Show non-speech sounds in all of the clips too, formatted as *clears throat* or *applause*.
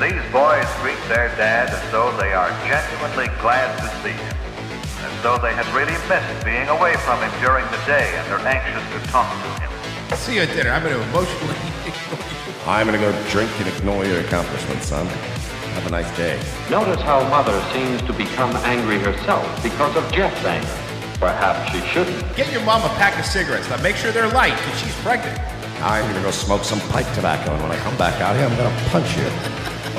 These boys greet their dad as though they are genuinely glad to see him, as though they had really missed being away from him during the day and are anxious to talk to him. See you at dinner. I'm going to emotionally. I'm gonna go drink and ignore your accomplishments, son. Have a nice day. Notice how Mother seems to become angry herself because of Jeff's anger. Perhaps she shouldn't. *laughs* Get your mom a pack of cigarettes. Now make sure they're light because she's pregnant. I'm gonna go smoke some pipe tobacco, and when I come back out here, I'm gonna punch you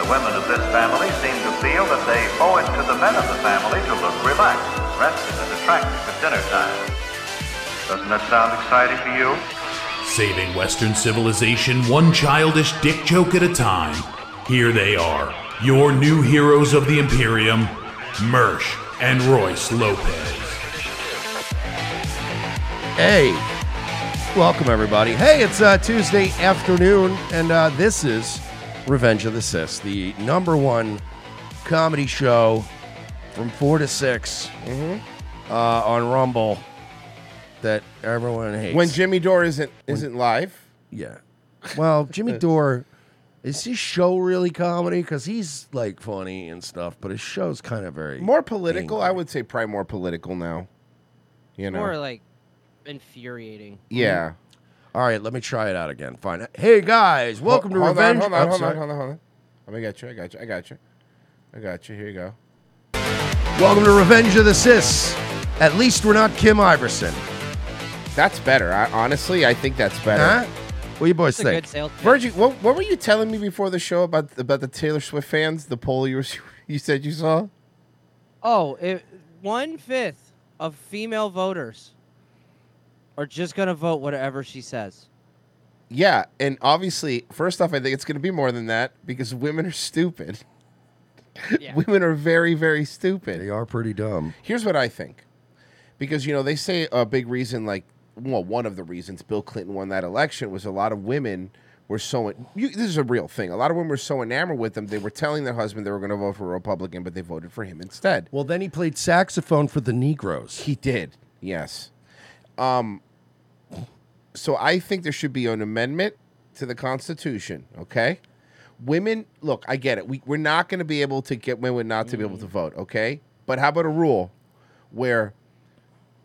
The women of this family seem to feel that they owe it to the men of the family to look relaxed, rested, and attractive at dinner time. Doesn't that sound exciting to you? Saving Western civilization one childish dick joke at a time. Here they are, your new heroes of the Imperium, Mersch and Royce Lopez. Hey, welcome everybody. Hey, it's uh, Tuesday afternoon, and uh, this is Revenge of the Sis, the number one comedy show from four to 6 uh, on Rumble that everyone hates. When Jimmy Dore isn't isn't live, Yeah. Well, *laughs* Jimmy Dore, is his show really comedy? Because he's like funny and stuff, but his show's kind of very more political. angry. I would say probably more political now. You know, More like infuriating. yeah. Mm-hmm. All right, let me try it out again. Fine. Hey guys, welcome Ho- to Revenge. On, hold I'm on, hold sorry. on, hold on, hold on. Oh, I got you. I got you. I got you. I got you. Here you go. Welcome to Revenge of the Sis. At least we're not Kim Iverson, That's better. I, honestly, I think that's better. huh? What do you It's boys a think? good sales. pitch. Virgie, what what were you telling me before the show about about the Taylor Swift fans? The poll you were, *laughs* you said you saw. Oh, it, one fifth of female voters are just gonna vote whatever she says. Yeah, and obviously, first off, I think it's going to be more than that because women are stupid. Yeah. *laughs* women are very, very stupid. They are pretty dumb. Here's what I think. Because, you know, they say a big reason, like, well, one of the reasons Bill Clinton won that election was a lot of women were so. You, this is a real thing. A lot of women were so enamored with him, they were telling their husband they were going to vote for a Republican, but they voted for him instead. Well, then he played saxophone for the Negroes. He did, yes. Um, so I think there should be an amendment to the Constitution, okay? Women, look, I get it. We, we're not going to be able to get women not to be able to vote, okay? But how about a rule where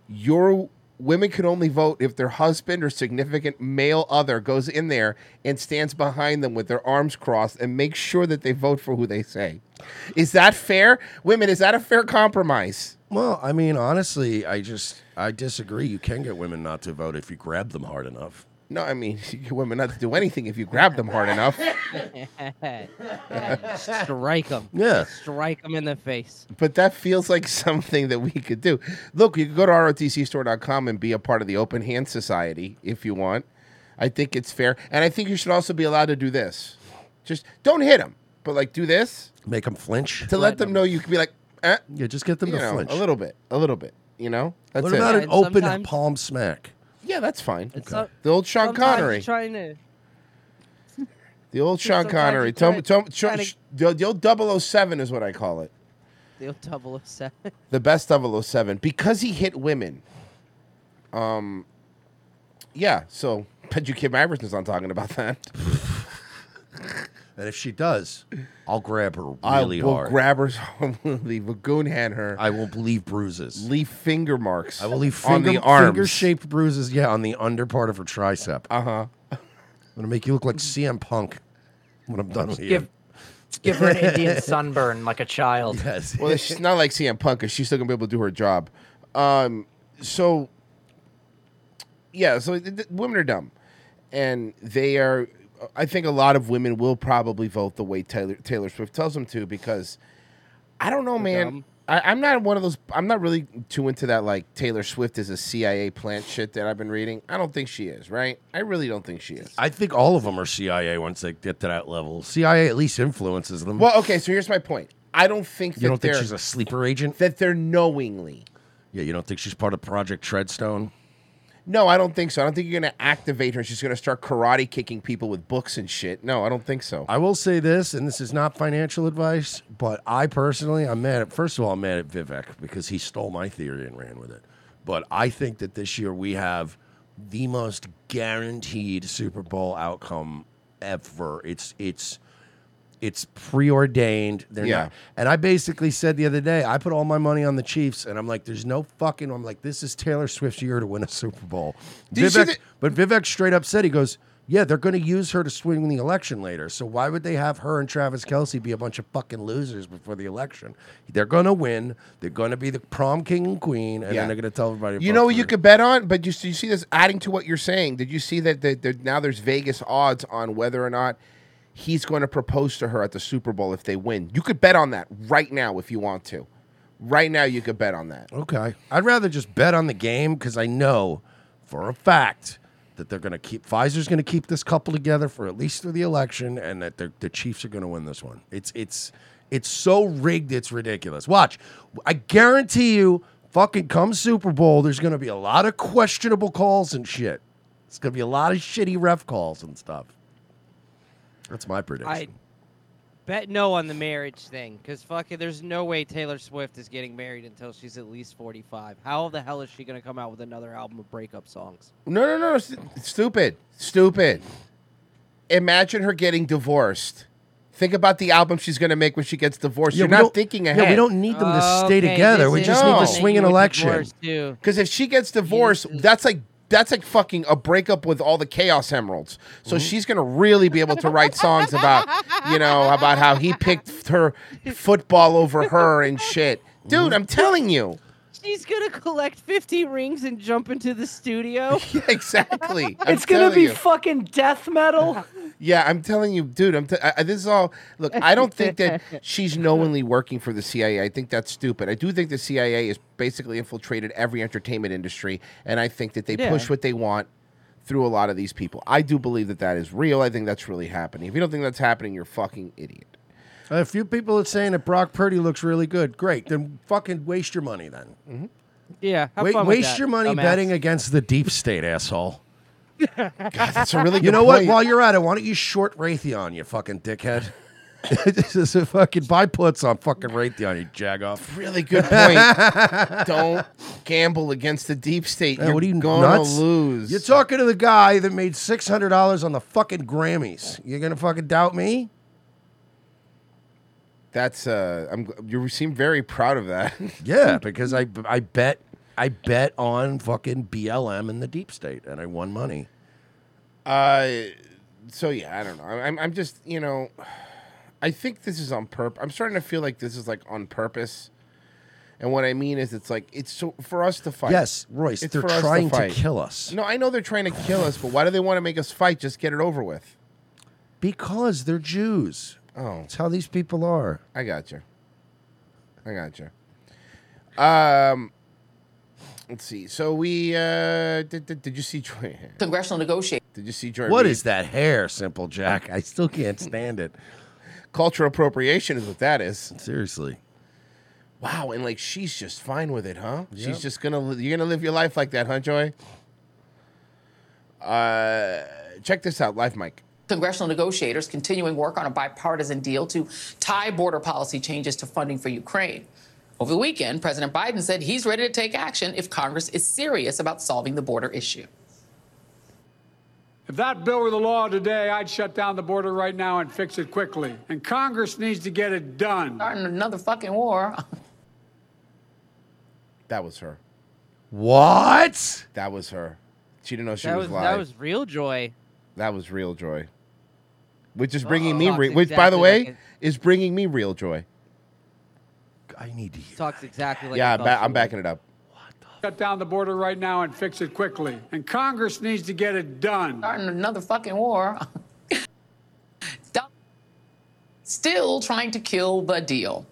your women can only vote if their husband or significant male other goes in there and stands behind them with their arms crossed and makes sure that they vote for who they say. Is that fair? Women, is that a fair compromise? Well, I mean, honestly, I just I disagree. You can get women not to vote if you grab them hard enough. No, I mean, *laughs* you get women not to do anything if you grab them hard *laughs* enough. Strike them. Yeah. Strike them in the face. But that feels like *laughs* something that we could do. Look, you can go to rotcstore.com and be a part of the Open Hand Society if you want. I think it's fair. And I think you should also be allowed to do this. Just don't hit them, but like do this Make them flinch. to let them know you can be like, eh, Yeah, just get them you to know, flinch. a little bit, a little bit, you know? That's what it. about Yeah, an and open sometimes- palm smack? yeah, that's fine. It's so- The old Sean sometimes Connery. Trying to. The old Sean sometimes Connery. you try- Tom, Tom, try to- sh- the the old 007 is what I call it. They'll double oh upset. the best 007 because he hit women. Um, yeah. So, *laughs* bet you Kim Iverson's not talking about that. And if she does, I'll grab her really I will hard. grab her, *laughs* I will leave a goon hand her, I will leave bruises. leave finger marks. I will leave on finger, the arms. finger-shaped bruises. Yeah, on the under part of her tricep. Uh huh. I'm gonna make you look like CM Punk when I'm done with you. Give give her an *laughs* Indian sunburn like a child. yes. Well, *laughs* she's not like CM Punk 'cause she's still gonna be able to do her job. Um, so yeah, so th- th- women are dumb, and they are. I think a lot of women will probably vote the way Taylor Taylor Swift tells them to because I don't know, man. dumb. I, I'm not one of those. I'm not really too into that like Taylor Swift is a CIA plant shit that I've been reading. I don't think she is, right? I really don't think she is. I think all of them are CIA once they get to that level. CIA at least influences them. Well, okay, so here's my point. I don't think You that don't think they're- she's a sleeper agent? That they're knowingly. Yeah, you don't think she's part of Project Treadstone? No, I don't think so. I don't think you're going to activate her. She's going to start karate kicking people with books and shit. No, I don't think so. I will say this, and this is not financial advice, but I personally, I'm mad at, first of all, I'm mad at Vivek because he stole my theory and ran with it. But I think that this year we have the most guaranteed Super Bowl outcome ever. It's, it's, it's preordained. They're Yeah. not. And I basically said the other day, I put all my money on the Chiefs, and I'm like, there's no fucking. I'm like, this is Taylor Swift's year to win a Super Bowl. Did you see Vivek- the- but Vivek straight up said, he goes, yeah, they're going to use her to swing the election later. So why would they have her and Travis Kelsey be a bunch of fucking losers before the election? They're going to win. They're going to be the prom king and queen, and Yeah. then they're going to tell everybody. to You vote know for what you her. could bet on, but you, you see this adding to what you're saying. Did you see that, that, that now there's Vegas odds on whether or not he's going to propose to her at the Super Bowl if they win? You could bet on that right now if you want to. Right now, you could bet on that. Okay. I'd rather just bet on the game because I know for a fact that they're going to keep Pfizer's going to keep this couple together for at least through the election, and that the the Chiefs are going to win this one. It's it's it's so rigged, it's ridiculous. Watch, I guarantee you, fucking come Super Bowl, there's going to be a lot of questionable calls and shit. It's going to be a lot of shitty ref calls and stuff. That's my prediction. I bet no on the marriage thing because fucking there's no way Taylor Swift is getting married until she's at least 45. How the hell is she going to come out with another album of breakup songs? No, no, no. st- Stupid. Stupid. Imagine her getting divorced. Think about the album she's going to make when she gets divorced. Yeah, You're we not don't- thinking yeah, ahead. we don't need them to stay Okay, together. this We is just need to something swing an you would election. divorce to. Because if she gets divorced, that's like that's like fucking a breakup with all the chaos emeralds. So Mm-hmm. she's gonna really be able to write songs about you know about how he picked her football over her and shit. Mm-hmm. Dude, I'm telling you. She's going to collect 50 rings and jump into the *laughs* studio. *laughs* exactly. I'm It's gonna telling be you. fucking death metal. Yeah, I'm telling you, dude. I'm. T- I, I- this is all. Look, I don't *laughs* think that she's knowingly working for the CIA. I think that's stupid. I do think the CIA has basically infiltrated every entertainment industry, and I think that they Yeah. push what they want through a lot of these people. I do believe that that is real. I think that's really happening. If you don't think that's happening, you're a fucking idiot. A few people are saying that Brock Purdy looks really good. Great, then fucking waste your money then. Yeah, Mm-hmm. have Wait, fun with waste that, your money dumbass. betting against the deep state, eh? asshole. God, that's a really you good know what? point. While you're at it, why don't you short Raytheon, you fucking dickhead? *laughs* this is a fucking buy puts on fucking Raytheon, you jagoff. Really good *laughs* point. don't gamble against the deep state. Yeah, you're what are you gonna nuts? lose. You're talking to the guy that made six hundred dollars on the fucking Grammys. You're gonna fucking doubt me? That's uh, I'm. gl- You seem very proud of that. *laughs* Yeah, because I I bet I bet on fucking BLM and the deep state, and I won money. Uh, so yeah, I don't know. I- I'm, I'm just, you know, I think this is on purpose. I'm starting to feel like this is like on purpose. And what I mean is, it's like it's so for us to fight. Yes, Royce, It's they're for us trying to fight. kill us. No, I know they're trying to kill us, but why do they want to make us fight? Just get it over with. Because they're Jews. Oh, that's how these people are. I got you. I got you. Um, let's see. So we uh, did, did, did you see Joy? *laughs* Congressional negotiator. Did you see Joy? What Reid? is that hair, Simple Jack? I still can't stand it. Cultural appropriation is what that is. Seriously. Wow, and like she's just fine with it, huh? Yep. She's just gonna li- you're gonna live your life like that, huh, Joy? Uh, check this out, live mic. Congressional negotiators continuing work on a bipartisan deal to tie border policy changes to funding for Ukraine. Over the weekend, President Biden said he's ready to take action if Congress is serious about solving the border issue. If that bill were the law today, I'd shut down the border right now and fix it quickly. And Congress needs to get it done. Starting another fucking war. *laughs* That was her. What? That was her. She didn't know she That was, was, live. that was real joy. That was real joy. Which is bringing me, Talks re- which by the exactly way, like Oh, it- is bringing me real joy. I need to Talks exactly like yeah, I I'm, thought ba- she I'm would. backing it up. Shut down the border right now and fix it quickly. And Congress needs to get it done. Starting another fucking war. *laughs* Dumb- Still trying to kill the deal.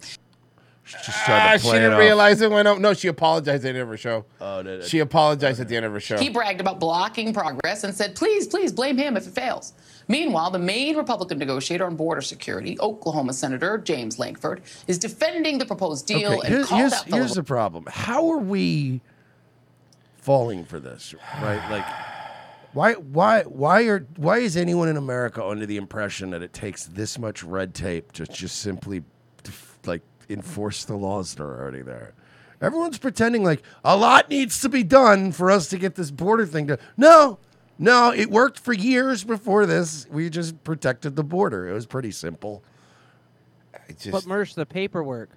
Just tried to Ah, she play it didn't off. realize it went out. No, she apologized at the end of her show. Oh, did She apologized at the end of her show. He bragged about blocking progress and said, please, please blame him if it fails. Meanwhile, the main Republican negotiator on border security, Oklahoma Senator James Lankford, is defending the proposed deal Okay, and here- called here's, out fellow here's the problem. How are we falling for this? Right? Like why why why are why is anyone in America under the impression that it takes this much red tape to just simply like enforce the laws that are already there? Everyone's pretending like a lot needs to be done for us to get this border thing done. No. No, it worked for years before this. We just protected the border. It was pretty simple. but merge the paperwork.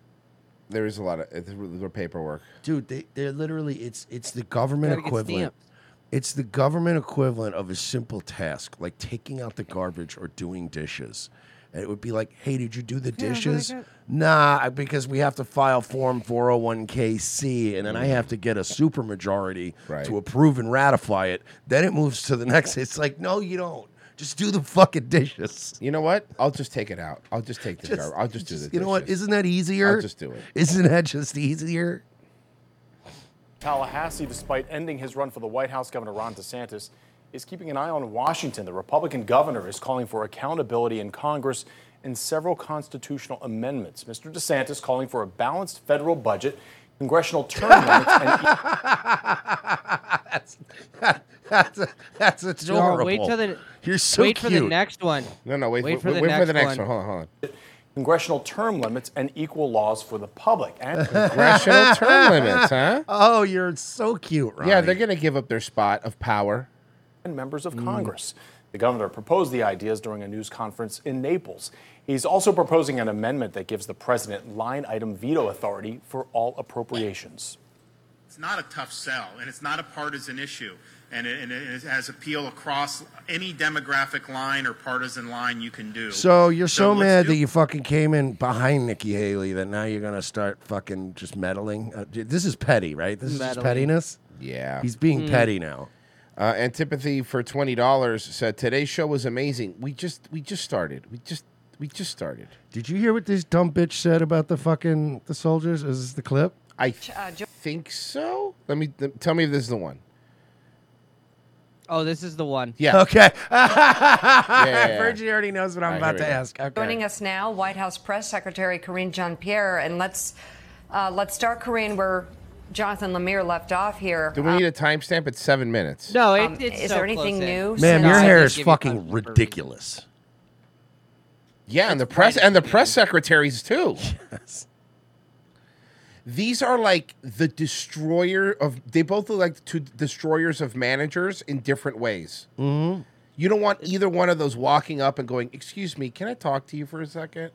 There is a lot of it's really paperwork. dude they, they're literally it's it's the government Gotta get equivalent stamps. it's the government equivalent of a simple task like taking out the garbage or doing dishes and it would be like hey did you do the but I dishes got- nah because we have to file form 401kc and then i have to get a supermajority to approve and ratify it then it moves to the next it's like no you don't just do the fucking dishes you know what i'll just take it out i'll just take the Just- garbage. I'll just do the. you know what dishes. isn't that easier I'll just do it. isn't that just easier Tallahassee, despite ending his run for the White House, Governor Ron DeSantis is keeping an eye on Washington. The Republican governor is calling for accountability in Congress and several constitutional amendments. Mr. DeSantis calling for a balanced federal budget, congressional term limits, *laughs* and e- that's that's Joel, wait till the wait for the next one. No, no, wait, Wait wait, for the wait for the next next one. one. Hold on, hold on. congressional term limits and equal laws for the public. *laughs* And Congressional term limits, huh? *laughs* Oh, you're so cute, Yeah, they're going to give up their spot of power. and members Mm. of Congress. The governor proposed the ideas during a news conference in Naples. He's also proposing an amendment that gives the president line item veto authority for all appropriations. It's not a tough sell, and it's not a partisan issue, and it, and it has appeal across any demographic line or partisan line you can do. So you're so, let's mad do- that you fucking came in behind Nikki Haley that now you're gonna start fucking just meddling. Uh, d- this is petty, right? This is just Meddling. pettiness. Yeah. he's being petty now. Uh, antipathy for twenty dollars said today's show was amazing. We just we just started. We just we just started. Did you hear what this dumb bitch said about the fucking the soldiers? Is this the clip? I think so. Let me th- tell me if this is the one. Oh, this is the one. Yeah. Okay. *laughs* yeah, Virginie already knows what I'm about to ask. Joining us now, White House Press Secretary Karine Jean-Pierre, and let's uh, let's start, Karine, where Jonathan Lemire left off here. Do we need a timestamp? It's seven minutes. No, Oh, it- it's Um, is so there close anything in. new? Ma'am, since- your hair is fucking ridiculous. Yeah, and the press and the press secretaries too. Yes. These are like the destroyer of. They both look like two destroyers of managers in different ways. Mm-hmm. You don't want either one of those walking up and going, "Excuse me, can I talk to you for a second?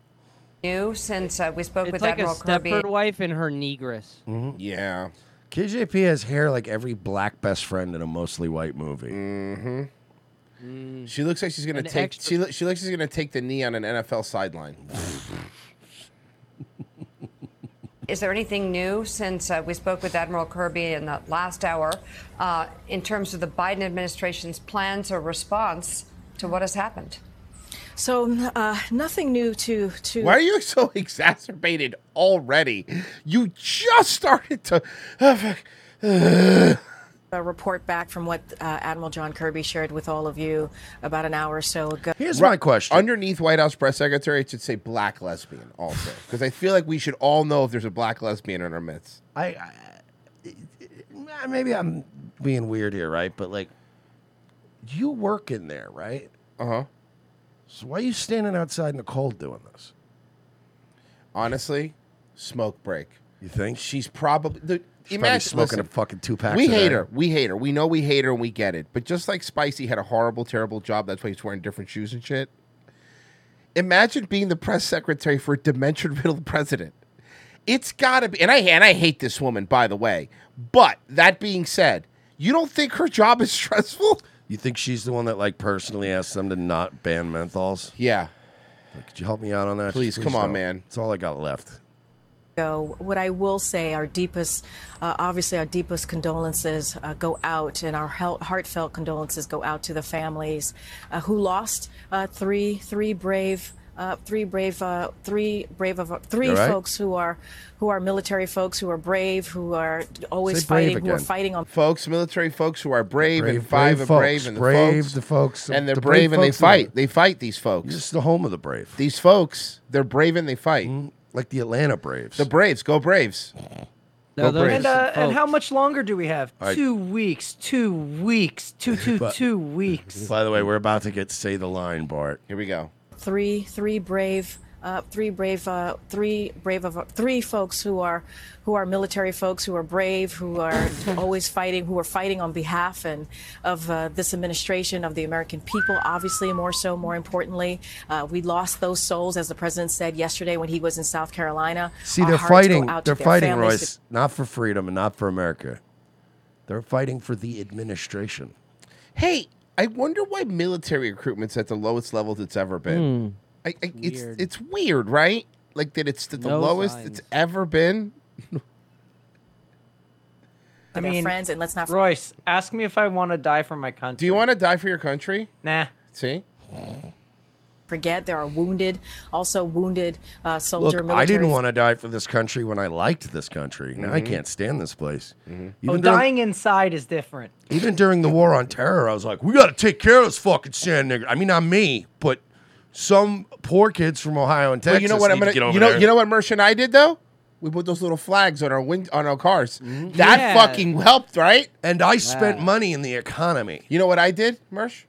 New since uh, we spoke It's with like a Admiral Kirby. Stepford wife and her negress. Mm-hmm. Yeah. KJP has hair like every black best friend in a mostly white movie. Mm-hmm. She looks like she's gonna An take. extra- She, lo- she looks like she's gonna take the knee on an NFL sideline. Is there anything new since uh, we spoke with Admiral Kirby in the last hour uh, in terms of the Biden administration's plans or response to what has happened? So uh, nothing new to to. Why are you so exacerbated already? You just started to. Oh, fuck. Ugh. A uh, report back from what uh, Admiral John Kirby shared with all of you about an hour or so ago. Ru- Underneath White House press secretary, it should say black lesbian also, because I feel like we should all know if there's a black lesbian in our midst. I, I nah, maybe I'm being weird here, right? But like, you work in there, right? Uh huh. So why are you standing outside in the cold doing this? Honestly, smoke break. You think she's probably? The, She's probably imagine smoking listen, a fucking two pack. We hate her. We hate her. We know we hate her, and we get it. But just like Spicy had a horrible, terrible job, that's why he's wearing different shoes and shit. Imagine being the press secretary for a dementia-riddled *laughs* president. It's gotta be, and I and I hate this woman, by the way. But that being said, you don't think her job is *laughs* stressful? You think she's the one that like personally asked them to not ban menthols? Yeah. Like, could you help me out on that? Please, come on, man. It's all I got left. go. What I will say, our deepest, uh, obviously, our deepest condolences uh, go out, and our hel- heartfelt condolences go out to the families uh, who lost uh, three three brave uh, three brave, uh, three brave of three All right. folks who are, who are military folks who are brave, who are always Say brave fighting, who are again. fighting on folks, military folks who are brave, and Brave- five are brave brave, folks, and the brave, folks, the folks, and they're the brave brave, and they folks and the- fight. They fight these folks. This is the home of the brave. Mm-hmm. These folks, they're brave and they fight, like the Atlanta Braves. The Braves, go *laughs* Braves. Go Braves. and, uh, and how much longer do we have? All right. Two weeks. Two weeks. Two, two, But- two weeks. By the way, we're about to get say the line, Bart. Here we go. three three brave uh, three brave uh, three brave of three folks who are who are military folks who are brave *laughs* who are always fighting who are fighting on behalf and of uh, this administration of the American people obviously more so more importantly uh, we lost those souls as the president said yesterday when he was in South Carolina See, Our they're hearts go fighting. out to They're their fighting, families, Royce, not for freedom and not for America. They're fighting for the administration. Hey, I wonder why military recruitment's at the lowest level it's ever been. I, I, it's Weird. it's weird, right? Like that it's the, the No lowest signs. it's ever been. to their friends and let's not Royce, ask me if I want to die for my country. Do you want to die for your country? Nah. Oh, See? forget there are wounded also wounded uh, Look, soldier I didn't military want to die for this country when I liked this country. Now I Mm-hmm. Mhm. can't stand this place. Oh, Even, during, dying inside is different. even during the war on terror, I was like, we got to take care of this fucking sand nigger. I mean, not me, but some poor kids from Ohio and Well, Texas you know what need I'm gonna to get over you know there. you know what Mersh and I did though? We put those little flags on our wind on our cars. That Yeah. fucking helped, right? And I spent money in the economy. You know what I did, Mersh?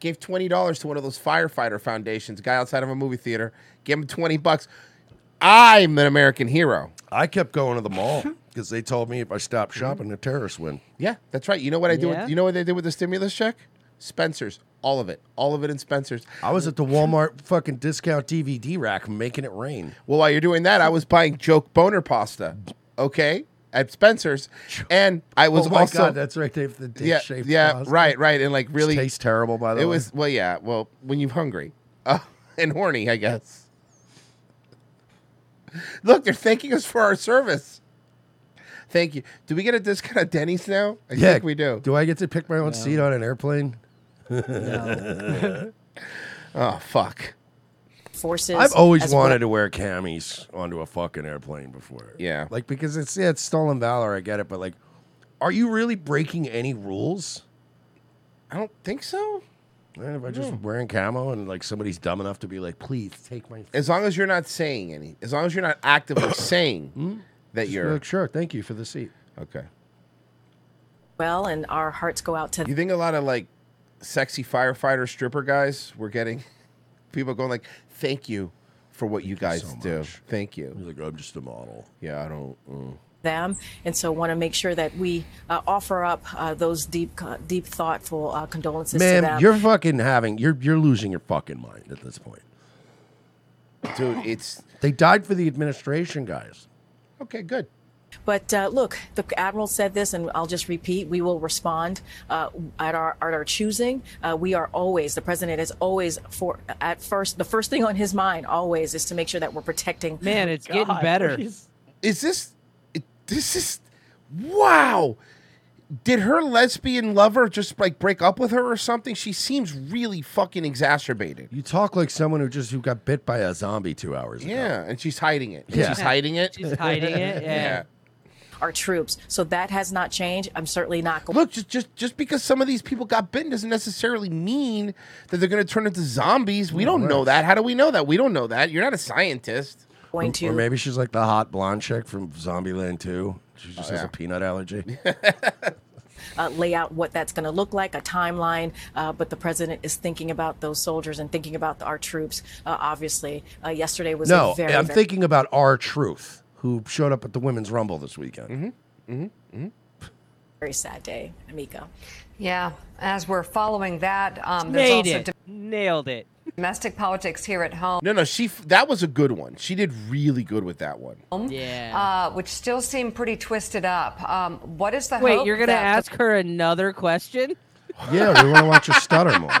Gave twenty dollars to one of those firefighter foundations. Guy outside of a movie theater. Gave him twenty bucks. I'm an American hero. I kept going to *laughs* the mall because they told me if I stopped shopping, the terrorists win. Yeah, that's right. You know what I do? Yeah. With, you know what they did with the stimulus check? Spencer's, all of it, all of it in Spencer's. I was at the Walmart fucking discount DVD rack making it rain. Well, while you're doing that, I was buying joke boner pasta. Okay, at Spencer's, and I was oh my also God, that's right. They have the dick yeah, shaped. yeah, pasta. right, right, and like really tastes terrible. By the it way, was well, yeah, well, when you're hungry *laughs* uh, and horny, I guess. Look, they're thanking us for our service. Thank you. Do we get a discount at Denny's now? I yeah, think we do. Do I get to pick my own seat on an airplane? *laughs* No. oh fuck! forces I've always as wanted well. to wear camis onto a fucking airplane before. Yeah, like because it's yeah, it's stolen valor. I get it, but like, are you really breaking any rules? I don't think so. Hmm. Man, if I just wearing camo and like somebody's dumb enough to be like, please take my As long as you're not saying any, as long as you're not *coughs* actively saying that Just you're like, Hmm? sure, thank you for the seat. okay. well and our hearts go out to You think a lot of like sexy firefighter stripper guys were getting *laughs* people going like, "Thank you for what you guys do. Thank you." Like I'm just a model. Yeah, I don't. mm." them, and so want to make sure that we uh, offer up uh, those deep, co- deep, thoughtful uh, condolences to Ma'am, them. you're fucking having you're you're losing your fucking mind at this point. Dude, it's they died for the administration, guys. Okay, good. But uh, look, the admiral said this, and I'll just repeat: we will respond uh, at our at our choosing. Uh, we are always the president is always for at first the first thing on his mind always is to make sure that we're protecting. Man, it's Oh getting God, better. please. Is this? It, this is. Wow. Did her lesbian lover just like break up with her or something? She seems really fucking exacerbated. You talk like someone who just who got bit by a zombie two hours ago. Yeah, and she's hiding it. Yeah. She's hiding it. She's hiding it, yeah. *laughs* Our troops, so that has not changed. I'm certainly not going. Look, just just just because some of these people got bitten doesn't necessarily mean that they're going to turn into zombies. We don't know that. How do we know that? We don't know that. You're not a scientist. Or- Or maybe she's like the hot blonde chick from Zombieland 2. She just has Oh, yeah. a *laughs* peanut allergy. uh, lay out what that's going to look like, a timeline. Uh, but the president is thinking about those soldiers and thinking about our troops. Uh, obviously, uh, yesterday was no, a very. I'm very- thinking about our truth, who showed up at the women's rumble this weekend. Mm-hmm. Mm-hmm. very sad day, Amico. Yeah, as we're following that, um, there's Made also it. Nailed it. domestic politics here at home. No, no, she f- that was a good one. She did really good with that one. Uh, which still seem pretty twisted up. Um, what is the Wait, hope you're gonna that the- ask her another question? *laughs* Yeah, we want to watch her stutter more.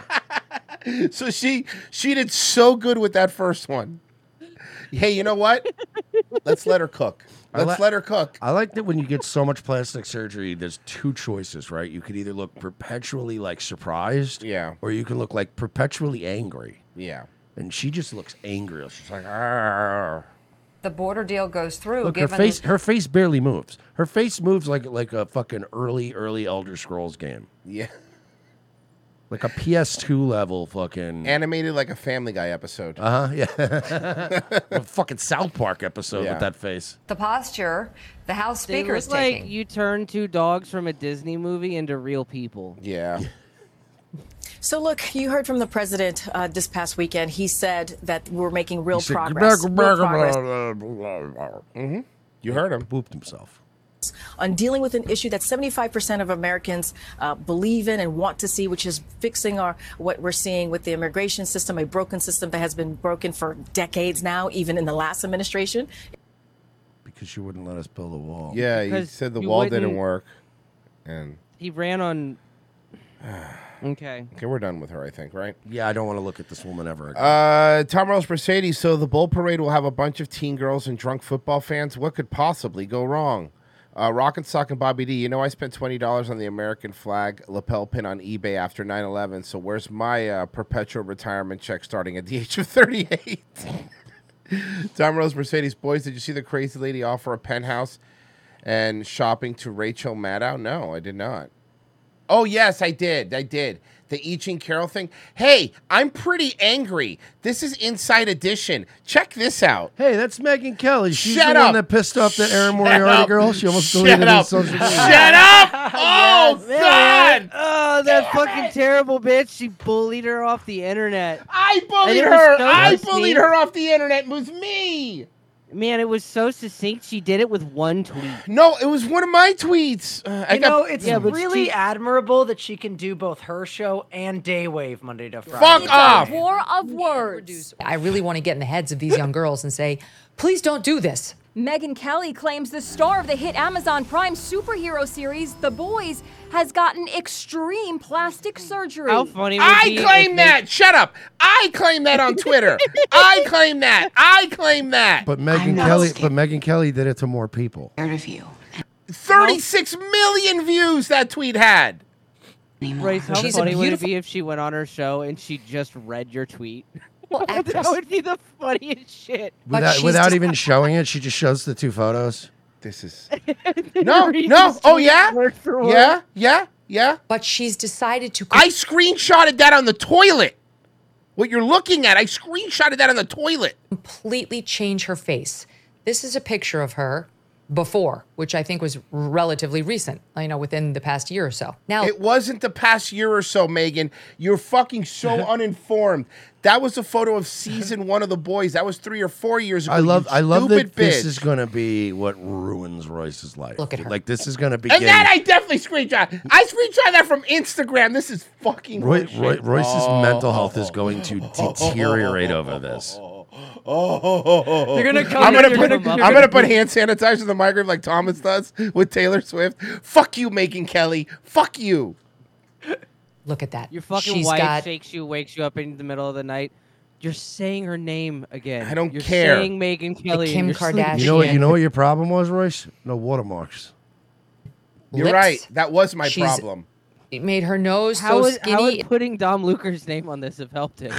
*laughs* so she she did so good with that first one. Hey, you know what? Let's let her cook. I Let's li- let her cook. I like that when you get so much plastic surgery, there's two choices, right? You could either look perpetually like surprised, yeah, or you can look like perpetually angry. Yeah. and she just looks angry. She's like, "Arr." The border deal goes through. look, her given face, her face barely moves. Her face moves like like a fucking early, early Elder Scrolls game, Yeah. like a PS2 level fucking. Animated like a Family Guy episode. Uh huh. Yeah. *laughs* a fucking South Park episode Yeah. with that face. the posture, the House They Speaker is look like taking. you turned two dogs from a Disney movie into real people. Yeah. *laughs* So, look, you heard from the president uh, this past weekend. He said that we're making real He said, progress, "Grr, grr, real progress grr, grr, grr." Mhm. You heard him. Pooped himself. on dealing with an issue that 75% of Americans uh, believe in and want to see, which is fixing our what we're seeing with the immigration system, a broken system that has been broken for decades now, even in the last administration. because she wouldn't let us build a wall. Yeah, he Because said the you wall didn't wouldn't- work. And He ran on. okay. okay, we're done with her, I think, right? Yeah, I don't want to look at this woman ever again. Uh, Tom Rose Mercedes. So the Bull Parade will have a bunch of teen girls and drunk football fans. What could possibly go wrong? Uh, Rock and Sock and Bobby D. You know, I spent twenty dollars on the American flag lapel pin on eBay after 9-11, So where's my uh, perpetual retirement check starting at the age of thirty-eight? *laughs* Tom Rose Mercedes. Boys, did you see the crazy lady offer a penthouse and shopping to Rachel Maddow? No, I did not. Oh yes, I did. I did. The Each and Carol thing. Hey, I'm pretty angry. This is Inside Edition. Check this out. Hey, that's Megan Kelly. She's Shut the up. one that pissed off that Aaron Shut Moriarty up. girl. She almost Shut deleted up. his social media. Shut up! *laughs* Oh God! Oh, that fucking terrible bitch! She bullied her off the internet. I And bullied it was her. so I distinct. bullied her off the internet. It was me. Man, it was so succinct. She did it with one tweet. No, it was one of my tweets. Uh, I you got- know, it's Yeah, but really she- admirable that she can do both her show and Daywave Monday to Friday. Fuck off! War of words. I really want to get in the heads of these young girls and say, please don't do this. Megan Kelly claims the star of the hit Amazon Prime superhero series, The Boys, has gotten extreme plastic surgery. How funny! would I be if claim they- that. Shut up. I claim that *laughs* on Twitter. I claim that. I claim that. But Megan Kelly, but Megan Kelly did it to more people. you. 36 million views that *laughs* tweet had. Bryce, how She's a funny would it beautiful- be if she went on her show and she just read your tweet? *laughs* Well, that would be the funniest shit. Without, without even showing it, she just shows the two photos. This is No, no. Oh yeah. Yeah. Yeah. Yeah. But she's decided to. I screenshotted that on the toilet. What you're looking at, I screenshotted that on the toilet. completely change her face. This is a picture of her before, which I think was relatively recent, you know, within the past year or so. Now, It wasn't the past year or so, Megan. You're fucking so Uh-huh. uninformed. That was a photo of season one of The Boys. That was three or four years ago. I love, you I love that stupid bitch. this is going to be what ruins Royce's life. Look at her. Like this is going to begin. And that I definitely screenshot. I screenshot that from Instagram. This is fucking Roy, horseshit. Roy, Royce's mental health is going to deteriorate over this. Oh, You're gonna come- I'm gonna you're put. gonna come up- I'm gonna put hand sanitizer in the microwave like Thomas does with Taylor Swift. Fuck you, Megan Kelly. Fuck you. Look at that. Your fucking She's wife got- shakes you, wakes you up in the middle of the night. You're saying her name again. I don't You're care. Saying Megan Kelly. and Kim you're sleeping You know what? again. You know what your problem was, Royce? No watermarks. You're right. That was my She's- problem. it made her nose How so would- skinny. how would putting Dom Luker's name on this have helped *laughs* him?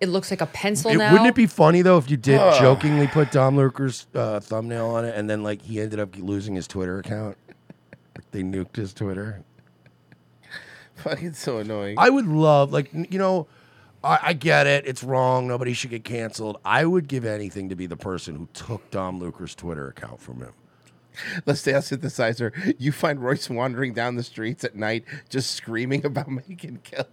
it looks like a pencil It, now. wouldn't it be funny though if you did Ugh. jokingly put Dom Lurker's uh, thumbnail on it, and then like he ended up losing his Twitter account? Like, they nuked his Twitter. Fucking so annoying. I would love, like, n- you know, I, I get it. It's wrong. Nobody should get canceled. I would give anything to be the person who took Dom Luker's Twitter account from him. Let's say synthesizer. You find Royce wandering down the streets at night, just screaming about *laughs* Megan Kelly.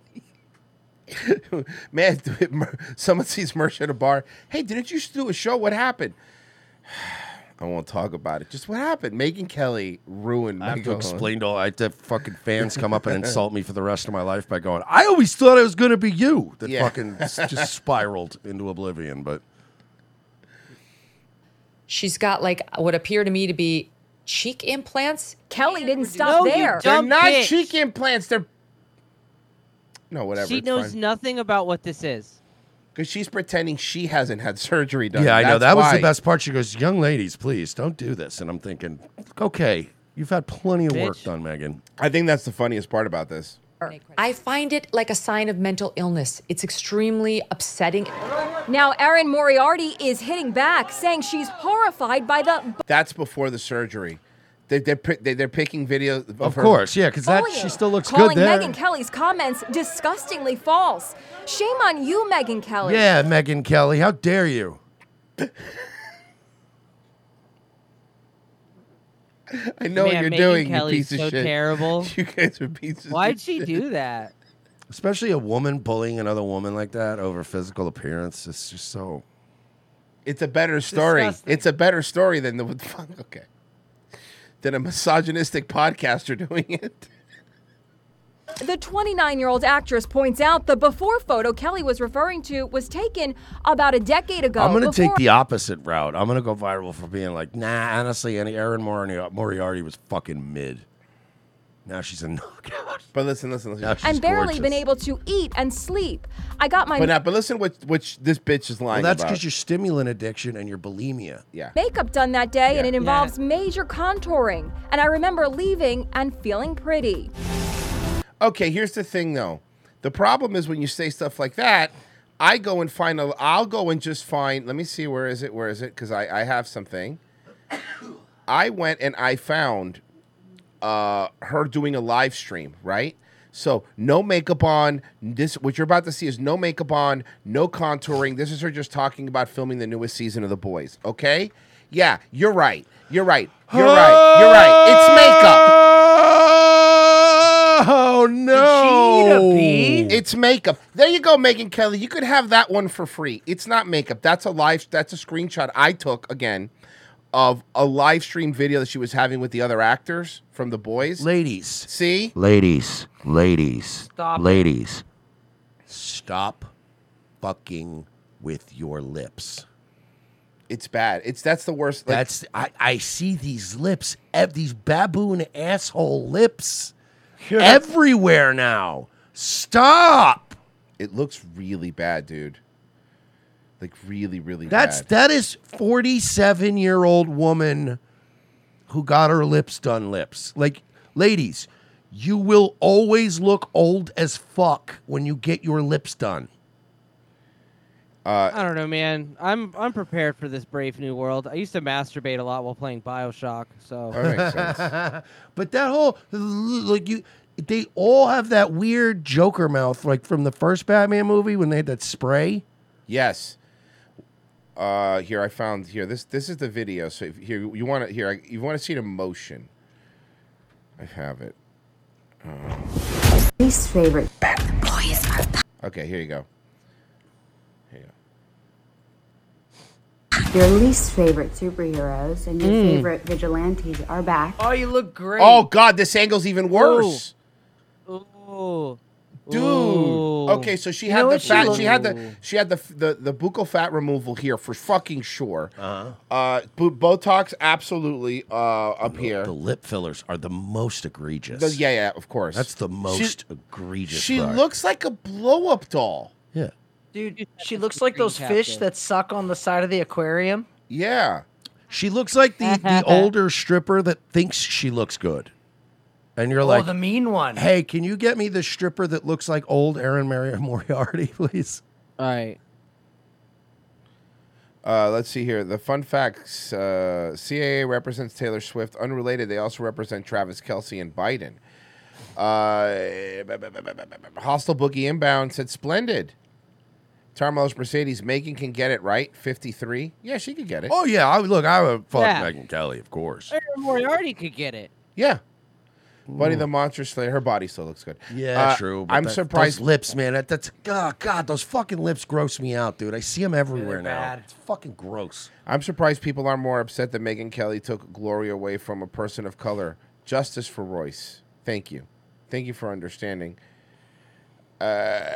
Man, *laughs* do it, Mer- someone sees Mersh at a bar. Hey, didn't you s- do a show? What happened? I won't talk about it. Just what happened? Megan Kelly ruined. I have to Michael. explain to all I have to have fucking fans come up and insult me for the rest of my life by going, I always thought it was going to be you that Yeah. fucking s- *laughs* just spiraled into oblivion. But She's got like what appear to me to be cheek implants. Kelly didn't stop there. They're not cheek implants. They're no whatever. she knows nothing about what this is. because she's pretending she hasn't had surgery done. yeah, I know. That's That was why. the best part. She goes, Young ladies, please don't do this. And I'm thinking, okay, you've had plenty of work Bitch. done, Megan. I think that's the funniest part about this. I find it like a sign of mental illness. It's extremely upsetting. Now, Erin Moriarty is hitting back, saying she's horrified by the That's before the surgery. They, they're, pi- they, they're picking video of, Of her- course, yeah, because that she bullying, still looks Oh, calling good there. Megyn Kelly's comments disgustingly false. Shame on you, Megyn Kelly. yeah, Megan Kelly, how dare you? I know what Man, you're Megyn doing, Kelly's you piece of so shit. terrible. *laughs* You guys are pieces of Why'd she shit. do that? Especially a woman bullying another woman like that over physical appearance. It's just so. It's a better story. It's a better story than the fuck. *laughs* Okay, than a misogynistic podcaster *laughs* doing it. The 29 year old actress points out the before photo Kelly was referring to was taken about a decade ago. I'm gonna take before- the opposite route. I'm gonna go viral for being like, nah. Honestly, any Erin Moriarty, Moriarty was fucking mid. Now she's a *laughs* knockout. But listen, listen, listen. Now she's and barely gorgeous. been able to eat and sleep. I got my But now, but listen, what which this bitch is Well, lying that's about. because your stimulant addiction and your bulimia. Yeah. makeup done that day, and Yeah. it involves major contouring. And I remember leaving and feeling pretty. Okay, here's the thing though. The problem is when you say stuff like that, I go and find a I'll go and just find let me see where is it, where is it? Because I, I have something. I went and I found uh her doing a live stream, right? So no makeup on. This what you're about to see is no makeup on, no contouring. This is her just talking about filming the newest season of the boys. Okay? Yeah, you're right. You're right. You're right. You're right. It's makeup. Oh no! It's makeup. There you go, Megan Kelly. You could have that one for free. It's not makeup. That's a live. That's a screenshot I took again of a live stream video that she was having with the other actors from the boys. Ladies. See? Ladies, ladies, Stop it. ladies. Stop fucking with your lips. It's bad. It's that's the worst. like- That's I, I see these lips, ev- these baboon asshole lips everywhere now. Stop. It looks really bad, dude. Like really, really That's bad. that is 47 year old woman who got her lips done lips. Like ladies, you will always look old as fuck when you get your lips done. Uh, I don't know, man. I'm I'm prepared for this brave new world. I used to masturbate a lot while playing Bioshock, *laughs* *laughs* so. but that whole like you they all have that weird joker mouth like from the first Batman movie when they had that spray. Yes. Uh, here I found here. This this is the video. So if, here you want to here I, you want to see the motion. I have it. Um, Least favorite. Okay, here you go. Here you go. Your least favorite superheroes and your Mm. favorite vigilantes are back. Oh, you look great. Oh God, this angle's even worse. Dude. Ooh. Okay, so she You had know the what she fat. She, look- had the she had the f- the the buccal fat removal here for fucking sure. Uh-huh. Uh, bo- Botox absolutely uh up here. The lip fillers are the most egregious. The- yeah, yeah, of course. That's the most egregious. She part. looks like a blow up doll. Yeah. Dude, she looks like those fish captain. that suck on the side of the aquarium. Yeah. She looks like the *laughs* the older stripper that thinks she looks good. And you're Oh, like the mean one. Hey, can you get me the stripper that looks like old Aaron Mary Moriarty, *laughs* please? All right. Uh, let's see here. The fun facts: uh, CAA represents Taylor Swift. Unrelated, they also represent Travis Kelsey and Biden. Uh, b- b- b- b- b- b- Hostile Boogie Inbound said, "Splendid." Tarmelo's Mercedes Megan can get it right. Fifty-three. Yeah, she could get it. Oh yeah, I would look. I would fuck Yeah. Megan Kelly, of course. Erin Moriarty could get it. Yeah. Buddy Ooh. the Monster Slayer. Her body still looks good. Yeah, Uh, true. I'm that- surprised. Those lips, man. That, that's oh, God. Those fucking lips gross me out, dude. I see them everywhere now. It's fucking gross. I'm surprised people are more upset that Megan Kelly took glory away from a person of color. Justice for Royce. Thank you. Thank you for understanding. Uh,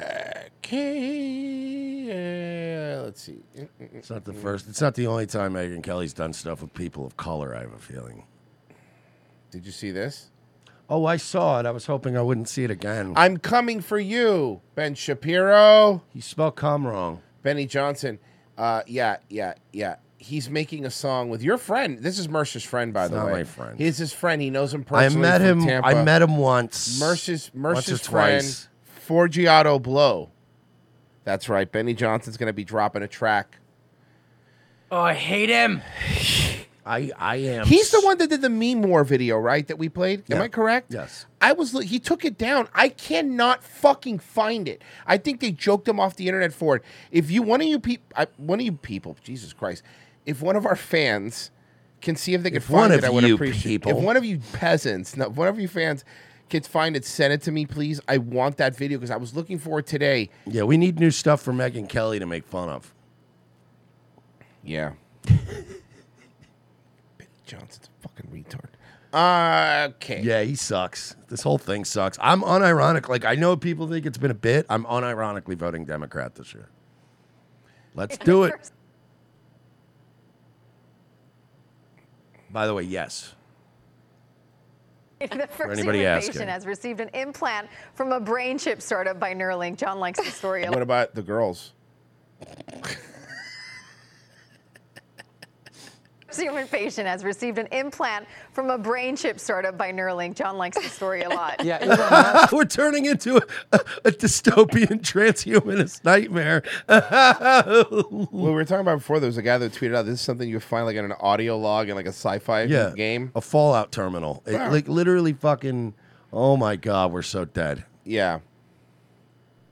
okay. uh, let's see. It's not the first. It's not the only time Megan Kelly's done stuff with people of color. I have a feeling. Did you see this? Oh, I saw it. I was hoping I wouldn't see it again. I'm coming for you, Ben Shapiro. You spelled com wrong. Benny Johnson. Uh, yeah, yeah, yeah. he's making a song with your friend. This is Mercer's friend, by It's the not way. my friend. He's his friend. He knows him I personally. met from him. I Tampa. met him once. Mercer's Once or Mercer's friend twice. Forgiato Blow. That's right. Benny Johnson's going to be dropping a track. Oh, I hate *sighs* him. I I am. He's *laughs* the one that did the meme war video, right? That we played. Am I correct? Yes. I was. He took it down. I cannot fucking find it. I think they joked him off the internet for it. If you one of you people, one of you people, Jesus Christ, if one of our fans can see if they can If find one it, of I would you appreciate. people- If one of you peasants, no, one of you fans, can find it, send it to me, please. I want that video because I was looking for it today. Yeah, we need new stuff for Megan Kelly to make fun of. Yeah. Johnson's a fucking retard. Uh, okay. Yeah, he sucks. This whole thing sucks. I'm unironic. Like I know people think it's been a bit. I'm unironically voting Democrat this year. Let's do it. By the way, yes. The first anybody human asking. patient has received an implant from a brain chip startup by Neuralink. John likes the story. a What about the girls? first human patient has received an implant from a brain chip startup by Neuralink. John likes the story a lot. *laughs* We're turning into a, a dystopian *laughs* transhumanist nightmare. *laughs* well, we were talking about before. There was a guy that tweeted out, "This is something you find like in an audio log in like a sci-fi Yeah, game." a Fallout terminal. It, Wow. Like literally, fucking. Oh my god, we're so dead. Yeah.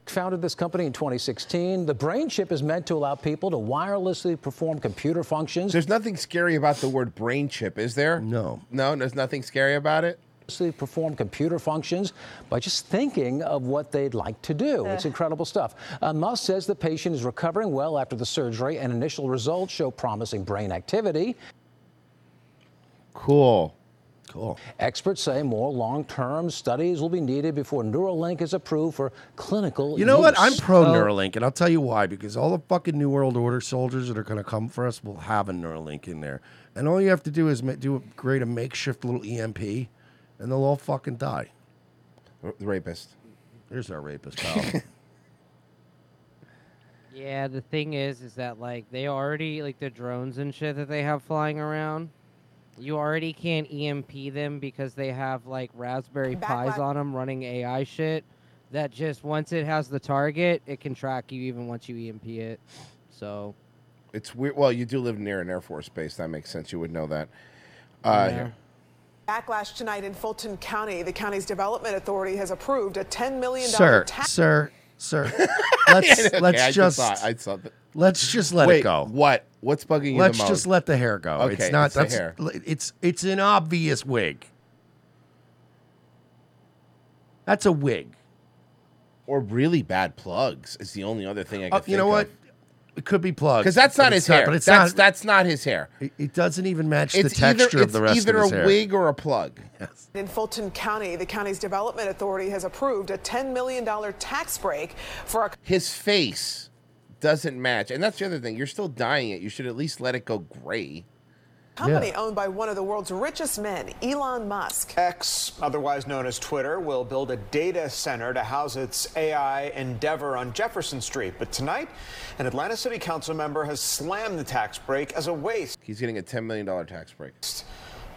Founded this company in 2016. The brain chip is meant to allow people to wirelessly perform computer functions. There's nothing scary about the word brain chip, is there? No. No, there's nothing scary about it. Wirelessly perform computer functions by just thinking of what they'd like to do. It's incredible stuff. Uh, Musk says the patient is recovering well after the surgery, and initial results show promising brain activity. Cool. Cool. Experts say more long term studies will be needed before Neuralink is approved for clinical You know what? I'm use. pro Uh, Neuralink, and I'll tell you why. Because all the fucking New World Order soldiers that are going to come for us will have a Neuralink in there, and all you have to do is ma- do a, create a makeshift little EMP, and they'll all fucking die. The rapist. There's our rapist pal. Yeah, the thing is, is that like they already like the drones and shit that they have flying around. You already can't EMP them because they have like Raspberry Pis on them running AI shit. That just once it has the target, it can track you even once you EMP it. So It's weird. Well, you do live near an air force base. That makes sense. You would know that. Uh, Yeah. Backlash tonight in Fulton County. The county's development authority has approved a $10 million sir, tax. sir, *laughs* sir. Yeah, Let's okay, let's I just thought- I saw that. let's just let Wait, it go. What? What's bugging you? Let's the most? just let the hair go. Okay, it's not it's the that's hair. it's it's an obvious wig. That's a wig. Or really bad plugs is the only other thing I can. Uh, you know what? It could be plugs. Because that's but not it's his hair. but it's that's not. that's not his hair. It, it doesn't even match the It's either- texture of it's the rest either of his a hair. wig or a plug. Yes. In Fulton County, the county's development authority has approved a $10 million tax break for a His face doesn't match, and that's the other thing. You're still dyeing it. You should at least let it go gray. company owned *laughs* by one of the world's richest men, Elon Musk. X, otherwise known as Twitter, will build a data center to house its AI endeavor on Jefferson Street. But tonight, an Atlanta City Council member has slammed the tax break as a waste. He's getting a $10 million tax break.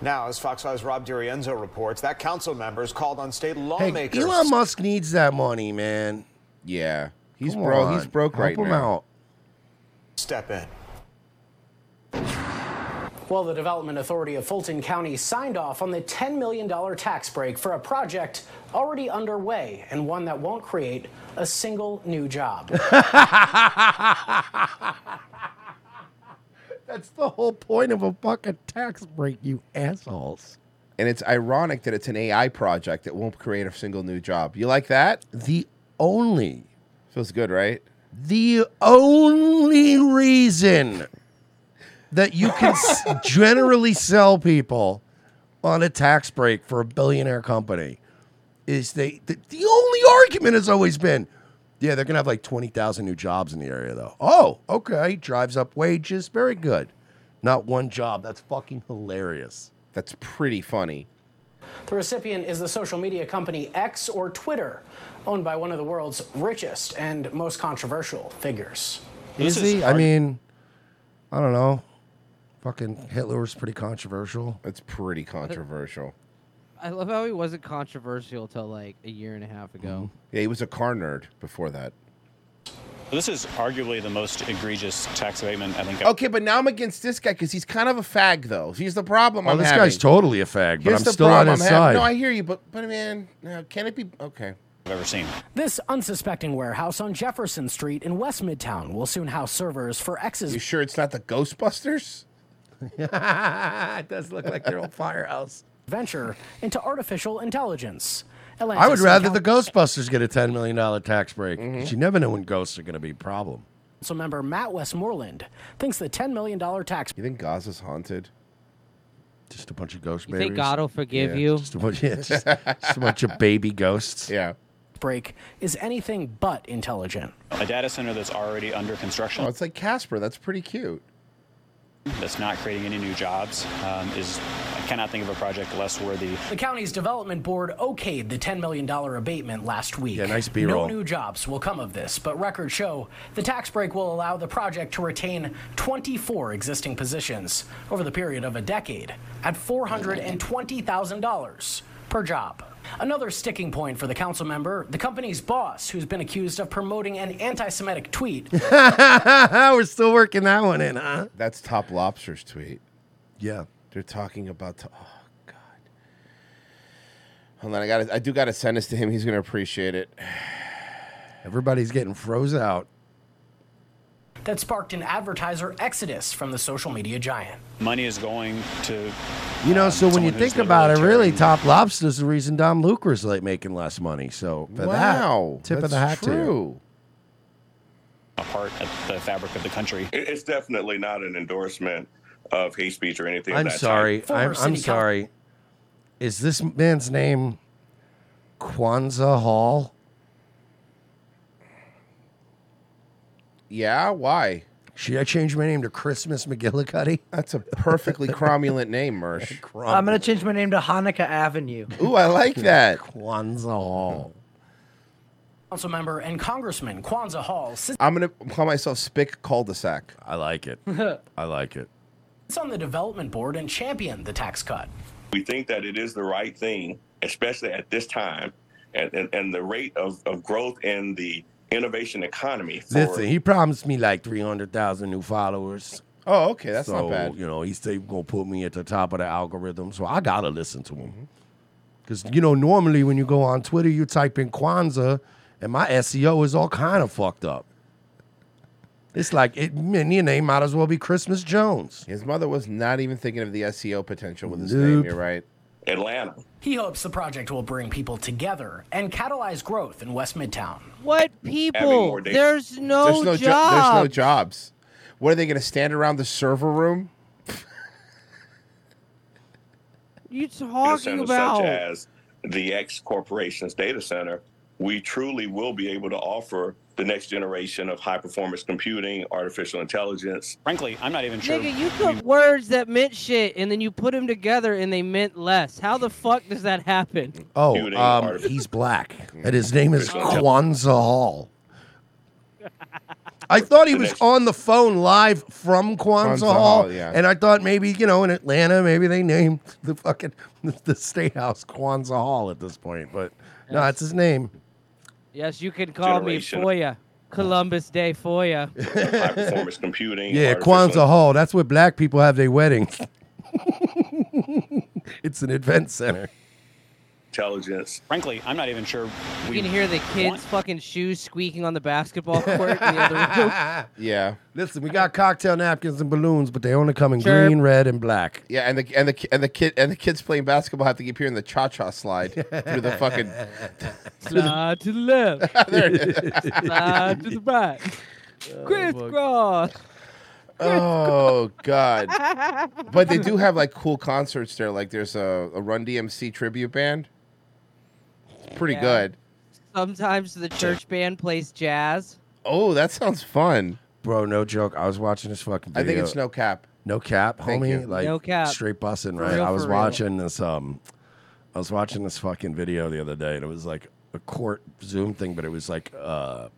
Now, as Fox 5's Rob DiRienzo reports, that council member has called on state Hey, lawmakers. Elon Musk needs that money, man. Yeah, He's bro- he's broke Help right him now. out. Step in. Well, the Development Authority of Fulton County signed off on the $10 million tax break for a project already underway and one that won't create a single new *laughs* job. That's *laughs* the whole point of a fucking tax break, you assholes. And it's ironic that it's an AI project that won't create a single new job. You like that? The only. Feels good, right? The only reason that you can s- generally sell people on a tax break for a billionaire company is they the, the only argument has always been yeah they're gonna have like 20000 new jobs in the area though oh okay drives up wages very good not one job that's fucking hilarious that's pretty funny the recipient is the social media company X or Twitter, owned by one of the world's richest and most controversial figures. is he i mean i don't know Fucking Hitler was pretty controversial. It's pretty controversial. I love how he wasn't controversial till like a year and a half ago. Mm-hmm. Yeah, he was a car nerd before that. This is arguably the most egregious tax abatement I think. I've- Okay, but now I'm against this guy because he's kind of a fag, though. He's the problem. Oh, I'm this having. guy's totally a fag, but Here's I'm the still on problem his I'm having. side. No, I hear you, but but man, uh, can it be okay? I've ever seen. This unsuspecting warehouse on Jefferson Street in West Midtown will soon house servers for X's. You sure it's not the Ghostbusters? *laughs* it does look like their old firehouse. Venture into artificial intelligence. Atlanta I would City rather the Ghostbusters get a $10 million tax break. 'cause You never know when ghosts are going to be a problem. Council member Matt Westmoreland thinks the $10 million tax You think Gaza's haunted? Just a bunch of ghost You babies. think God will forgive Yeah, you? Just a, bunch, yeah, just, just a bunch *laughs* of baby ghosts. Yeah. break is anything but intelligent. A data center that's already under construction, Oh, it's like Casper. That's pretty cute. that's not creating any new jobs, um, is I cannot think of a project less worthy. The county's development board okayed the $10 million abatement last week. Yeah, nice No B-roll. new jobs will come of this, but records show the tax break will allow the project to retain 24 existing positions over the period of a decade at $420,000 per job. Another sticking point for the council member, the company's boss, who's been accused of promoting an anti Semitic tweet. *laughs* We're still working that one in, huh? That's Top Lobster's tweet. Yeah, they're talking about. to- oh God! Hold on, I got. to I do got to send this to him. He's gonna appreciate it. *sighs* Everybody's getting froze out. That sparked an advertiser exodus from the social media giant. Money is going to You know, so when someone you who's think gonna about it, really really, turn- Top Lobster's the reason Dom Lucre's like making less money. So for that, Wow, tip of the that's hat to you. true. apart at the fabric of the country. It- It's definitely not an endorsement of hate speech or anything. of I'm that type. sorry. I'm, I'm sorry. Is this man's name Kwanzaa Hall? Yeah, why? Should I change my name to Christmas McGillicuddy? *laughs* That's a perfectly cromulent name, Mersh. I'm gonna change my name to Hanukkah Avenue. Ooh, I like that. Kwanzaa Hall. Council member and Congressman Kwanzaa Hall sits I'm gonna call myself Spick Cul-de-sac. I like it. *laughs* I like it. sits on the development board and championed the tax cut. We think that it is the right thing, especially at this time and, and, and the rate of, of growth in the innovation economy. For, Listen, he promised me like 300,000 new followers. Oh, okay, that's not So, bad. You know, he said he's going to put me at the top of the algorithm, so I got to listen to him. Because, you know, normally when you go on Twitter, you type in Kwanzaa, and my SEO is all kind of fucked up. It's like, it, man, your name might as well be Christmas Jones. His mother was not even thinking of the SEO potential with his name. Nope. You're right. Atlanta. He hopes the project will bring people together and catalyze growth in West Midtown. What people? There's no, jo- there's no job. jobs. What are they gonna stand around the server room? Mm-hmm. you data talking centers about? such as the X Corporation's data center, we truly will be able to offer the next generation of high performance computing, artificial intelligence. Frankly, I'm not even Nigga, you took words that meant shit and then you put them together and they meant less. How the fuck does that happen? Oh, um, *laughs* he's black, and his name is Kwanzaa Hall. I thought he was on the phone live from Kwanzaa, Kwanzaa Hall, Hall, yeah. and I thought maybe you know in Atlanta maybe they named the fucking *laughs* the state house Kwanzaa Hall at this point, but no, that's his name. Yes, you can call Generation. me Foya. Columbus Day *laughs* Foya. High performance computing. Yeah, artificial- Kwanzaa Hall. That's where black people have their weddings. it's an event center. Intelligence. Frankly, I'm not even sure. You can hear the kids' fucking shoes squeaking on the basketball court in the other room. *laughs* Yeah. *laughs* Listen, we got cocktail napkins and balloons, but they only come in green, red, and black. Yeah, and the and the ki- and the kid and the kids playing basketball have to keep hearing the cha cha slide through the *laughs* fucking. through the- Slide to the left. *laughs* There it is. Slide to the right. Crisscross. Oh God! But they do have like cool concerts there. Like there's a, a Run DMC tribute band. It's pretty Yeah. good. Sometimes the church band plays jazz. Oh, that sounds fun, bro. No joke. I was watching this fucking. I Video. think it's no cap. No cap, Thank homie. you. Like No cap. straight bussing, For right? real, I was for real. watching this um I was watching this fucking video the other day and it was like a court Zoom thing, but it was like uh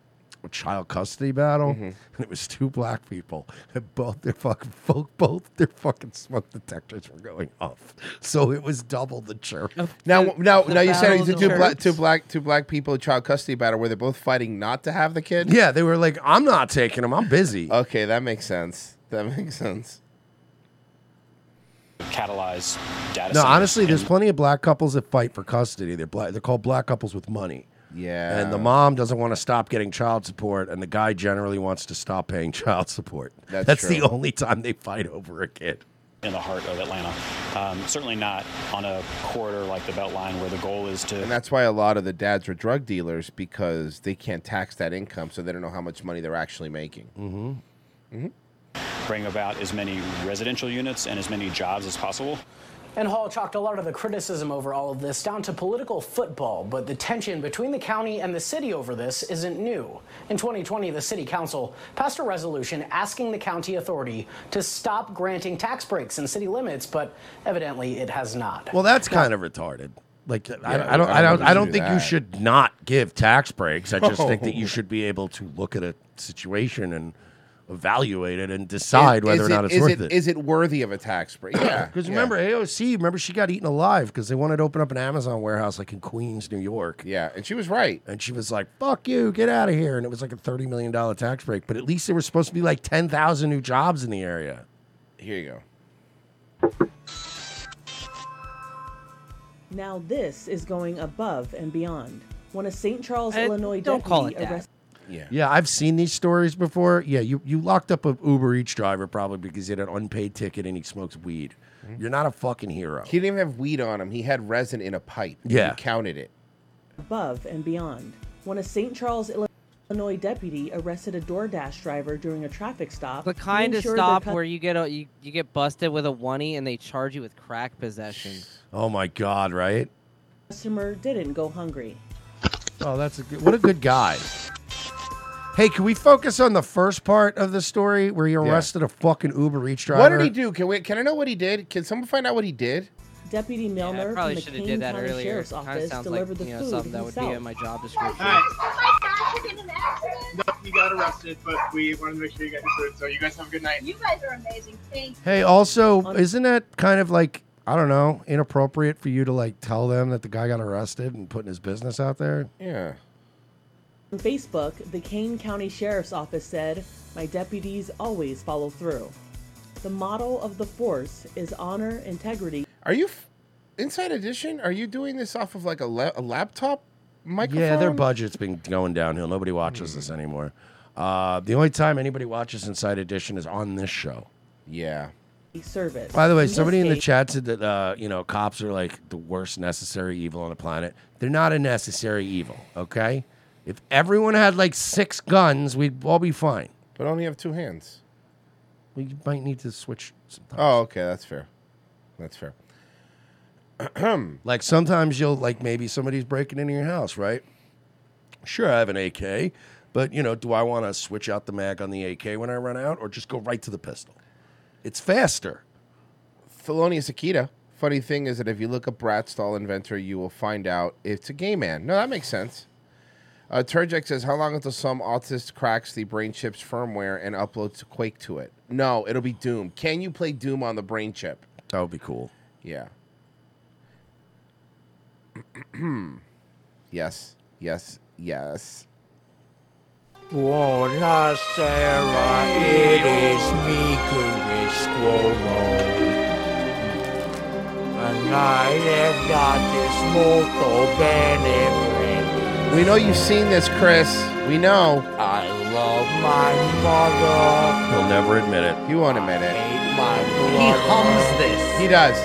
a child custody battle, Mm-hmm. *laughs* and it was two black people, and both their fucking both, both their fucking smoke detectors were going off, so it was double the church. Now, now, the now you said battle it of to the two black, shirts. two black, two black people in child custody battle where they're both fighting not to have the kid. Yeah, they were like, "I'm not taking him. I'm busy." Okay, that makes sense. That makes sense. catalyze data. No, centers honestly, and there's plenty of black couples that fight for custody. They're black. They're called black couples with money. Yeah. And the mom doesn't want to stop getting child support, and the guy generally wants to stop paying *laughs* child support. That's the true. only time they fight over a kid. in the heart of Atlanta. Um, certainly not on a corridor like the Beltline where the goal is to And that's why a lot of the dads are drug dealers because they can't tax that income, so they don't know how much money they're actually making. Mm-hmm. bring about as many residential units and as many jobs as possible. And Hall chalked a lot of the criticism over all of this down to political football, but the tension between the county and the city over this isn't new. In 2020, the city council passed a resolution asking the county authority to stop granting tax breaks in city limits, but evidently it has not. Well, that's kind of retarded. Like Yeah, I, I don't, I don't, I I don't don't think you do should not give tax breaks. I just think that you should be able to look at a situation and evaluate it and decide whether or not it's worth it. Is it worthy of a tax break? *coughs* Yeah. *clears throat* Because remember AOC, remember she got eaten alive because they wanted to open up an Amazon warehouse like in Queens, New York. Yeah, and she was right. And she was like, "Fuck you, get out of here!" And it was like a thirty million dollar tax break. But at least there were supposed to be like ten thousand new jobs in the area. Here you go. Now this is going above and beyond. When a St. Charles, Illinois Eh, don't deputy call it that. arrested Yeah. Yeah, I've seen these stories before. Yeah, you, you locked up an Uber Eats driver probably because he had an unpaid ticket and he smokes weed. You're not a fucking hero. Hmm? He didn't even have weed on him. He had resin in a pipe. Yeah. He counted it. above and beyond. When a St. Charles, Illinois deputy arrested a DoorDash driver during a traffic stop, The he kind of ensured their stop cus- where you get a, you, you get busted with a oney and they charge you with crack possession. Oh my god, right? customer didn't go hungry. Oh, that's a good, what a good guy. Hey, can we focus on the first part of the story where he arrested a fucking Uber Eats driver? What did he do? Can we? Can I know what he did? Can someone find out what he did? Deputy Milner Probably from the should have King did that County earlier. Sheriff's Kind of Office sounds like delivered the you know food something that would be himself. in my job description. He got arrested, but we wanted to make sure you got your food. So you guys have a good night. You guys are amazing. Thank Hey, also, isn't that kind of like I don't know, inappropriate for you to like tell them that the guy got arrested and putting his business out there? Yeah. On Facebook, the Kane County Sheriff's Office said, My deputies always follow through. The motto of the force is honor, integrity. Are you f- Inside Edition? Are you doing this off of like a, la- a laptop microphone? Hmm. Yeah, their budget's been going downhill. Nobody watches this anymore. Uh, the only time anybody watches Inside Edition is on this show. Yeah. service? By the way, In this somebody in the case- chat said that uh, you know cops are like the worst necessary evil on the planet. They're not a necessary evil, okay? If everyone had like six guns, we'd all be fine. But only have two hands. We might need to switch sometimes. Oh, okay, that's fair. That's fair. *clears throat* like sometimes you'll like maybe somebody's breaking into your house, right? Sure, I have an AK, but you know, do I want to switch out the mag on the AK when I run out, or just go right to the pistol? It's faster. Thelonious Akita. Funny thing is that if you look up Bratz doll inventor, you will find out it's a gay man. No, that makes sense. Uh, Turjek says, how long until some autist cracks the brain chip's firmware and uploads Quake to it? No, it'll be Doom. Can you play Doom on the brain chip? That would be cool. Yeah. *clears throat* yes, yes, yes. Wona Sarah, it is me who is And I have got this molto bene bread. We know you've seen this, Chris. We know. I love my mother. He'll never admit it. He won't admit it. He hums this. He does.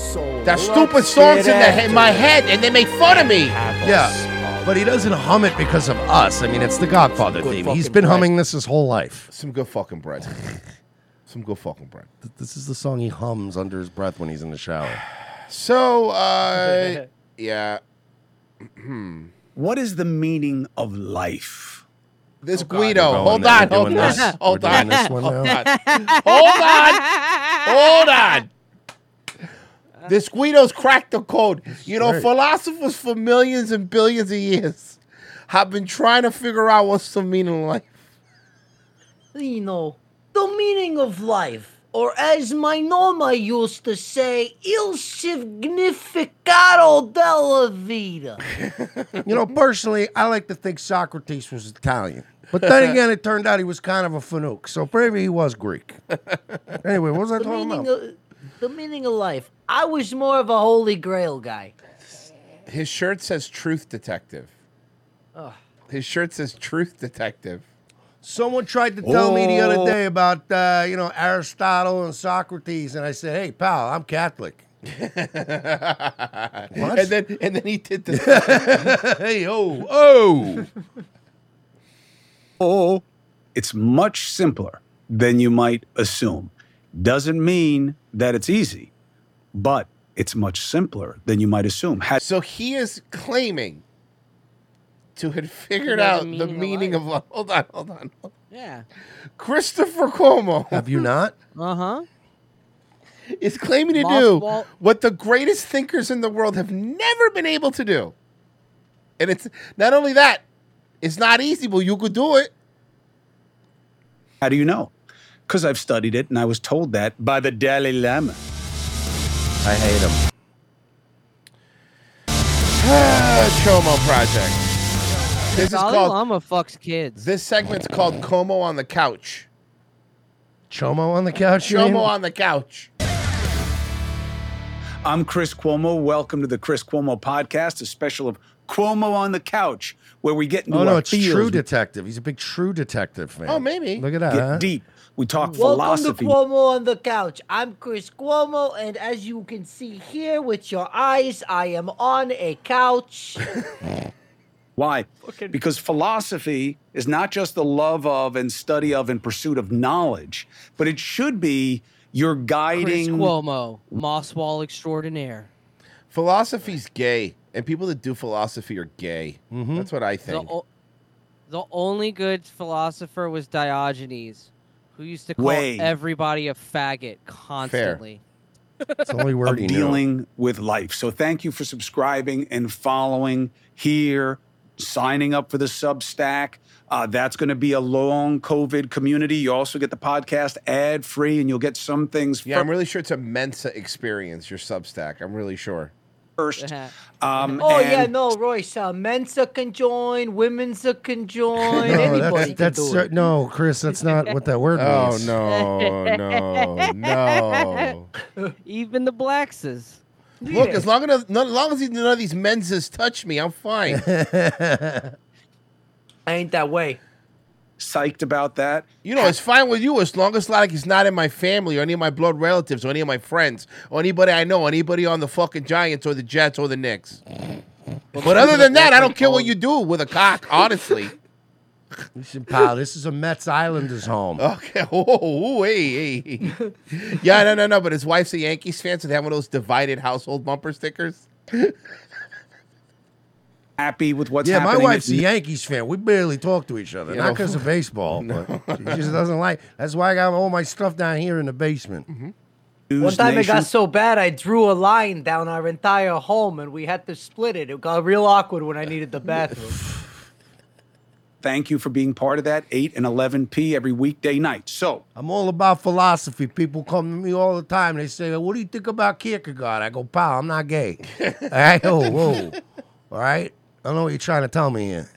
So That let's stupid song's in, get the, in my after it. head, and they make fun of me. Yeah, but he doesn't hum it because of us. I mean, it's the Godfather Good theme. He's fucking been bread. humming this his whole life. Some good fucking bread. *laughs* Some good fucking bread. Th- This is the song he hums under his breath when he's in the *sighs* shower. *laughs* So, uh, yeah. what is the meaning of life? This Guido. going Hold there. on, Oh, We're hold doing on, this. hold We're on, doing this one *laughs* hold now. on, hold on, hold on. This Guido's cracked the code. You know, right. philosophers for millions and billions of years I've been trying to figure out what's the meaning of life. You know, the meaning of life, or as my nonna used to say, il significado della vita. You know, personally, I like to think Socrates was Italian. But *laughs* then again, it turned out he was kind of a Fanuc. So maybe he was *laughs* Greek. Anyway, what was I the talking meaning about? of, the meaning of life. I was more of a holy grail guy. His shirt says Truth Detective. Ugh. His shirt says Truth Detective. *laughs* Someone tried to tell me the other day about uh, you know Aristotle and Socrates, and I said, "Hey, pal, I'm *laughs* Catholic." And then and then he did this. *laughs* hey, oh, *laughs* oh. Oh, it's much simpler than you might assume. Doesn't mean that it's easy, but it's much simpler than you might assume. So he is claiming to have *laughs* figured know the out the meaning of meaning of life. Hold on, hold on. Yeah. Christopher Cuomo. Have *laughs* you not? Uh huh. Is claiming to Mothball- do what the greatest thinkers in the world have never been able to do. And it's not only that, it's not easy, but you could do it. How do you know? Because I've studied it and I was told that by the Dalai Lama. I hate him. Ah, Chomo Project. This Dalai is called Lama fucks kids. This segment's called Como on the Couch. Chomo on the couch. you mean? Chomo on the couch. I'm Chris Cuomo. Welcome to the Chris Cuomo podcast, a special of Cuomo on the Couch, where we get into Oh no, our it's feels. True Detective. He's a big True Detective fan. Oh, maybe. Look at that. Get huh? deep. We talk Welcome to philosophy. Cuomo on the Couch. I'm Chris Cuomo, and as you can see here with your eyes, I am on a *laughs* couch. Why? Because philosophy is not just the love of and study of and pursuit of knowledge, but it should be your Chris guiding. Cuomo, Moss Wall extraordinaire. Philosophy's gay, and people that do philosophy are gay. That's what I The, think. o- the only good philosopher was Diogenes, who used to call Way. everybody a faggot constantly. It's the only *laughs* word of he knew. dealing with life. So thank you for subscribing and following here, signing up for the Substack. Uh, that's going to be a long COVID community. You also get the podcast ad free, and you'll get some things. Yeah, I'm really sure it's a Mensa experience, your Substack. I'm really sure. First, um, oh yeah, and- no, Royce. Uh, Mensa can join, women's can join, *laughs* *laughs* No, anybody that's, can that's do cer- it. no, Chris. That's not what that word *laughs* Oh, means. no, *laughs* no, no. Even the Blackses. Oh. Look, as long as, none- as long as none of these Mensas touch me, *laughs* I'm fine. I ain't that way. Psyched about that. You know, it's fine with you as long as like it's not in my family or any of my blood relatives or any of my friends or anybody I know, anybody on the fucking Giants or the Jets or the Knicks. But other than that, I don't care what you do with a cock, honestly. Listen, pal, this is a Mets Islanders home. *laughs* Okay. Oh, hey, hey. Yeah, no, no, no. But his wife's a Yankees fan, so they have one of those divided household bumper stickers. happy with what's yeah, happening. my wife's a It's- Yankees fan. We barely talk to each other, You not know- because *laughs* of baseball, but she just doesn't like. That's why I got all my stuff down here in the basement. Mm-hmm. One time it got so bad, I drew a line down our entire home, and we had to split it. It got real awkward when I needed the *laughs* bathroom. Thank you for being part of that. 8 and 11 p every weekday night. So I'm all about philosophy. People come to me all the time. They say, "What do you think about Kierkegaard?" I go, "Pal, I'm not gay." *laughs* all right, oh, whoa, all right. I don't know what you're trying to tell me here,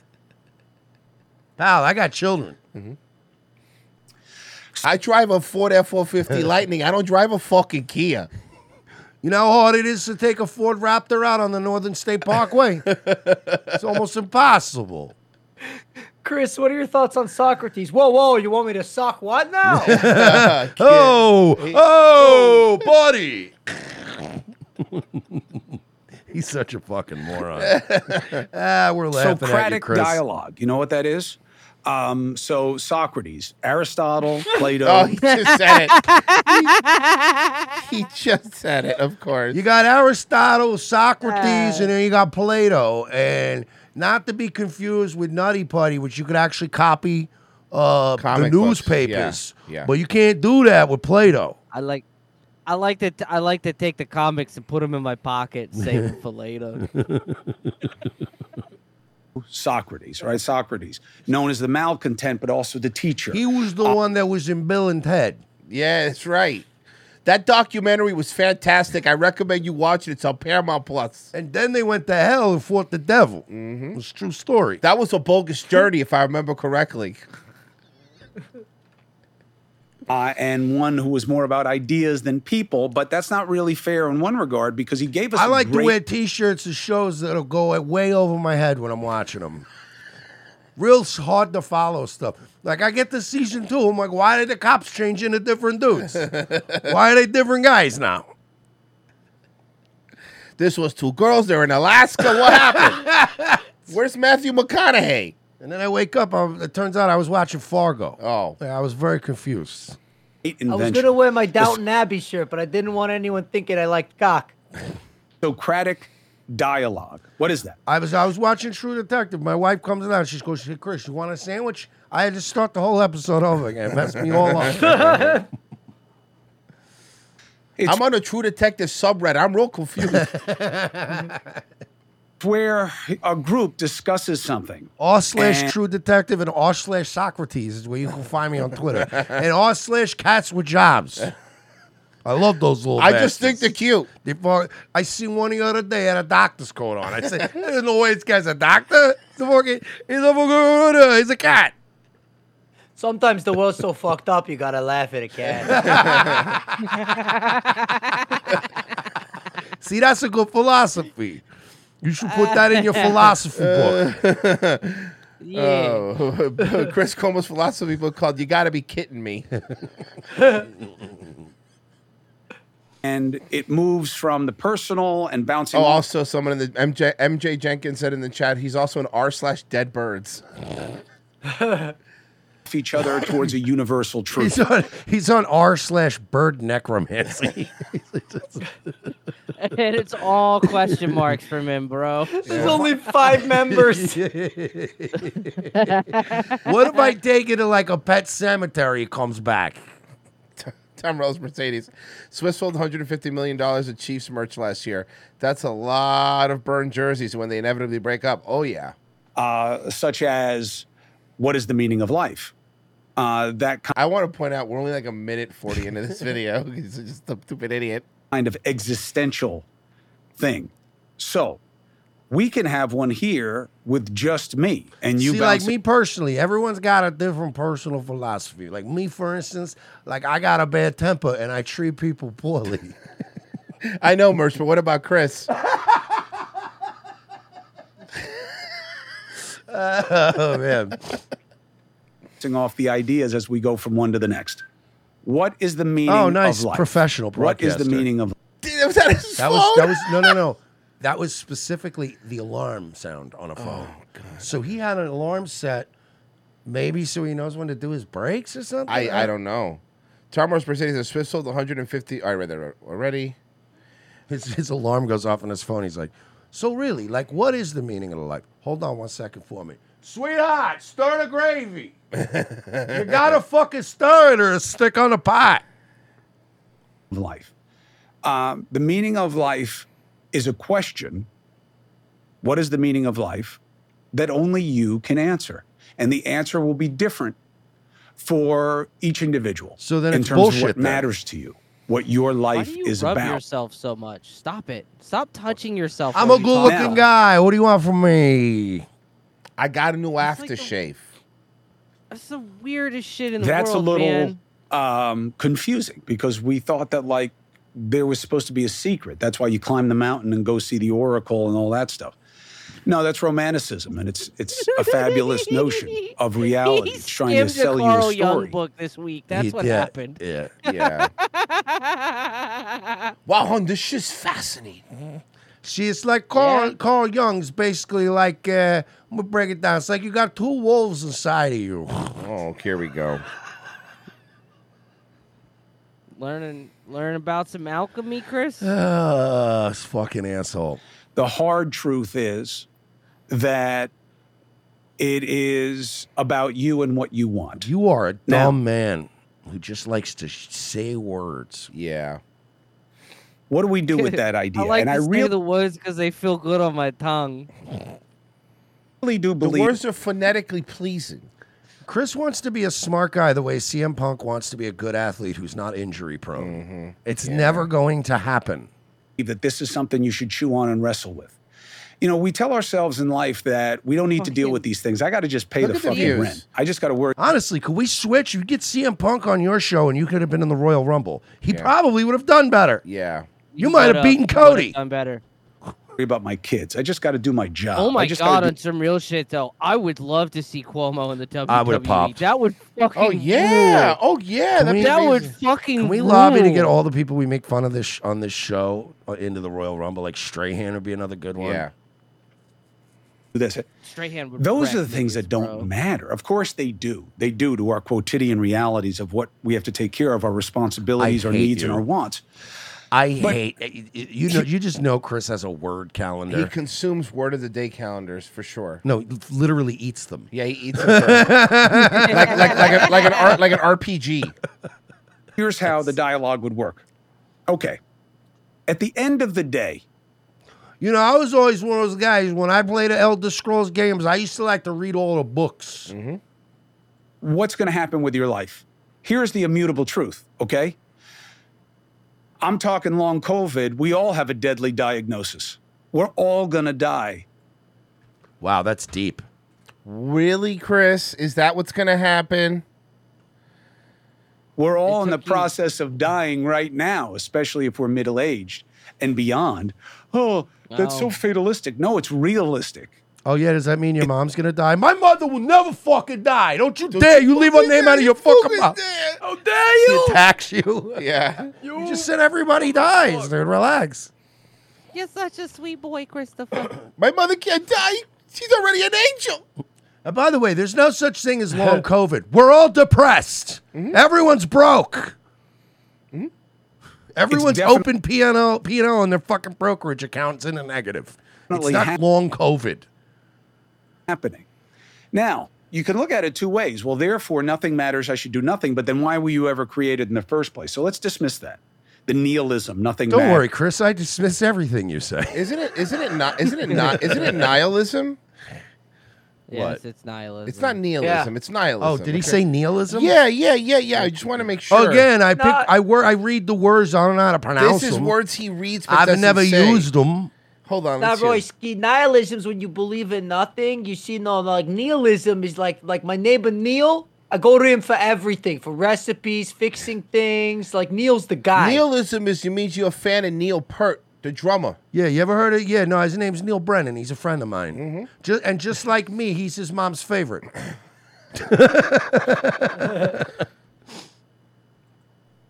pal. I got children. Mm-hmm. I drive a Ford F-450 Lightning. I don't drive a fucking Kia. You know how hard it is to take a Ford Raptor out on the Northern State Parkway? it's almost impossible. Chris, what are your thoughts on Socrates? Whoa, whoa! You want me to sock what now? oh, oh, buddy. *laughs* He's such a fucking moron. *laughs* ah, we're laughing at you, Socratic Chris. dialogue. You know what that is? Um, so Socrates, *laughs* Aristotle, Plato. Oh, he just said it. He, he just said it, of course. You got Aristotle, Socrates, and then you got Plato, and not to be confused with Nutty Putty, which you could actually copy uh, the Comic books, newspapers. yeah, yeah. But you can't do that with Plato. I like. I like to t- I like to take the comics and put them in my pocket, save 'em for later. *laughs* Socrates, right? Socrates, known as the malcontent, but also the teacher. He was the one that was in Bill and Ted. Yeah, that's right. That documentary was fantastic. I recommend you watch it. It's on Paramount Plus. And *laughs* then they went to hell and fought the devil. Mm-hmm. It's a true story. That was a bogus journey, if I remember correctly. uh, and one who was more about ideas than people. But that's not really fair in one regard because he gave us. I a like to great- wear T-shirts of shows that'll go way over my head when I'm watching them. Real s- hard to follow stuff. Like I get to season two, I'm like, why did the cops change into *laughs* different dudes? why are they different guys now? This was two girls. They're in Alaska. What happened? Where's Matthew McConaughey? *laughs* And then I wake up. I'm, it turns out I was watching Fargo. Oh, I was very confused. I was gonna wear my Downton Abbey shirt, but I didn't want anyone thinking I liked cock. Socratic dialogue. What is *laughs* that? I was I was watching True Detective. My wife comes out. She goes, "Hey, Chris, you want a sandwich?" I had to start the whole episode over again. It messed me all *laughs* up. I'm on a True Detective subreddit. I'm real *laughs* confused. where a group discusses something. R slash And- True Detective and R slash Socrates is where you can find me on Twitter. and R slash Cats with Jobs. I love those little. I just bastards. think they're cute. Before I seen one the other day had a doctor's coat on. I said, "There's no way this guy's a doctor. He's a fucking, he's a fucking, he's a cat." Sometimes the world's so *laughs* fucked up, you gotta laugh at a cat. *laughs* See, that's a good philosophy. You should put that in *laughs* your philosophy book. Yeah. Oh, *laughs* Chris Como's philosophy book called "You Got to Be Kidding *laughs* Me." *laughs* and it moves from the personal and bouncing. Oh, also someone in the MJ MJ Jenkins said in the chat he's also an R slash Dead Birds. off each *laughs* other towards a universal truth. He's on, he's on R slash Bird Necromancy. *laughs* and it's all *laughs* question marks from him, bro. There's only five members. what if I take it to like a pet cemetery? It comes back. *laughs* Tom Rose Mercedes. Swiss sold 150 million dollars of Chiefs merch last year. That's a lot of burned jerseys when they inevitably break up. Oh yeah. uh, such as what is the meaning of life? Uh, that I want to point out we're only like a minute 40 into this video. He's just a stupid idiot. kind of existential thing. So we can have one here with just me, and you See, like bounce me personally, everyone's got a different personal philosophy. Like me, for instance, like I got a bad temper and I treat people poorly. *laughs* I know, Merch, but what about Chris? *laughs* oh man. bouncing off the ideas as we go from one to the next. What is the meaning? Oh, nice. of life? Professional What is the broadcaster. meaning of? Dude, was that his That phone? was that was no no no. That was specifically the alarm sound on a phone. So he had an alarm set, maybe so he knows when to do his breaks or something. I, I don't know. Tom Rose Mercedes and Swiss sold 150. I read that already. His, his alarm goes off on his phone. He's like, "So really, like, what is the meaning of life?" Hold on one second for *laughs* me. Sweetheart, stir the gravy. You gotta fucking stir it or it'll stick on the pot. of *laughs* life. Um, the meaning of life is a question. What is the meaning of life that only you can answer? And the answer will be different for each individual. So then in it's terms of bullshit what then. matters to you, what your Why life do you is rub about. yourself so much? Stop it. Stop touching yourself. I'm a when you good talk. looking guy. What do you want from me? I got a new like the- aftershave. That's the weirdest shit in the That's world, a little man. um, confusing because we thought that like there was supposed to be a secret. That's why you climb the mountain and go see the oracle and all that stuff. No, that's romanticism, and it's it's a *laughs* fabulous notion of reality He trying to sell skimmed the you a Carl story. Jung book this week. That's what happened. Yeah, *laughs* yeah. wow, hon, this shit's fascinating. See, it's like Carl, Carl Jung's basically like, uh, I'm gonna break it down. It's like you got two wolves inside of you. Oh, here we go. Learning, learn about some alchemy, Chris. Uh, this fucking asshole. The hard truth is that it is about you and what you want. You are a dumb Now- man who just likes to sh- say words. Yeah. What do we *laughs* do with that idea? I like and to I stay really in the woods because they feel good on my tongue. really do The believe words are phonetically pleasing. Chris wants to be a smart guy the way CM Punk wants to be a good athlete who's not injury prone. Mm-hmm. It's never going to happen. that this is something you should chew on and wrestle with. You know, we tell ourselves in life that we don't need to deal with these things. I got to just pay Look the at the fucking views. rent. I just got to worry. Honestly, could we switch? You get CM Punk on your show and you could have been in the Royal Rumble. He probably would have done better. Yeah. You might uh, have beaten Cody. Done better. Worry about my kids. I just got to do my job. Oh my I just gotta god, do- on some real shit though. I would love to see Cuomo in the WWE. I would've popped. That would fucking. Oh, yeah. rule. Oh, yeah. That, That'd be would amazing. fucking. Can we lobby to get rule. all the people we make fun of this sh- on this show uh, into the Royal Rumble? Like Strahan would be another good one. Yeah. do this. Strahan would Those are wreck the things that don't matter. Of course, they do. They do to our quotidian realities of what we have to take care of, our responsibilities, our hate needs, and you. our *laughs* wants. I But- hate you- you know you just know Chris has a word calendar. He consumes word of the day calendars for sure. no, he literally eats them. Yeah, he eats them for- like like like, a, like an art like an RPG. Here's how the dialogue would work. Okay. At the end of the day, You know, I was always one of those guys when I played the Elder Scrolls games, I used to like to read all the books. what's going to happen with your life? Here's the immutable truth, okay? I'm talking long COVID. We all have a deadly diagnosis. We're all going to die. Wow, that's deep. Really, Chris? Is that what's going to happen? We're all in the process of dying right now, especially if we're middle aged and beyond. Oh, that's so Wow. fatalistic. No, it's realistic. Oh yeah, does that mean your mom's gonna die? My mother will never fucking die. Don't you dare! You leave her name out of your fucking mouth. How dare She attacks *laughs* you. Yeah. You, just said everybody dies, dude. Relax. You're such a sweet boy, Christopher. *coughs* My mother can't die. She's already an angel. Uh, by the way, there's no such thing as *laughs* long COVID. We're all depressed. Everyone's broke. Mm-hmm. Everyone's definite- open P&L, P&L on their fucking brokerage accounts in a negative. It's Definitely not hap- long COVID. happening. Now, you can look at it two ways. Well, therefore, nothing matters. I should do nothing. But then why were you ever created in the first place? So let's dismiss that. The nihilism, nothing Don't matters. worry, Chris. I dismiss everything you say. Isn't it isn't it not isn't it not isn't *laughs* it nihilism? Yes, What? it's nihilism. It's not nihilism. It's nihilism. Oh, did he say nihilism? Yeah, yeah, yeah, yeah. I just want to make sure. Again, I pick, Not- I wor- I read the words. I don't know how to pronounce This is them. words he reads. But I've doesn't never say. used them. Hold on. Nah, Let's bro, hear. it's- nihilism's when you believe in nothing. You see, no, like nihilism is like like my neighbor Neil. I go to him for everything, for recipes, fixing things. Like Neil's the guy. Nihilism is it means you're a fan of Neil Peart, the drummer. Yeah, you ever heard of? Yeah, no, his name's Neil Brennan. He's a friend of mine. Mm-hmm. Ju- and just like me, he's his mom's *clears throat* favorite.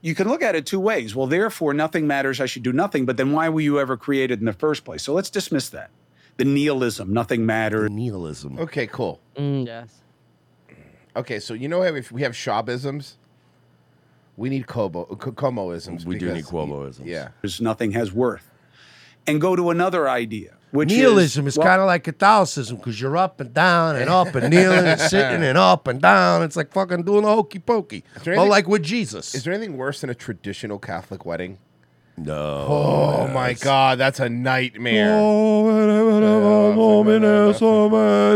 You can look at it two ways. Well, therefore, nothing matters. I should do nothing. But then why were you ever created in the first place? So let's dismiss that. The nihilism, nothing matters. nihilism. Okay, cool. yes. Okay, so you know how if we have Shabisms, we need Kobo, K- Komoisms. We do need Komoisms. Yeah. There's nothing has worth. And go to another idea, which Nihilism is, well, kind of like Catholicism because you're up and down and up and kneeling *laughs* and sitting and up and down. It's like fucking doing a hokey pokey. Is there But anything- like with Jesus. Is there anything worse than a traditional Catholic wedding? No. Oh my God, that's a Oh. nightmare.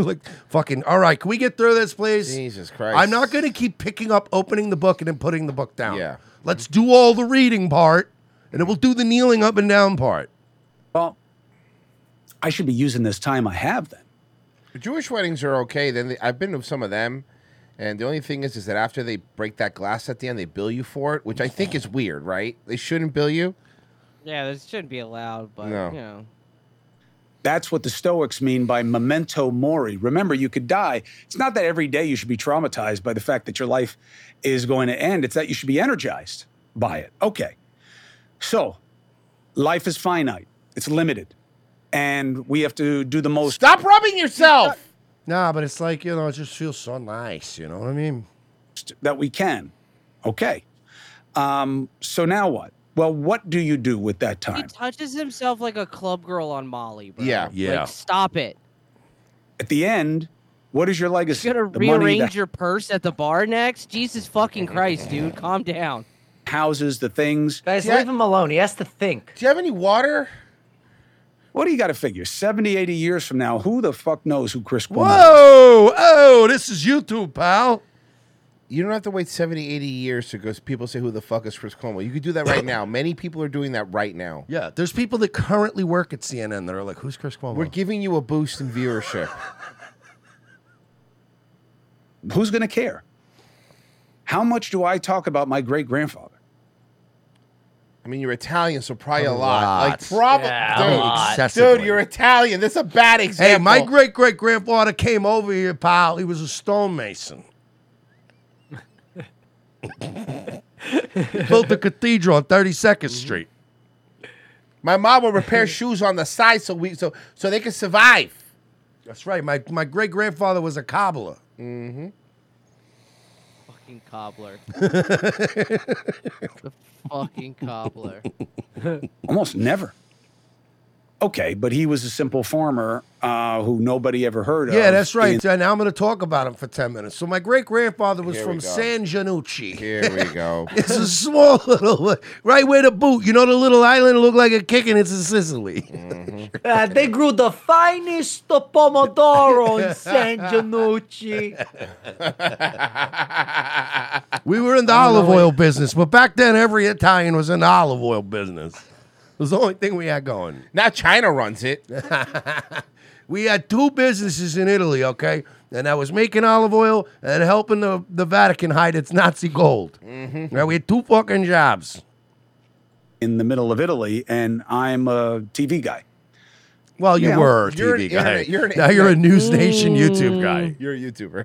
like fucking. All right, can we get through this, please? Jesus Christ. I'm not going to keep picking up, opening the book, and then putting the book down. Yeah. Let's do all the reading part, and then we'll do the kneeling up and down part. Well, I should be using this time I have then. Jewish weddings are okay. Then they, I've been to some of them, and the only thing is, is that after they break that glass at the end, they bill you for it, which I think is weird, right? They shouldn't bill you. Yeah, this shouldn't be allowed, but No. you know. That's what the Stoics mean by memento mori. Remember, you could die. It's not that every day you should be traumatized by the fact that your life is going to end, it's that you should be energized by it. Okay. So, life is finite, it's limited, and we have to do the most. Stop rubbing yourself. Nah, but it's like you know, it just feels so nice. You know what I mean? That we can. Okay. Um, so, now what? Well, what do you do with that He time? touches himself like a club girl on Molly, bro. Yeah. Like, Yeah. stop it. At the end, what is your legacy? You're Rearrange your purse at the bar next. Jesus fucking *laughs* Christ, dude. Calm down. houses, the things. *laughs* Guys, leave him alone. He has to think. Do you have any water? What do you got to figure? 70, 80 years from now, who the fuck knows who Chris Cuomo Whoa! Oh, this is YouTube, pal. You don't have to wait 70, 80 years to go. People say, "Who the fuck is Chris Cuomo?" You could do that right now. Many people are doing that right now. Yeah, there's people that currently work at CNN that are like, "Who's Chris Cuomo?" We're giving you a boost in viewership. Who's going to care? How much do I talk about my great grandfather? I mean, you're Italian, so probably a, A lot. Like, lot. probably, Yeah, a lot. dude, Excessively. dude, you're Italian. That's a bad example. Hey, my great great grandfather came over here, pal. He was *laughs* a stonemason. Built a cathedral on 32nd Mm-hmm. Street. My mom would *laughs* repair shoes on the side so we so so they could survive. That's right. My my great grandfather was a *laughs* cobbler. Mm-hmm. Fucking *laughs* cobbler. the fucking cobbler. *laughs* Almost never. Okay, but he was a simple farmer uh, who nobody ever heard of. Yeah, that's right. in- *laughs* So now I'm going to talk about him for 10 minutes. So my great grandfather was Here we from go. San Janucci. Here we go. *laughs* it's a small little, uh, right where the boot, you know, the little island that looked like a kicking, it's in Sicily. Mm-hmm. *laughs* Uh, they grew the finest pomodoro *laughs* in San Giannucci. we were in the olive oil business, but back then every Italian was in the olive oil business. It was the only thing we had going. Now China runs it. *laughs* we had two businesses in Italy, okay? And I was making olive oil and helping the, the Vatican hide its Nazi gold. Mhm. Right, we had two fucking jobs. in the middle of Italy, and I'm a TV guy. Well, you Yeah. were a You're TV an guy. internet- you're an now you're a internet- News Nation YouTube Mm. guy. You're a *laughs* YouTuber.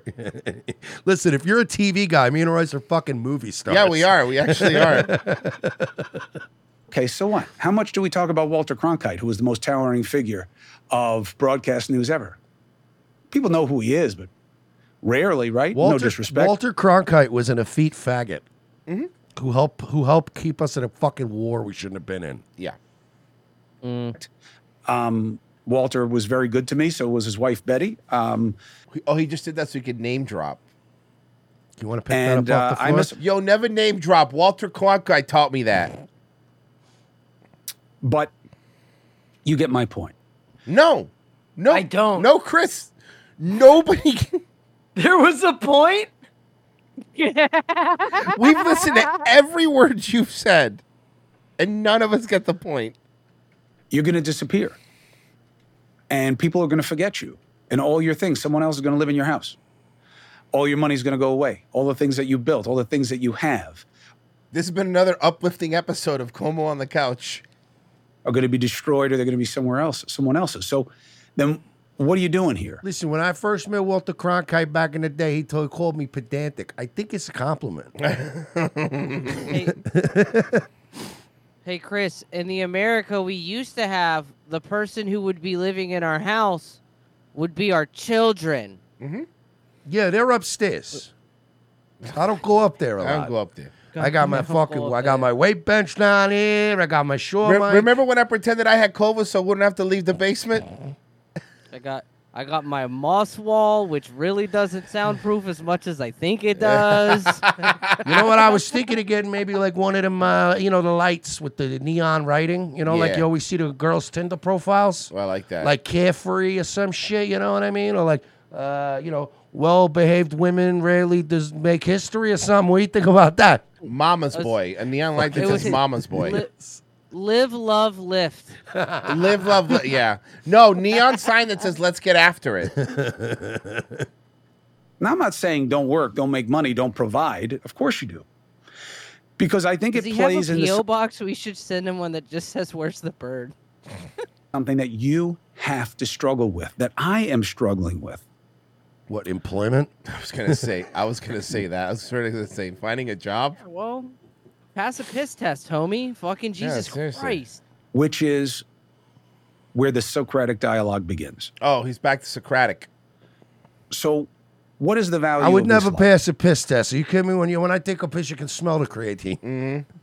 *laughs* Listen, if you're a TV guy, me and Royce are fucking movie stars. Yeah, we are. We actually are. *laughs* Okay, so what? How much do we talk about Walter Cronkite, who was the most towering figure of broadcast news ever? People know who he is, but rarely, right? Walter, no disrespect. Walter Cronkite was an effete faggot Mm-hmm. Mhm. who helped who helped keep us in a fucking war we shouldn't have been in. Yeah. Mm. Um, Walter was very good to me. So was his wife Betty. Um, oh, he just did that so he could name drop. You want to pick and, that up off the uh, I floor? must- Yo, never name drop. Walter Cronkite taught me that. But you get my point. No, no, I don't. No, Chris. Nobody. *laughs* Can... There was a *laughs* point. We've listened to every word you've said, and none of us get the point. You're going to disappear, and people are going to forget you, and all your things. Someone else is going to live in your house. All your money's going to go away. All the things that you built, all the things that you have, This has been another uplifting episode of Como on the Couch. are going to be destroyed, or they're going to be somewhere else, someone else's. So, then what are you doing here? Listen, when I first met Walter Cronkite back in the day, he told, called me pedantic. I think it's *laughs* a compliment. Hey Chris, in the America we used to have, the person who would be living in our house would be our children. Mm-hmm. yeah, they're upstairs. I don't go up there a I lot. don't go up there. I got my I don't go fucking. up I got my weight bench down here. I got my shore. Re- mic. remember when I pretended I had COVID so I wouldn't have to leave the basement? I got I got my moss wall, which really doesn't soundproof as much as I think it does. *laughs* you know what? I was thinking of getting maybe like one of them, uh, you know, the lights with the neon writing. You know, like Yeah. Oh, you always see the girls' Tinder profiles. I like that. Like carefree or some shit. You know what I mean? Or like, uh, you know, well-behaved women rarely does make history or something. What do you think about that? Mama's boy. A neon light that It says was- Mama's boy. Li- live, love, lift. Live, love, li- yeah. No, neon sign that says let's get after it. *laughs* Now, I'm not saying don't work, don't make money, don't provide. Of course you do. Because I think Does it he have a plays PO into so- box? We should send him one that just says "Where's the bird." something that you have to struggle with, that I am struggling with. What, employment? *laughs* I was gonna say I was gonna say that. I was sort of gonna say finding a job. Well, pass a piss test, homie. Fucking Yeah, Jesus seriously. Christ. Which is where the Socratic dialogue begins. Oh, he's back to Socratic. So, what is the value I would of this never life? pass a piss test. Are you kidding me? When you when I take a piss, you can smell the creatine. Mm-hmm.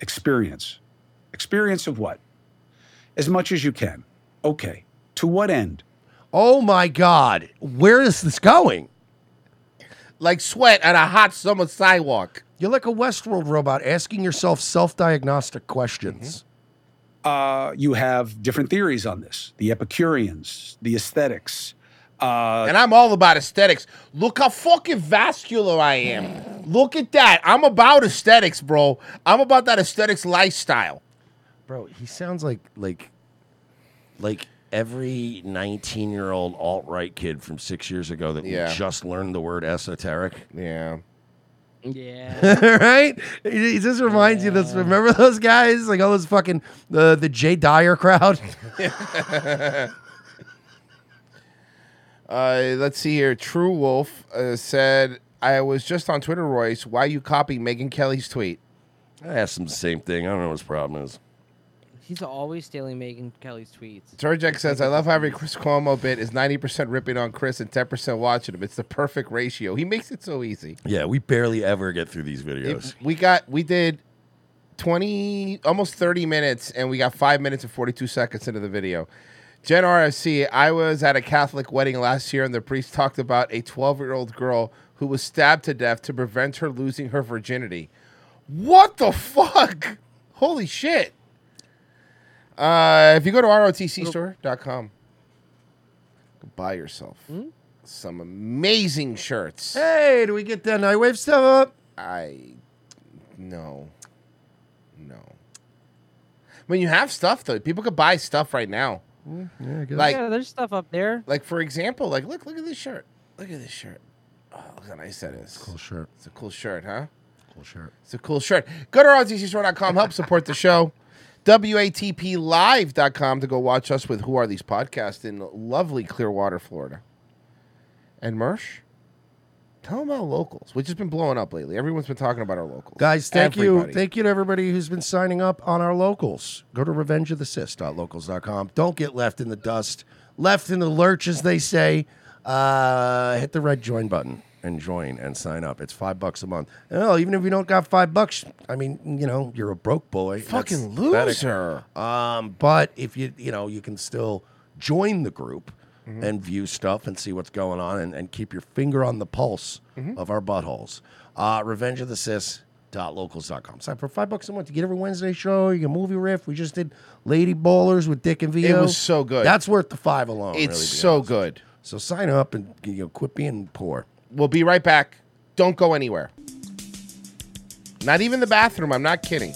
experience. Experience of what? As much as you can. Okay. To what end? Oh my God! Where is this going? Like sweat on a hot summer sidewalk. Mm-hmm. You're like a Westworld robot asking yourself self-diagnostic questions. Uh, you have different theories on this the Epicureans, the aesthetics. Uh, and I'm all about aesthetics. Look how fucking vascular I am. Look at that. I'm about aesthetics, bro. I'm about that aesthetics *laughs* lifestyle. Bro, he sounds like like like every 19 year old alt right kid from six years ago that Yeah. just learned the word esoteric. Yeah. Yeah. *laughs* Uh, right? He he just reminds you this. Remember those guys? Like all those fucking uh, the the Jay Dyer crowd. uh, let's see here. True Wolf uh, said, I was just on Twitter, Royce. Why you copy Megan Kelly's tweet? I asked him the same thing. I don't know what his problem is. He's always stealing Megan Kelly's tweets. Turjek says, I love how every Chris Cuomo bit is 90% ripping on Chris and 10% watching him. It's the perfect ratio. He makes it so easy. *laughs* Yeah, we barely ever get through these videos. We got, we did 20, almost 30 minutes, and we got five minutes and 42 seconds into the video. Jen RFC, I was at a Catholic wedding last year, and the priest talked about a 12 year old girl who was stabbed to death to prevent her losing her virginity. What the fuck? Holy shit. Uh, if you go to rotcstore.com, buy yourself some amazing shirts. Hey, do we get that Nightwave stuff up? I no, no. When you have stuff though, people could buy stuff right now. Yeah, Like yeah, there's stuff up there. Like for example, like look, look at this shirt. Look at this shirt. Oh, look how nice that is. Cool shirt. It's a cool shirt, huh? Cool shirt. It's a cool shirt. Go to rgcstore.com. Help support the show. WATPLive.com to go watch us with Who Are These Podcasts in lovely Clearwater, Florida. And Mersh, tell them about locals, which has been blowing up lately. Everyone's been talking about our locals. Guys, thank Everybody. you. Thank you to everybody who's been signing up on our locals. Go to revengeofthesist.locals.com. Don't get left in the dust, left in the lurch, as they say. Uh, hit the red join button and join and sign up. It's five bucks a month. And hell, even if you don't got five bucks, I mean, you know, you're a broke boy. Fucking pathetic. loser. Um, but if you, you know, you can still join the group Mm-hmm. and view stuff and see what's going on and, and keep your finger on the pulse Mhm. of our buttholes. Uh, Revenge of the Sis. locals.com. Sign up for five bucks a month to get every Wednesday show. You get movie riff. We just did Lady Ballers with Dick and Vio. was so good. That's worth the five alone. It's oh, really, to be so honest. good. So sign up and you know, quit being poor. We'll be right back. Don't go anywhere. Not even the bathroom. I'm not kidding.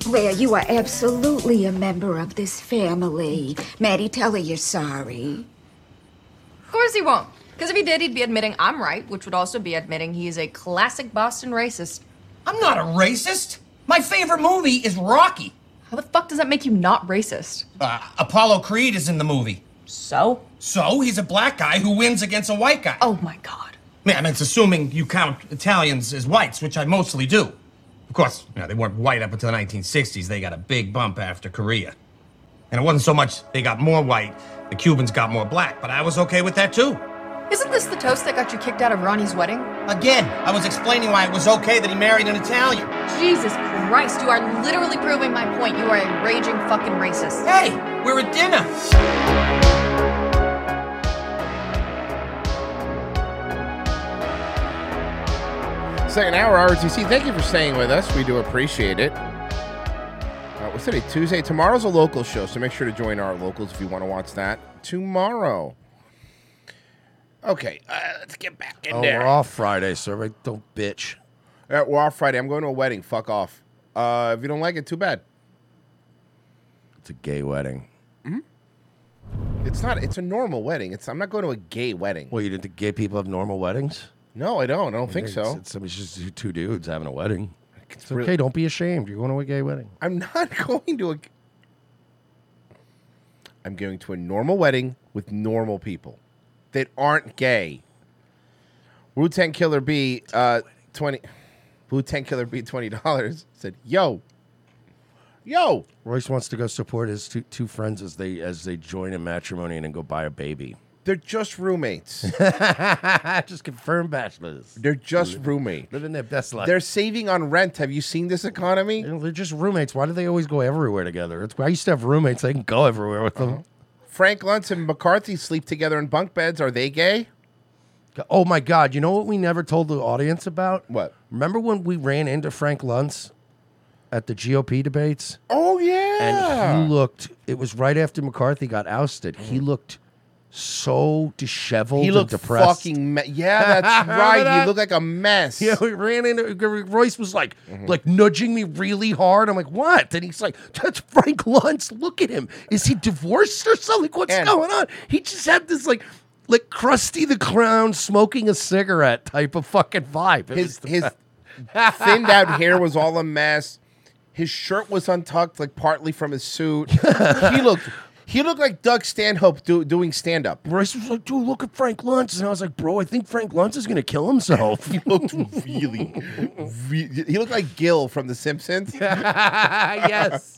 Claire, you are absolutely a member of this family. Maddie, tell her you're sorry. Of course he won't. Because if he did, he'd be admitting I'm right, which would also be admitting he is a classic Boston racist. I'm not a racist. My favorite movie is Rocky. How the fuck does that make you not racist? Uh, Apollo Creed is in the movie. So? So he's a black guy who wins against a white guy. Oh my god. Man, it's assuming you count Italians as whites, which I mostly do. Of course, you know, they weren't white up until the 1960s. They got a big bump after Korea. And it wasn't so much they got more white, the Cubans got more black, but I was okay with that too. Isn't this the toast that got you kicked out of Ronnie's wedding? Again, I was explaining why it was okay that he married an Italian. Jesus Christ, you are literally proving my point. You are a raging fucking racist. Hey, we're at dinner. Second hour, RTC. Thank you for staying with us. We do appreciate it. Uh, what's today? Tuesday. Tomorrow's a local show, so make sure to join our locals if you want to watch that tomorrow. Okay, uh, let's get back in Oh, there. we're off Friday, so everybody don't bitch. All right, we're off Friday. I'm going to a wedding. Fuck off. Uh, if you don't like it, too bad. It's a gay wedding. Mm-hmm. It's not. It's a normal wedding. It's. I'm not going to a gay wedding. Well, you didn't think gay people have normal weddings? No, I don't. I don't think so. It's, it's just two dudes having a wedding. It's, okay. really- Don't be ashamed. You're going to a gay wedding. I'm not *laughs* going to a. I'm going to a normal wedding with normal people that aren't gay. Wu Tang Killer B, uh, twenty. Wu Tang Killer B, twenty dollars. Said, "Yo, yo, Royce wants to go support his two, two friends as they as they join in matrimony and then go buy a baby. they're just *laughs* roommates. just confirmed bachelors. They're just roommates. Living their best life. They're saving on rent. Have you seen this economy? They're just roommates. Why do they always go everywhere together? It's, I used to have roommates. I can go everywhere with them. Frank Luntz and McCarthy sleep together in bunk beds. Are they gay? *laughs* Oh my God! You know what we never told the audience about? What? Remember when we ran into Frank Luntz at the GOP debates? Oh yeah. And he looked. It was right after McCarthy got ousted. He looked so disheveled. He and looked depressed. fucking. Me- yeah, *laughs* that's Remember right. that? You look like a mess. Yeah, we ran into Royce was like like nudging me really hard. I'm like, what? And he's like, that's Frank Luntz. Look at him. Is he divorced or something? What's going on? He just had this like like crusty the Clown smoking a cigarette type of fucking vibe. It was his the his *laughs* best. thinned out hair was all a mess. His shirt was untucked, like partly from his *laughs* suit. he looked he looked like Doug Stanhope do, doing stand up. Royce was like, dude, look at Frank Luntz. And I was like, bro, I think Frank Luntz is going to kill himself. *laughs* he looked really, re- he looked like Gil from The *laughs* Simpsons. yes.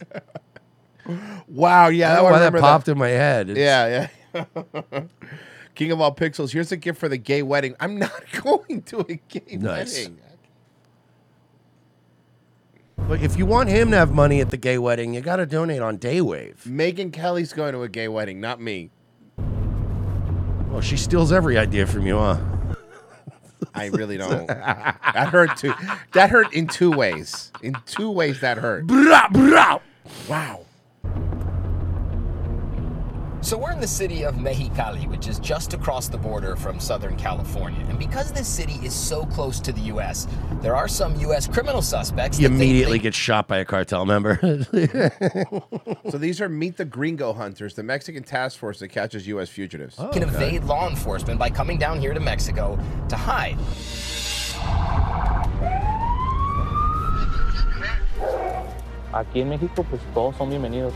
Wow. Yeah. I don't know I why that remember popped in my head. It's- Yeah. Yeah. *laughs* King of all pixels. Here's a gift for the gay wedding. I'm not *laughs* going to a gay *laughs* Nice. wedding. But if you want him to have money at the gay wedding, you got to donate on Daywave. Megan Kelly's going to a gay wedding, not me. Well, she steals every idea from you, huh? I really *laughs* don't. that hurt too. That hurt in two ways. In two ways, that hurt. Wow. So we're in the city of Mexicali, which is just across the border from Southern California. And because this city is so close to the U.S., there are some U.S. criminal suspects. You that they immediately think- get shot by a cartel member. *laughs* *laughs* so these are Meet the Gringo Hunters, the Mexican task force that catches U.S. fugitives. can evade law enforcement by coming down here to Mexico to hide. Aquí en México, pues todos son bienvenidos.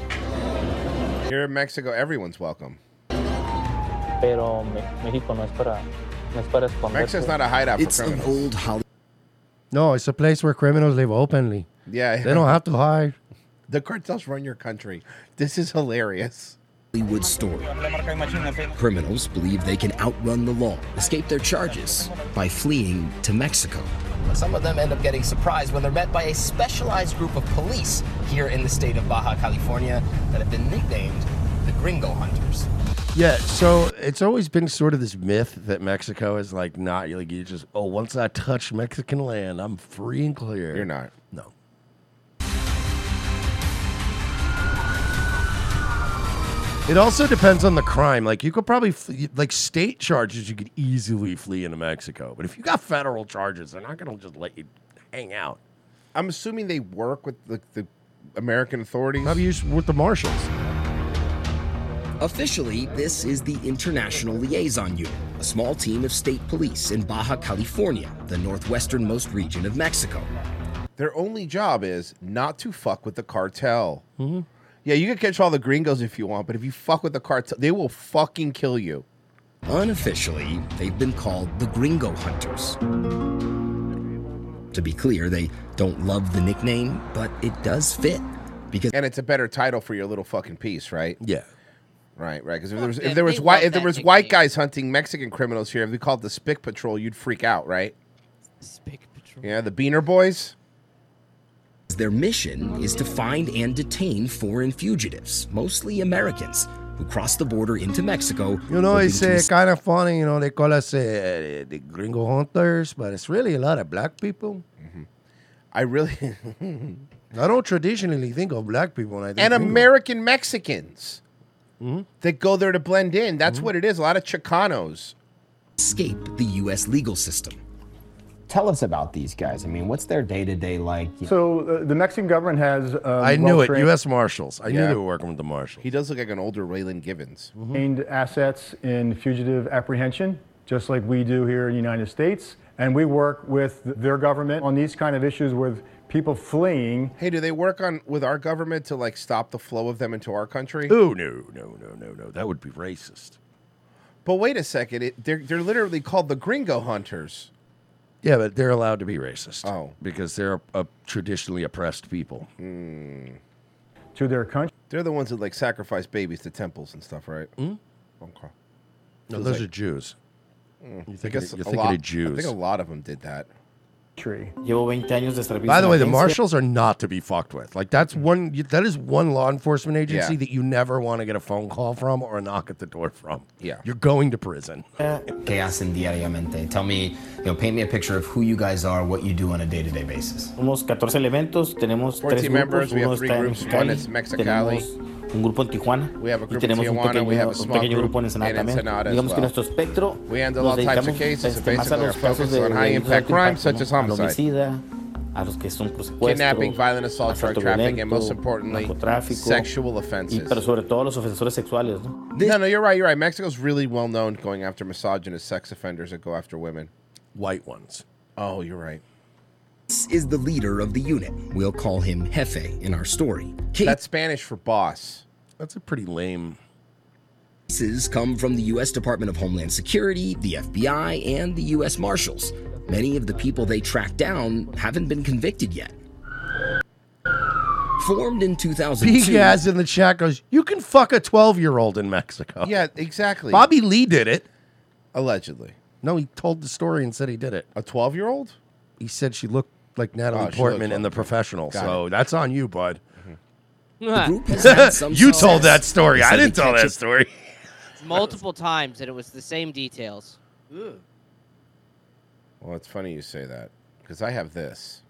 Here in Mexico, everyone's welcome. Pero Me- México no es para, no es para esconderse. Mexico's not a hideout for It's an criminals. old Hollywood. no, it's a place where criminals live openly. Yeah, They don't have to hide. The cartels run your country. This is hilarious. *laughs* Hollywood story. Criminals believe they can outrun the law, escape their charges by fleeing to Mexico. Some of them end up getting surprised when they're met by a specialized group of police here in the state of Baja California that have been nicknamed the Gringo Hunters. Yeah, so it's always been sort of this myth that Mexico is like not like you just oh once I touch Mexican land I'm free and clear. You're not. No. It also depends on the crime. Like you could probably f- like state charges you could easily flee into Mexico, but if you got federal charges, they're not going to just let you hang out. I'm assuming they work with the, the American authorities. Maybe you should- with the marshals. Officially, this is the International Liaison Unit, a small team of state police in Baja California, the northwesternmost region of Mexico. Their only job is not to fuck with the cartel. Mm-hmm. Yeah, you can catch all the gringos if you want, but if you fuck with the cartel, they will fucking kill you. Unofficially, they've been called the Gringo Hunters. To be clear, they don't love the nickname, but it does fit. Because and it's a better title for your little fucking piece, right? Yeah. Right, right. Because if there was them. if there was They white love if there that was white guys hunting Mexican criminals here, if we called the Spick Patrol, you'd freak out, right? Spick Patrol. Yeah, the Beaner Boys. Their mission is to find and detain foreign fugitives, mostly Americans, who cross the border into Mexico. You know, looking it's to uh, kind of funny. You know, they call us uh, the Gringo Hunters, but it's really a lot of black people. Mm-hmm. I really, *laughs* I don't traditionally think of black people. When I think and Gringo. American Mexicans Mhm. that go there to blend in. That's Mm-hmm. what it is. A lot of Chicanos. Escape the U.S. legal system. Tell us about these guys. I mean, what's their day to day like? So uh, the Mexican government has. Um, I knew it. well-trained- U.S. Marshals. I knew Yeah. they were working with the Marshals. He does look like an older Raylan Givens. Mm-hmm. trained assets in fugitive apprehension, just like we do here in the United States. And we work with th- their government on these kind of issues with people fleeing. Hey, do they work on with our government to like stop the flow of them into our country? Oh no, no, no, no, no. That would be racist. But wait a second. It, they're they're literally called the Gringo Hunters. Yeah, but they're allowed to be racist. Oh, because they're a, traditionally oppressed people. Hmm. To their country. They're the ones that like sacrifice babies to temples and stuff, right? Mm? Okay. Hmm? No, Feels those like- are Jews. Mm. You're I thinking, guess you're a thinking lot- of Jews. I think a lot of them did that. Llevo 20 años de servicio. By the way, the marshals are not to be fucked with. Like that's Mm-hmm. one. you- That is one law enforcement agency Yeah. that you never want to get a phone call from or a knock at the door from. Yeah. you're going to prison. ¿Qué hacen diariamente? Tell me, you know, paint me a picture of who you guys are, what you do on a day-to-day basis. Somos 14 elementos, tenemos 14 tres members, grupos, we have uno three está en groups, Mexicali, one is Mexicali. tenemos un grupo en Tijuana group y in tenemos un Tijuana, we pequeño, have a un small pequeño group grupo en Ensenada in también. Ensenada as Digamos well. que nuestro espectro We handle nos all types of dedicamos cases and este, más a basically los are focused casos de, on high de impact alto crimes impacto, such as ¿no? Al homicide. homicida, a los que son por secuestro, Kidnapping, violent assault, drug asalto trafficking, and violento, most importantly, narcotráfico, sexual y offenses. pero sobre todo a los ofensores sexuales, ¿no? no, no, you're right. You're right. Mexico's really well known going after misogynist sex offenders that go after women. White ones. Oh, you're right. This is the leader of the unit. We'll call him Jefe in our story. That's Spanish for boss. That's a pretty lame. Cases come from the U.S. Department of Homeland Security, the FBI, and the U.S. Marshals. Many of the people they tracked down haven't been convicted yet. Formed in 2002. Pigaz in the chat goes, "You can fuck a twelve-year-old in Mexico." Yeah, exactly. Bobby Lee did it. Allegedly. No, he told the story and said he did it. A 12 year old? He said she looked like Natalie Oh, she Portman looked in The like- Professional. Got so that's on you, bud. Mm-hmm. The group *laughs* has had some you success. told that story. They I said didn't they tell catch that it- story. Multiple times, and it was the same details. Well, it's funny you say that because I have this.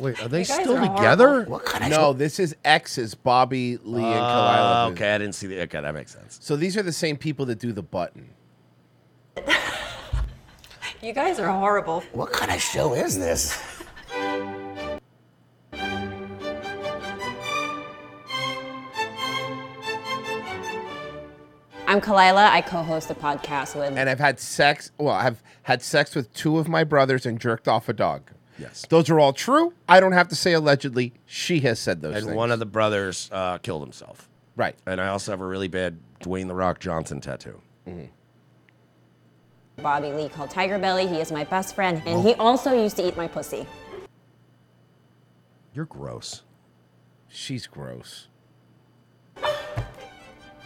Wait, are You they guys still are horrible. together? no, this is exes, Bobby Lee and Kalila. Oh, okay, I didn't see the. Okay, that makes sense. So these are the same people that do the button. You guys are horrible. What kind of show is this? I'm Kalila. I co-host the podcast with. And I've had sex. Well, I've had sex with two of my brothers and jerked off a dog. Yes. Those are all true. I don't have to say allegedly. She has said those and things. one of the brothers uh, killed himself. Right. And I also have a really bad Dwayne the Rock Johnson tattoo. Mm-hmm. Bobby Lee called Tiger Belly. He is my best friend, and he also used to eat my pussy. You're gross. She's gross.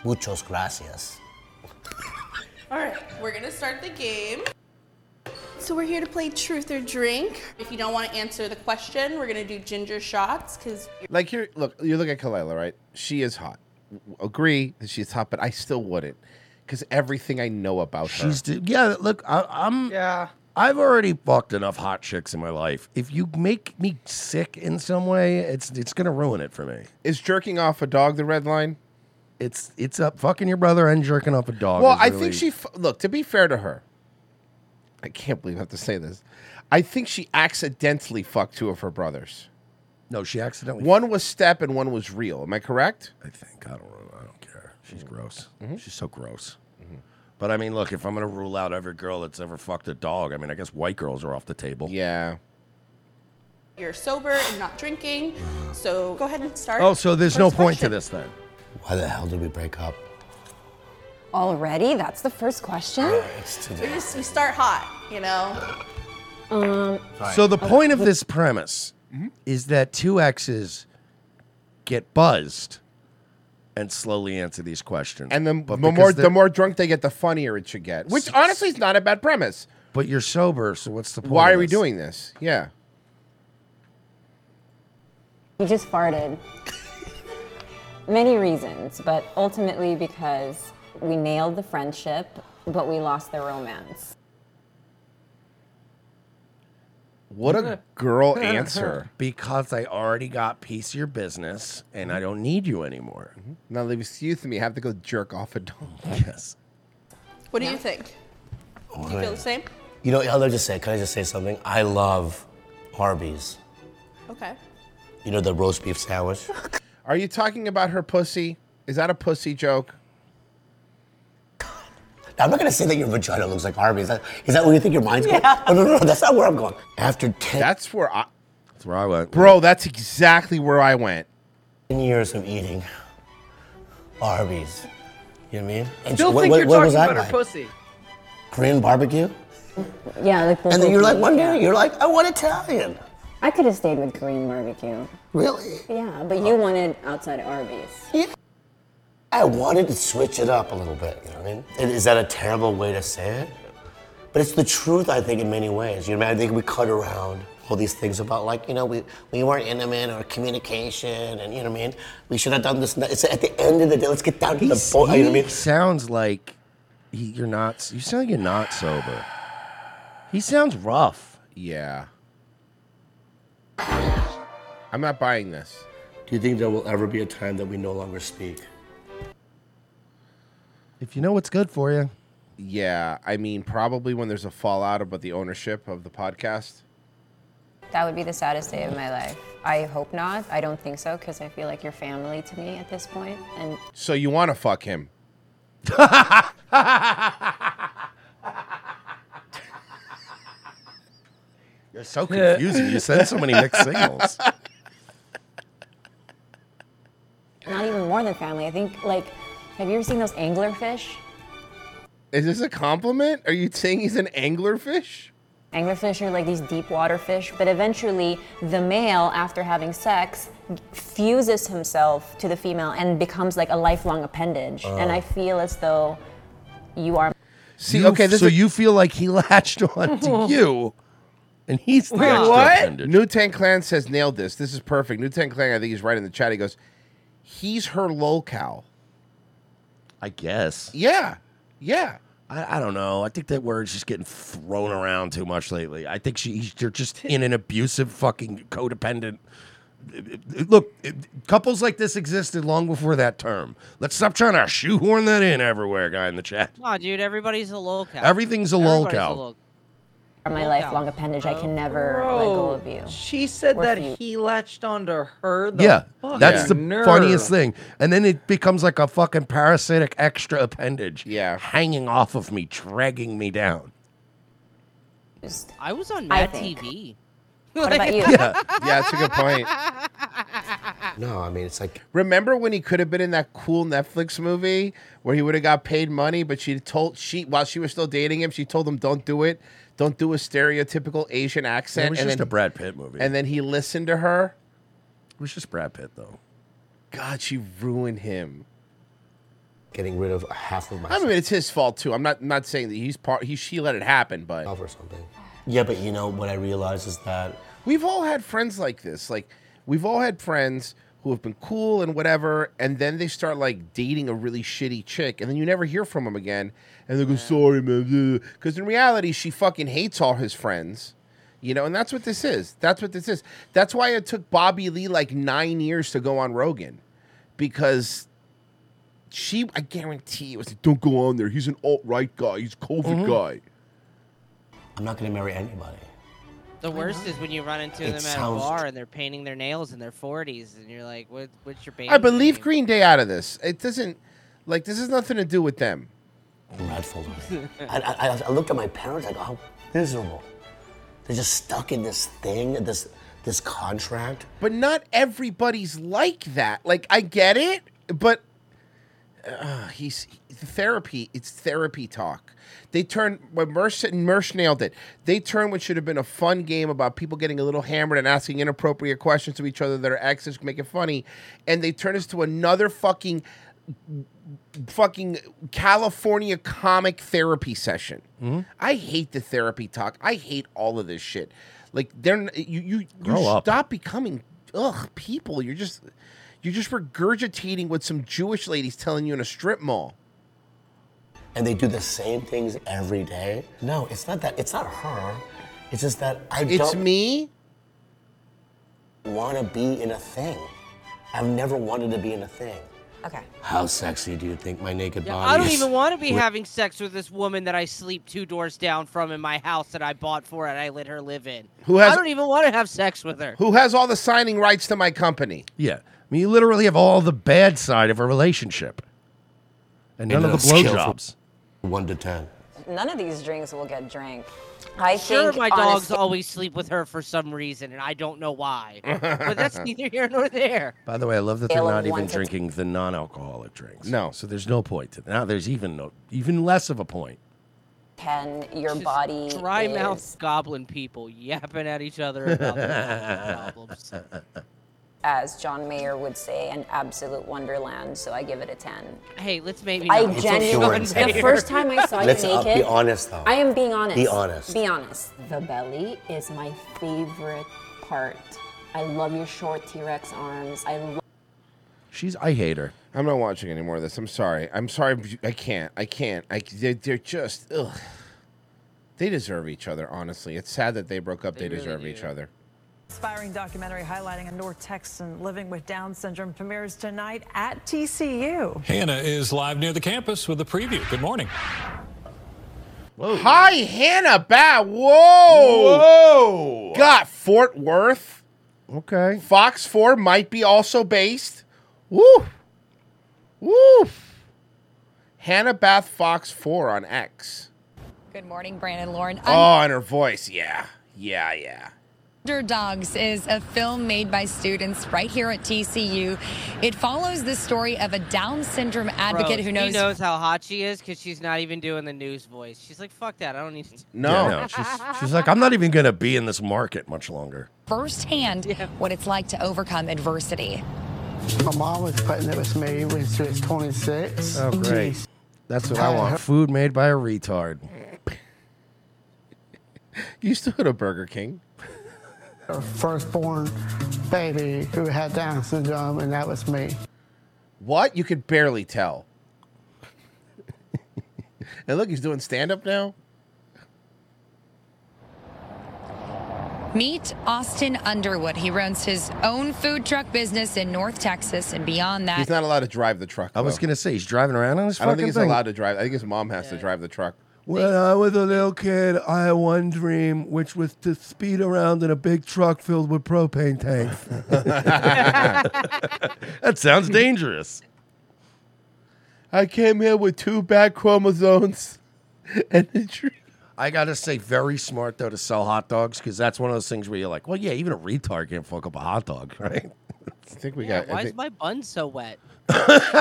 Muchos gracias. All right, we're gonna start the game. So we're here to play truth or drink. If you don't want to answer the question, we're gonna do ginger shots because Like here, look. You look at Kalila, right? She is hot. W- Agree that she's hot, but I still wouldn't because everything I know about her. She's d- yeah. Look, I, I'm. Yeah. I've already fucked enough hot chicks in my life. If you make me sick in some way, it's it's gonna ruin it for me. Is jerking off a dog the red line? It's it's up fucking your brother and jerking off a dog. Well, is I really- think she f- look. To be fair to her, I can't believe I have to say this. I think she accidentally fucked two of her brothers. No, she accidentally. One was step and one was real. Am I correct? I think. I don't know. I don't care. She's Mm-hmm. gross. She's so gross. But I mean, look, if I'm going to rule out every girl that's ever fucked a dog, I mean, I guess white girls are off the table. Yeah. You're sober and not drinking, so go ahead and start. Oh, so there's no First point to question. this then. Why the hell did we break up? Already? That's the first question? It's We just we start hot, you know. Um, So the point of this premise is that two exes get buzzed and slowly answer these questions. And then The more the more drunk they get, the funnier it should get. Which honestly is not a bad premise. But you're sober, so what's the point? Why of are we this? doing this? Yeah. You just *laughs* farted. Many reasons, but ultimately because we nailed the friendship, but we lost the romance. What a girl answer. Because I already got piece of your business and I don't need you anymore. Mm-hmm. Now they've excused me. I have to go jerk off a dog. *laughs* Yes. What do you think? Do you feel the same? You know, I'll just say, can I just say something? I love Arby's. Okay. You know, the roast beef sandwich. Are you talking about her pussy? Is that a pussy joke? Now, I'm not going to say that your vagina looks like Arby's. Is that, is that where you think your mind's going? No, no, no, no, that's not where I'm going. After 10 That's where I. That's where I went. Bro, that's exactly where I went. years of eating Arby's, you know what I mean? Still what- think what- you're what was talking I about her like? pussy. Korean barbecue? Yeah, like the And then you're like, one yeah. day, you're like, I want Italian. I could have stayed with Korean barbecue. Really? Yeah, but you wanted outside Arby's. Yeah. I wanted to switch it up a little bit, you know what I mean? And is that a terrible way to say it? But it's the truth, I think, in many ways. You know, I think we cut around all these things about, like, you know, we, we weren't intimate or communication, and you know what I mean? We should have done this. and that. It's at the end of the day, let's get down to the He's- boy. You know what Oh, I he mean? sounds like he, you're not. You sound like you're not sober. He sounds rough. Yeah. I'm not buying this. Do you think there will ever be a time that we no longer speak? If you know what's good for you. Yeah, I mean, probably when there's a fallout about the ownership of the podcast. That would be the saddest day of my life. I hope not. I don't think so because I feel like you're family to me at this point, and So you want to fuck him? You're so confusing. you send so many mixed *laughs* signals. not even more than family. I think like, have you ever seen those anglerfish? Is this a compliment? Are you saying he's an anglerfish? Anglerfish are like these deep water fish, but eventually the male, after having sex, fuses himself to the female and becomes like a lifelong appendage. Oh. And I feel as though you are. See, You- okay, this so is- you feel like he *laughs* latched on to you, and he's the extra appendage. New Tang Clan says nailed this. This is perfect. New Tang Clan, I think he's right in the chat. He goes, he's her locale. I guess. Yeah, yeah. I, I don't know. I think that word's just getting thrown around too much lately. I think she he's- they're just in an abusive, fucking codependent. Look, couples like this existed long before that term. Let's stop trying to shoehorn that in everywhere, guy in the chat. Come on, dude. Everybody's a lolcow. Everything's a Everybody's lolcow. lol- My Lolcow. lifelong appendage, I can never let go of you. Oh, She said Or that few. he latched onto her. The Yeah, fucking that's the nerve. funniest thing. And then it becomes like a fucking parasitic extra appendage. Yeah, hanging off of me, dragging me down. I was on I Mad think. TV. What about you? Yeah. *laughs* Yeah, that's a good point. No, I mean, it's like, Remember when he could have been in that cool Netflix movie where he would have got paid money, but she told she while she was still dating him, she told him don't do it, don't do a stereotypical Asian accent. it was and just then, a Brad Pitt movie. And then he listened to her. It was just Brad Pitt though. God, she ruined him. Getting rid of half of my. I mean, it's his fault too. I'm not not saying that he's part. He she let it happen, but or something. Yeah, but you know what I realized is that We've all had friends like this. Like we've all had friends who have been cool and whatever, and then they start like dating a really shitty chick, and then you never hear from them again. And they go, "Sorry, man," because in reality, she fucking hates all his friends. You know, and that's what this is. That's what this is. That's why it took Bobby Lee like nine years to go on Rogan, because she, I guarantee, it was like, "Don't go on there. He's an alt right guy. He's a COVID Mhm. guy." I'm not going to marry anybody. The worst is when you run into It them at sounds- a bar and they're painting their nails in their 40s, and you're like, what, what's your baby? I believe Green Day out of this. It doesn't like this has nothing to do with them. Dreadful. I, I, I looked at my parents like, oh, miserable. They're just stuck in this thing, this this contract. But not everybody's like that. Like I get it, but uh, he's the therapy. It's therapy talk. They turn when Mersh and Mersh nailed it. They turn what should have been a fun game about people getting a little hammered and asking inappropriate questions to each other that are exes make it funny, and they turn this to another fucking, fucking California comic therapy session. Mm-hmm. I hate the therapy talk. I hate all of this shit. Like they're n- you you, you Grow up. stop becoming ugh people. You're just you're just regurgitating what some Jewish lady's telling you in a strip mall. And they do the same things every day. No, it's not that. It's not her. It's just that I It's don't. me. Want to be in a thing? I've never wanted to be in a thing. Okay. How sexy do you think my naked Yeah, body? I don't is? even want to be Wait. having sex with this woman that I sleep two doors down from in my house that I bought for and I let her live in. Who has- I don't even want to have sex with her. Who has all the signing rights to my company? Yeah. I mean, you literally have all the bad side of a relationship. And none of the Internet skill from blowjobs. One to ten. None of these drinks will get drank. I sure, think my dogs honestly- always *laughs* sleep with her for some reason, and I don't know why. but that's neither here nor there. By the way, I love that they're Scale of not one even to ten. drinking the non-alcoholic drinks. No. So there's no point to that. Now there's even no, even less of a point. Can your body Dry is- mouth goblin people yapping at each other about their health problems. as John Mayer would say, an absolute wonderland. So I give it a 10. Hey, let's maybe. I not- genuinely, John the Mayer. first time I saw you Let's naked. up- be honest, though. I am being honest. Be honest. Be honest. The belly is my favorite part. I love your short T Rex arms. I love. She's. I hate her. I'm not watching any more of this. I'm sorry. I'm sorry. but you- I can't. I can't. I. They're, they're just. Ugh. They deserve each other. Honestly, it's sad that they broke up. They, They really deserve do. each other. Inspiring documentary highlighting a North Texan living with Down syndrome premieres tonight at *laughs* TCU. Hannah is live near the campus with a preview. Good morning. Hi, Hannah. Bat. Whoa. Whoa. Got Fort Worth. Okay. Fox Four might be also based. Woo. Woo. Hannah Bath Fox Four on X. Good morning, Brandon Lauren. Oh, and her voice. Yeah. Yeah. Yeah. Underdogs is a film made by students right here at TCU. It follows the story of a Down syndrome advocate Bro, who knows. He knows how hot she is because she's not even doing the news voice. She's like, fuck that. I don't need to. Yeah, no, she's she's like I'm not even gonna be in this market much longer. Firsthand, what it's like to overcome adversity. My mom was pregnant with me when she was 26. Oh great. That's what I want. Food made by a retard. You used to go to Burger King. Her firstborn baby who had Down syndrome, and that was me. What? You could barely tell. *laughs* and look, he's doing stand up now. Meet Austin Underwood. He runs his own food truck business in North Texas, and beyond that, He's not allowed to drive the truck. I was though. gonna say he's driving around on this. I don't think fucking he's thing. allowed to drive. I think his mom has to drive the truck. When I was a little kid, I had one dream, which was to speed around in a big truck filled with *laughs* propane tanks. that sounds dangerous. I came here with two bad chromosomes and a dream. I gotta say, very smart though to sell hot dogs because that's one of those things where you're like, well, yeah, even a retard can't fuck up a hot dog, *laughs* right? I think we Yeah, *laughs* why is *laughs* my bun so wet? Because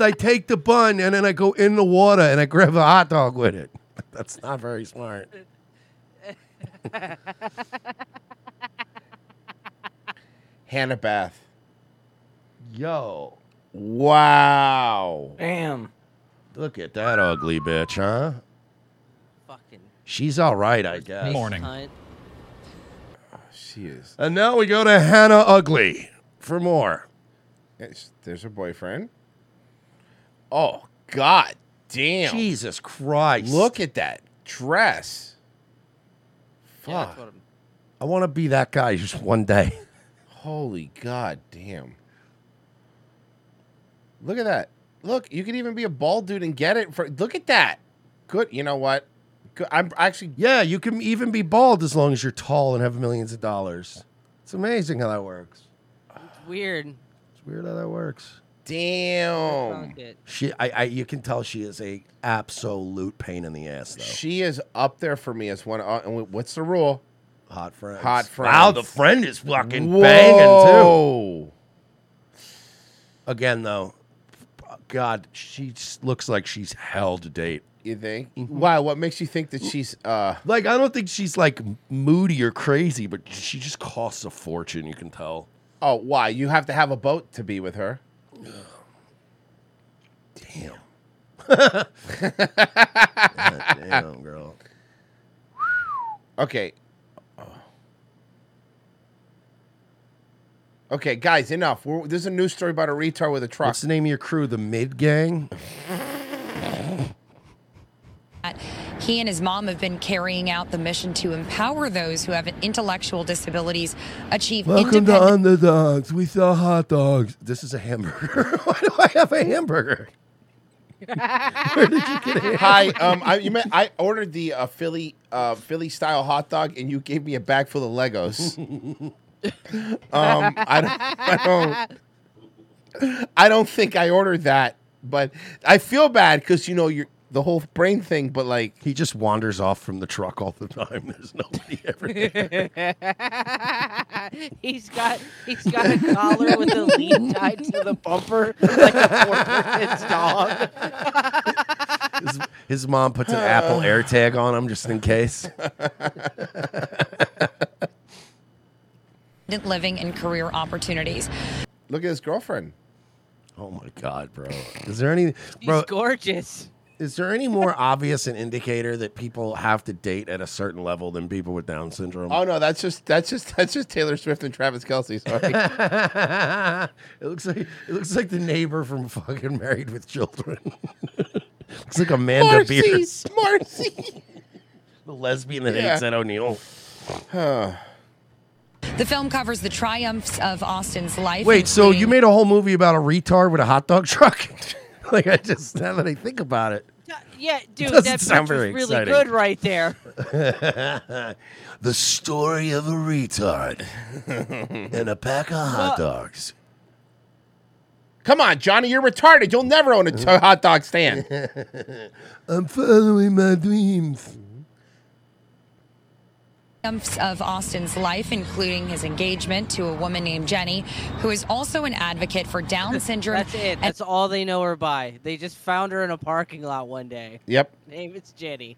I take the bun and then I go in the water and I grab a hot dog with it. That's not very smart. Hannah Bath. Yo. Wow. Damn. Look at that ugly bitch, huh? Fucking. She's all right, I guess. Cunt. She is. And now we go to Hannah Ugly for more. Yes, There's her boyfriend. Oh, God damn. Jesus Christ. Look at that dress. Yeah, Fuck. that's what I'm- I want to be that guy just one day. *laughs* Holy God damn. Look at that. Look, you could even be a bald dude and get it for look at that. Good you know what? I'm actually. Yeah, you can even be bald as long as you're tall and have millions of dollars. It's amazing how that works. *laughs* Weird. It's weird how that works. Damn. She, I, I, you can tell she is a absolute pain in the ass. Though She is up there for me as one. Uh, and wh- what's the rule? Hot friends. Hot friends. Wow, the friend is fucking banging too. Again, though, God, she s- looks like she's hell to date. Mm-hmm. You think? Wow, what makes you think that she's uh like I don't think she's like moody or crazy, but she just costs a fortune. You can tell. Oh, why? You have to have a boat to be with her. God damn, girl. Okay. Okay, guys, enough. We're, there's a news story about a retard with a truck. What's the name of your crew? The Mid Gang. He and his mom have been carrying out the mission to empower those who have intellectual disabilities achieve Welcome to independent. Underdogs. We sell hot dogs. This is a hamburger. *laughs* Why do I have a hamburger? Where did you get it? Hi, um, I, you meant, I ordered the uh, Philly uh, Philly style hot dog, and you gave me a bag full of Legos. um, I don't, I don't, I don't think I ordered that, but I feel bad because you know you're the whole brain thing. But like, he just wanders off from the truck all the time. There's nobody ever *laughs* there. he's got he's got a collar with a lead tied to the bumper like a *laughs* four-footed dog. his, his mom puts an Apple AirTag on him just *laughs* in case. living and career opportunities. Look at his girlfriend. Oh my god, bro! Is there any? Bro, gorgeous. Is there any more obvious an indicator that people have to date at a certain level than people with Down syndrome? oh no, that's just that's just that's just Taylor Swift and Travis Kelsey. Sorry, *laughs* it looks like it looks like the neighbor from fucking Married with Children. *laughs* looks *laughs* like Amanda Beard, Marcy's *laughs* Marcy. the lesbian that Yeah. hates Ed O'Neill. The film covers the triumphs of Austin's life. Wait, so including- you made a whole movie about a retard with a hot dog truck? *laughs* like I just now that I think about it. Yeah, dude, Doesn't that sound sound very really exciting. good right there. *laughs* the story of *laughs* a retard and a pack of hot Well- dogs. *laughs* Come on, Johnny, you're retarded. You'll never own a *laughs* t- hot dog stand. I'm following my dreams. triumphs of Austin's life, including his engagement to a woman named Jenny, who is also an advocate for Down syndrome. *laughs* That's it. That's all they know her by. They just found her in a parking lot one day. Yep. Name is Jenny.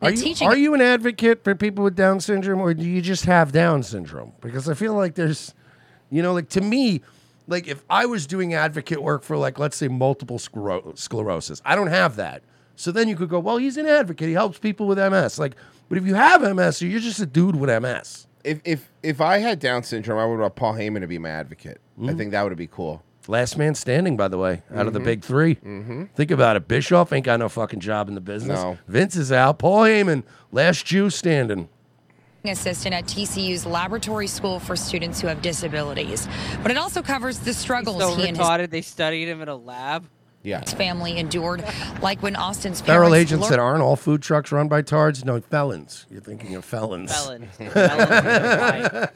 Are you, are you an advocate for people with Down syndrome, or do you just have Down syndrome? Because I feel like there's, you know, like to me, like if I was doing advocate work for, like, let's say multiple sclero- sclerosis, I don't have that. So then you could go, well, he's an advocate. He helps people with MS. Like, but if you have MS, you're just a dude with MS. if if if I had Down syndrome, I would want Paul Heyman to be my advocate. I think that would be cool. Last man standing, by the way, out of the Mhm. big 3 Mhm. Think about it. Bischoff ain't got no fucking job in the business. No. Vince is out. Paul Heyman, last Jew standing. assistant at TCU's Laboratory School for Students Who Have Disabilities. But it also covers the struggles So he and his retarded, they studied him in a lab. Yeah. family endured, like when Austin's Federal parents agents learned- that aren't all food trucks run by tards? No, felons. You're thinking of felons. *laughs* Felons. Felons.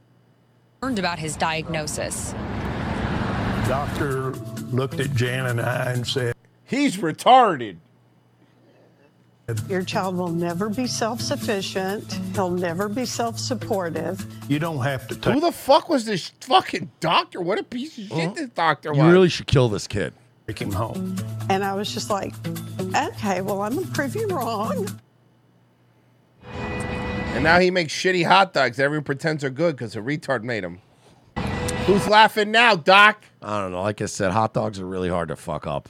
*laughs* learned about his diagnosis. Doctor looked at Jan and I and said, He's retarded. *laughs* Your child will never be self sufficient. He'll never be self supportive. You don't have to take Who the fuck was this fucking doctor? What a piece of Uh-huh. shit this doctor you was. really should kill this kid. Take him home. And I was just like, okay, well, I'm going to prove you wrong. and now he makes shitty hot dogs. Everyone pretends are good because a retard made them. Who's laughing now, Doc? I don't know. Like I said, hot dogs are really hard to fuck up.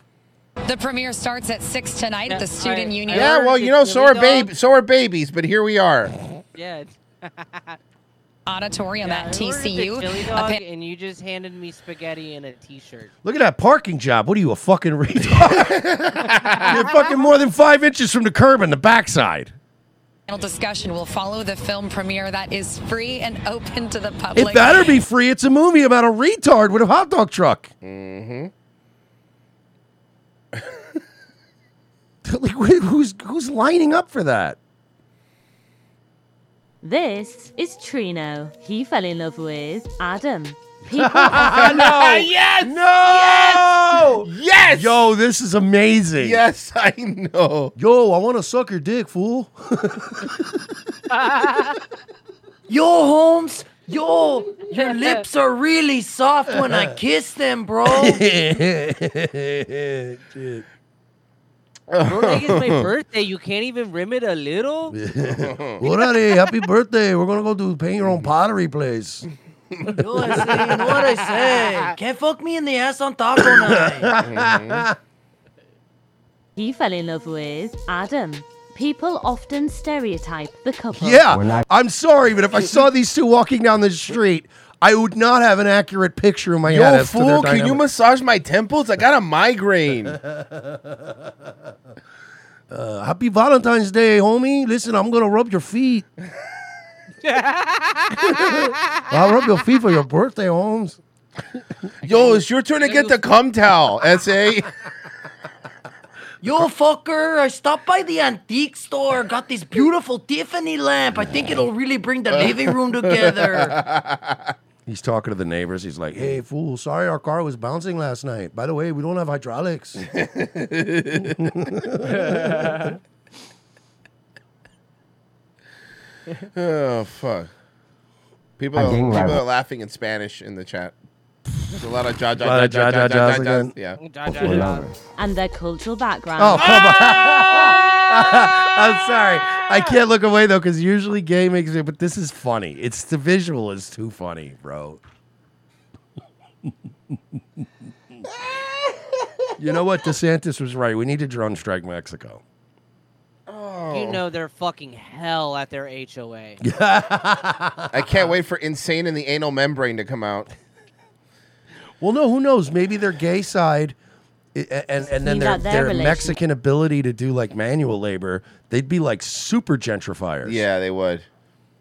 The premiere starts at 6 tonight at the Student Union. yeah, well, you know, so are babe, so are babies, but here we are. Yeah. *laughs* Auditorium at I ordered the TCU. chili A dog, pa- and you just handed me spaghetti and a *laughs* T-shirt. Look at that parking job. What are you, *laughs* a fucking retard? *laughs* You're fucking more than five inches from the curb on the backside. Panel discussion will follow the film premiere that is free and open to the It public. better be free. It's a movie about a retard with a hot dog truck. Mm-hmm. *laughs* like, wh- who's who's lining up for that? This is Trino. He fell in love with *laughs* Adam. People Ah, *laughs* Ah, No. Yes! No! Yes! Yo, this is amazing. Yes, I know. Yo, I want to suck your dick, *laughs* fool. Yo, *laughs* Holmes. Yo, your lips are really soft when *laughs* I kiss them, bro. Shit. Bro, like, it's *laughs* my birthday. You can't even rim it a little. *laughs* what are they? Happy birthday. We're going to go do paint your own pottery place. Yo, I say, you know what I say? Can't fuck me in the ass on taco Mm-hmm. night. *laughs* he fell in love with Adam. People often stereotype the couple. Yeah. I'm sorry, but if I saw these two walking down the street, I would not have an accurate picture in my head. Yo, as to their fool, can you dynamic. massage my temples? I got a migraine. *laughs* Uh, happy Valentine's Day, homie. Listen, I'm going to rub your feet. I'll rub your feet for your birthday, Holmes. Yo, it's your turn to get the cum towel, SA. Yo, fucker, I stopped by the antique store, got this beautiful Tiffany lamp. I think it'll really bring the living room together. *laughs* He's talking to the neighbors. He's like, hey, fool, sorry our car was bouncing last night. By the way, we don't have *laughs* hydraulics. *laughs* *laughs* oh fuck! People, I are, think people like- are laughing in Spanish in the chat. There's a lot of ja ja Lot ja of ja ja ja ja- ja- ja's ja's. again. Yeah. Ja- ja- ja. And their cultural background. Oh, come on. *laughs* I'm sorry. I can't look away though, because usually gay makes me. But this is funny. It's the visual is too funny, *laughs* bro. you know what? DeSantis was right. We need to drone strike Mexico. You know they're fucking hell at their HOA. I can't wait for insane in the anal membrane to come out. Well, no, who knows? Maybe their gay side, i- a- and and then Means their, that their their relation- Mexican ability to do like manual labor, they'd be like super gentrifiers. Yeah, they would.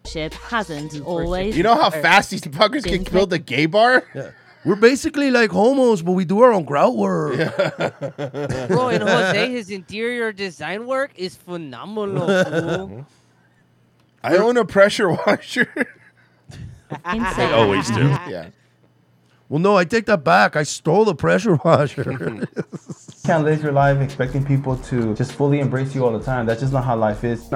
Ship hasn't always. You know how fast these fuckers been can build a gay bar? We're basically like homos, but we do our own grout work. *laughs* Bro, and Jose, his interior design work is phenomenal. Mm-hmm. fool. I own a pressure washer. They always do. Yeah. Well, no, I take that back. I stole the pressure *laughs* washer. Can't live your life expecting people to just fully embrace you all the time. That's just not how life is.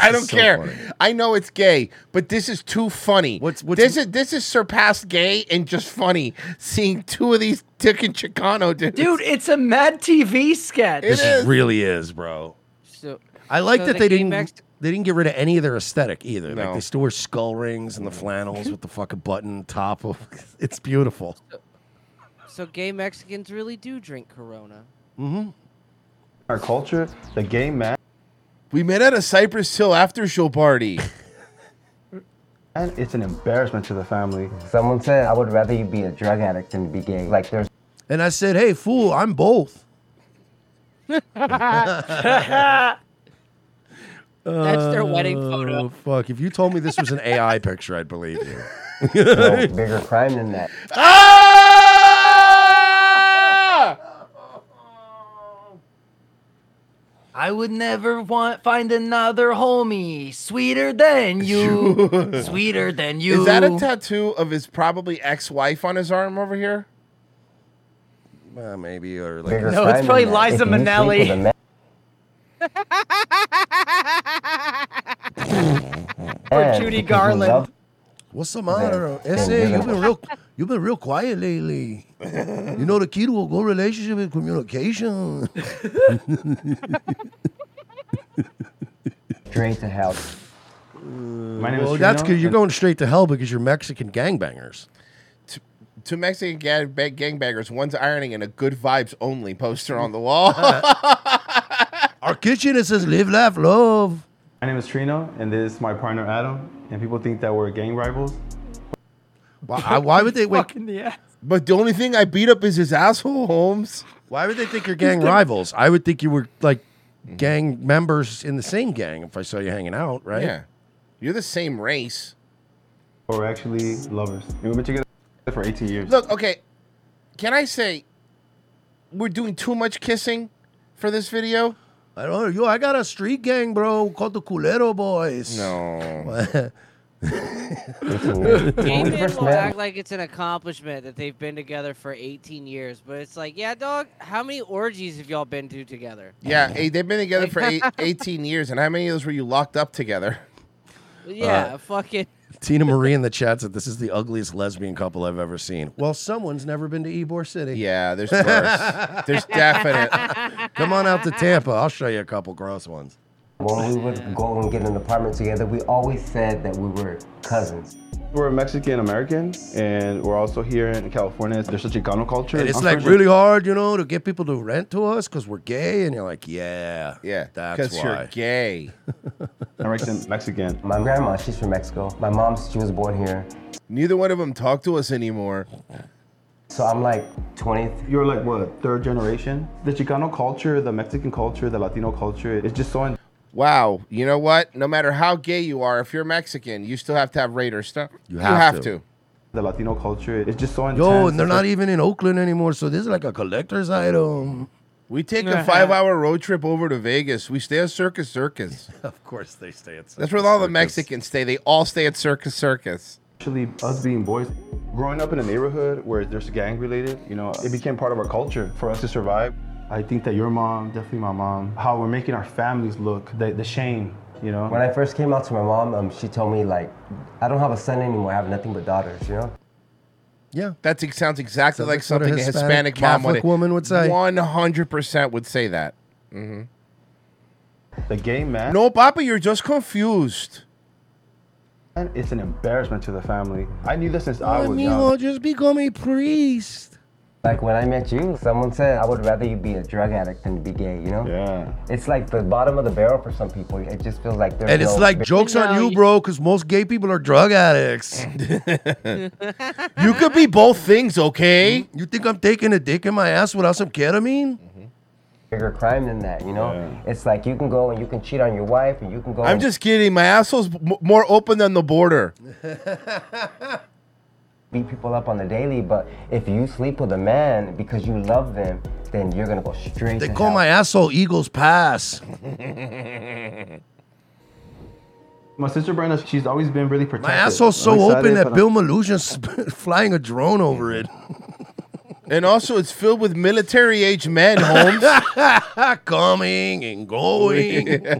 I don't so care. funny. I know it's gay, but this is too funny. What's, what's this is this is surpassed gay and just funny. Seeing two of these Dick and Chicano dudes. Dude, it's a Mad TV sketch. this really is, bro. So, I like so that the they gay didn't Mex- they didn't get rid of any of their aesthetic either. Like they still wear skull rings and *laughs* the flannels with the fucking button top of. *laughs* It's beautiful. *laughs* so gay Mexicans really do drink *laughs* Corona. Mm-hmm. Our culture, the gay man. We met at a Cypress Hill after *laughs* show party. And it's an embarrassment to the family. Someone said, I would rather you be a drug addict than be gay. Like, there's. And I said, hey, fool, I'm both. That's That's their wedding photo. Oh, fuck. If you told me this was *laughs* an AI picture, I'd believe you. No bigger crime than that. I would never want find another homie sweeter than *laughs* you, sweeter than you. Is that a tattoo of his probably ex-wife on his arm over here? Well, maybe or like Bigger No, it's crime probably than that. Liza If you sleep Minnelli. with a man- Or Judy Garland. What's the matter? SA, you've been real you've been real quiet lately. You know the key to a good relationship is communication. Straight to hell. My name is well, that's Trino, because you're and- going straight to hell because you're Mexican gangbangers. Two Mexican gang- ba- gangbangers, one's ironing, and a good vibes only poster on the *laughs* wall. Uh, Our kitchen it says live, laugh, love. My name is Trino, and this is my partner Adam. And people think that we're gang rivals. Why, I- why *laughs* would they wait? But the only thing I beat up is his asshole, Oh, Holmes. Why would they *laughs* think you're gang rivals? I would think you were like gang members in the same gang if I saw you hanging out, right? Yeah. You're the same race. Or we're actually lovers. And we've been together for 18 years. Look, okay. Can I say we're doing too much kissing for this video? I don't know. oh, Yo, I got a street gang, bro, called the Culero Boys. No. Gay men will act like it's an accomplishment that they've been together for 18 years, but it's like, yeah, dog, how many orgies have y'all been to together? *laughs* Yeah, hey, they've been together *laughs* for eight, 18 years, and how many of those were you locked up together? Yeah, fucking. Tina Marie in the chat said this is the ugliest lesbian couple I've ever seen. Well, someone's never been to Ybor City. Yeah, there's worse. There's definite. Come on out to Tampa. I'll show you a couple gross ones. When we would go and get an apartment together, we always said that we were *laughs* cousins. We're Mexican Americans, and we're also here in California. There's such a Chicano culture. And it's I'm like from- really hard, you know, to get people to rent to us because we're gay. And you're like, yeah, yeah, that's 'cause why. you're gay. American, Mexican. My grandma, she's from Mexico. My mom, she was born here. Neither one of them talk to us anymore. So I'm like 20th. You're like what? Third generation? The Chicano culture, the Mexican culture, the Latino culture. It's just so. Wow, you know what? No matter how gay you are, if you're Mexican, you still have to have Raider stuff. You have have to. to. The Latino culture. It's just so intense. Yo, and they're not even in Oakland anymore. So this is like a collector's item. We take a five-hour road trip over to Vegas. We stay at *laughs* Circus Circus. *laughs* Of course, they stay at. That's where all the Mexicans stay. They all stay at Circus Circus. Actually, us being boys, growing up in a neighborhood where there's gang related, you know, it became part of our culture for us to survive. I think that your mom, definitely my mom, how we're making our families look, the, the shame, you know. When I first came out to my mom, um, she told me like, I don't have a son anymore. I have nothing but daughters. You know. Yeah. That ex- sounds exactly Sounds like like what a something a Hispanic Hispanic, mom Catholic woman would say. 100% would say that. Mm-hmm. The gay man. No, Papa, you're just confused. And it's an embarrassment to the family. I knew this since I was young. Amigo, just become a priest. Like when I met you, someone said I would rather you be a drug addict than be gay. You know. Yeah. It's like the bottom of the barrel for some people. It just feels like they're. And it's like jokes on you, bro, because most gay people are drug *laughs* addicts. you could be both things, *laughs* okay? You think I'm taking a dick in my ass without some ketamine? Bigger crime than that, you know. It's like you can go and you can cheat on your wife, and you can go. I'm and- just kidding. My asshole's m- more open than the border. beat people up on the daily, but if you sleep with a man because you love them, then you're gonna go straight. *laughs* They to call hell. my asshole *laughs* Eagles Pass. My sister Brenda, she's always been really protective. My asshole's so I'm excited, open that but Bill Malusian's *laughs* flying a drone over it. *laughs* And also, it's filled with military age men, *laughs* Holmes. Coming and going.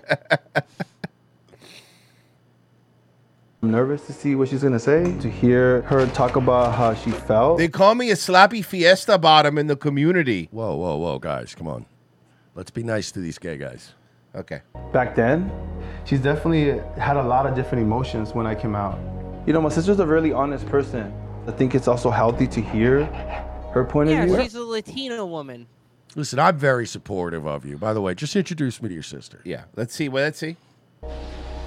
I'm nervous to see what she's gonna say, to hear her talk about how she felt. *laughs* they call me a sloppy fiesta bottom in the community. Whoa, whoa, whoa, guys, come on. Let's be nice to these gay guys. Okay. back then, she's definitely had a lot of different emotions when I came out. You know, my sister's a really honest person. I think it's also healthy to hear her point Yeah, of view. she's a Latina woman. Listen, I'm very supportive of you. By the way, just introduce me to your sister. Yeah, let's see. Well, let's see.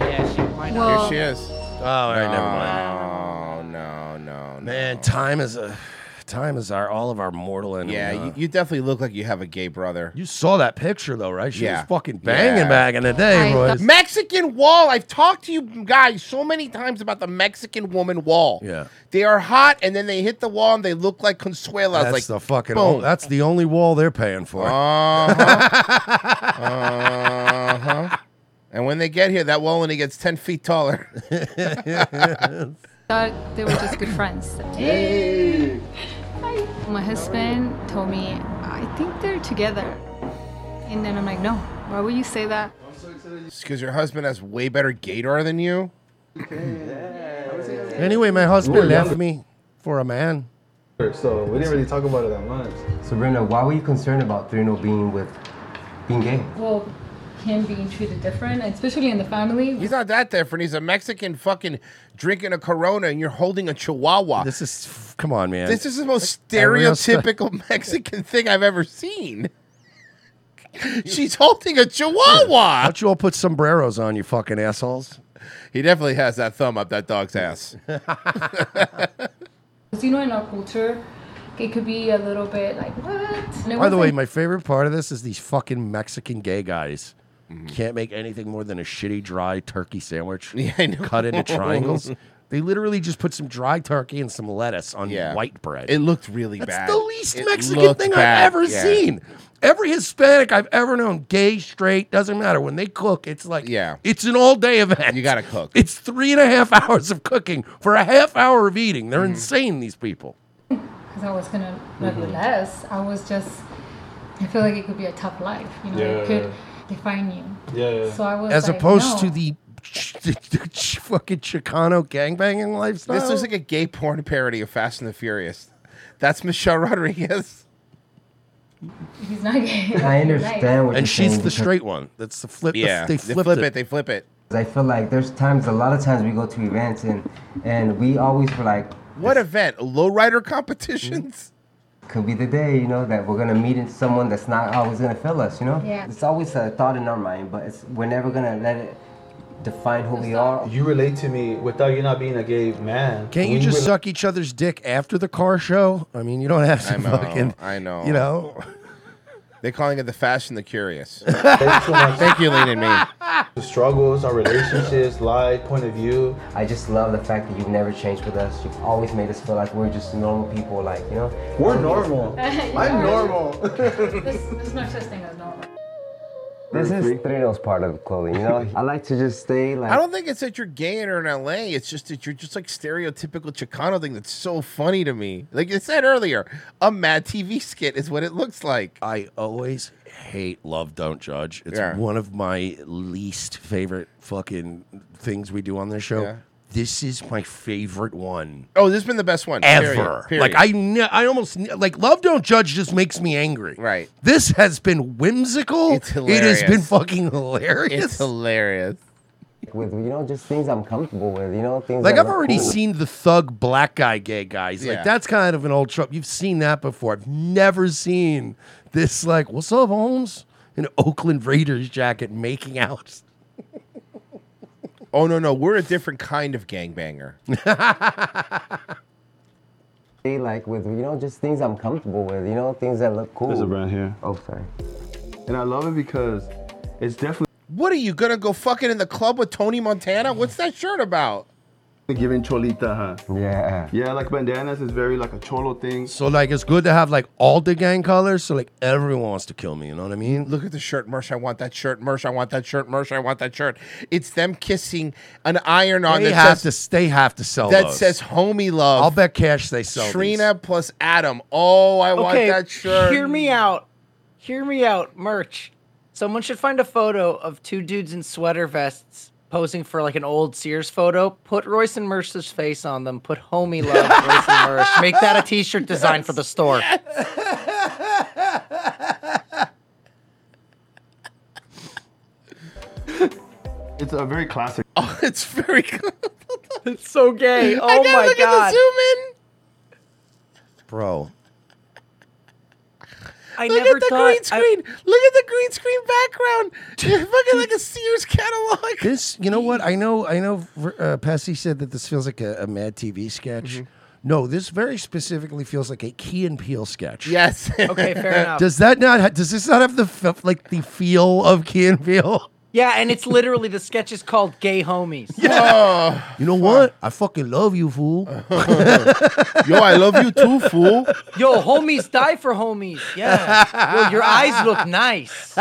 Yeah, she might not. Here she is. Oh, all right, no, never mind. No, no, no. Man, time is a time is our all of our mortal enemy. Yeah, huh? you, you definitely look like you have a gay brother. You saw that picture though, right? She Yeah. was fucking banging back in the day, boys. Mexican wall. I've talked to you guys so many times about the Mexican woman wall. yeah. They are hot, and then they hit the wall, and they look like Consuelas. That's like the fucking. boom. *laughs* Oh. that's the only wall they're paying for. Uh huh. And when they get here, that wall only gets ten feet *laughs* taller. *laughs* thought they were just good *laughs* friends. Hey. My husband told me, I think they're together. And then I'm like, no, why would you say that? Because your husband has way better gaydar than you. anyway, my Ooh, husband yeah. left me for a man. So we didn't really talk about it that much. So Brenda, why were you concerned about Thrino being with being gay? Well, him being treated different, especially in the family. He's not that different. He's a Mexican fucking drinking a Corona, and you're holding a Chihuahua. This is come on, man. This is the most Every other- stereotypical *laughs* Mexican thing I've ever seen. *laughs* She's holding a chihuahua. Why don't you all put sombreros on, you fucking assholes? He definitely has that thumb up that *laughs* dog's ass. Because you know, in our culture, it could be a little bit like, what? And it By the way, wasn't- my favorite part of this is these fucking Mexican gay guys. Mm-hmm. *laughs* Can't make anything more than a shitty dry turkey sandwich I know. cut into triangles. They literally just put some dry turkey and some lettuce on white bread. It looked really That's bad. the least It Mexican looked thing bad, I've ever yeah. seen. Every Hispanic I've ever known, gay, straight, doesn't matter. When they cook, it's like yeah, it's an all day event. You gotta cook. It's three and a half *laughs* hours of cooking for a half hour of eating. Mm-hmm. They're insane. These people. because I was gonna Mhm. nonetheless. I was just I feel like it could be a tough life, you know, it could define you. So I was as like, opposed no. to the ch- ch- ch- fucking Chicano gangbanging lifestyle. This looks like a gay porn parody of Fast and the Furious. That's Michelle Rodriguez. he's not gay. I understand what and you're she's saying the because- straight one. That's the flip. the f- Yeah, they they flipped flip it. it, They flip it. 'Cause I feel like there's times, a lot of times we go to events and and we always were like, What event? Lowrider competitions? *laughs* could be the day, you know, that we're gonna meet in someone that's not always gonna fill us, you know. Yeah. It's always a thought in our mind, but it's we're never gonna let it define who we are. You relate to me without you not being a gay man. Can't you just suck each other's dick after the car show? I mean, you don't have to *laughs* I know. fucking. I know. You know. *laughs* They're calling it the Fast and the *laughs* Curious. Thank you, Lean and me. The struggles, our *laughs* relationships, life, point of view. I just love the fact that you've never changed with us. You've always made us feel like we're just normal people, like, you know? *laughs* We're normal. *laughs* Yeah. I'm normal. There's there's no such thing as normal. This is Trino's part of clothing, you know? I like to just stay like. I don't think it's that you're gay or in LA. It's just that you're just like stereotypical Chicano thing that's so funny to me. Like I said earlier, a Mad TV skit is what it looks like. I uh, always hate love don't judge it's Yeah. one of my least favorite fucking things we do on this show Yeah. this is my favorite one Oh, this has been the best one ever Period. like Period. i ne- i almost ne- like love don't judge just makes me angry right this has been whimsical It's it has been hilarious. fucking hilarious It's hilarious. With, you know, just things I'm comfortable with, you know? Things Like that I've look already cool. seen the thug black guy gay guys. Yeah. Like that's kind of an old trope. You've seen that before. I've never seen this like what's up, Holmes? An Oakland Raiders jacket making out. Oh no no, we're a different kind of *laughs* gangbanger. Stay like with, you know, just things I'm comfortable with, you know? Things that look cool. There's a brand here. Oh, sorry. And I love it because it's definitely What are you gonna go fucking in the club with Tony Montana? What's that shirt about? giving cholita, huh? Yeah. Yeah, like bandanas is very like a cholo thing. So like it's good to have like all the gang colors. So like everyone wants to kill me. You know what I mean? Look at the shirt, Mersh. I want that shirt, Mersh. I want that shirt, Mersh. I want that shirt. It's them kissing an iron on They that have says to. They have to sell that those. says homie love. I'll bet cash they sell. these. Trina plus Adam. Oh, I want okay, that shirt. hear me out. Hear me out, merch. Someone should find a photo of two dudes in sweater vests posing for like an old Sears photo. Put Royce and Merce's face on them. Put homie love Royce and Merce. Make that a t-shirt design for the *laughs* store. It's a very classic. *laughs* Oh, it's very good. *laughs* it's so gay. I Oh gotta my look god. at the zoom in. bro. I look never at the thought green I- screen. Look at the green screen *laughs* background. It's fucking like a Sears catalog. This, you *laughs* know what? I know, I know. Uh, Pessy said that this feels like a, a Mad TV sketch. Mm-hmm. No, this very specifically feels like a Key and Peele sketch. Yes. *laughs* Okay, *laughs* fair enough. Does that not? Ha- does this not have the f- like the feel of Key *laughs* and Peele? Yeah, and it's literally the sketch is called Gay Homies. *laughs* you know what? I fucking love you, fool. *laughs* Yo, I love you too, fool. Yo, homies die for homies. Yeah. Yo, your eyes look nice.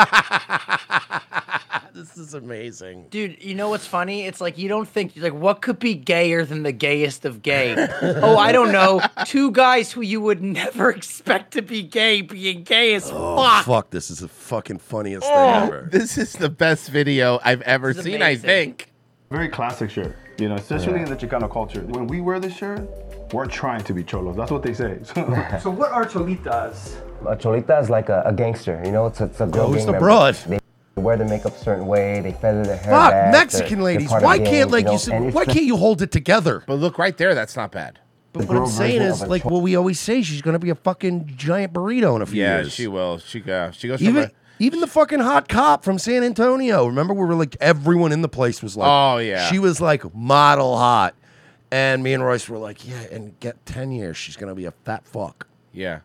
*laughs* *laughs* this is amazing. Dude, you know what's funny? It's like you don't think like what could be gayer than the gayest of gay. oh, I don't *laughs* know. Two guys who you would never *laughs* expect to be gay being gay as Oh, fuck. fuck! This is the fucking funniest Oh. thing ever. This is the best video I've ever This is seen, I amazing. think. Very classic shirt, you know, especially Yeah. in the Chicano culture. When we wear this shirt, we're trying to be cholos. That's what they say. *laughs* so what are cholitas? A cholita is like a, a gangster, you know? It's, it's a Oh, girl Goes gang the member. broad. They wear their makeup a certain way. They feather their hair Fuck back. Mexican ladies! Why can't like you? said? said why can't you hold it together? But look right there. That's not bad. But what I'm saying is like what we always say. She's gonna be a fucking giant burrito in a few Yeah, years. she will. She go. She goes. even from even the fucking hot cop from San Antonio. Remember, we were like everyone in the place was like, Oh, yeah. she was like model hot, and me and Royce were like, yeah, and get ten years, she's gonna be a fat fuck. a- yeah.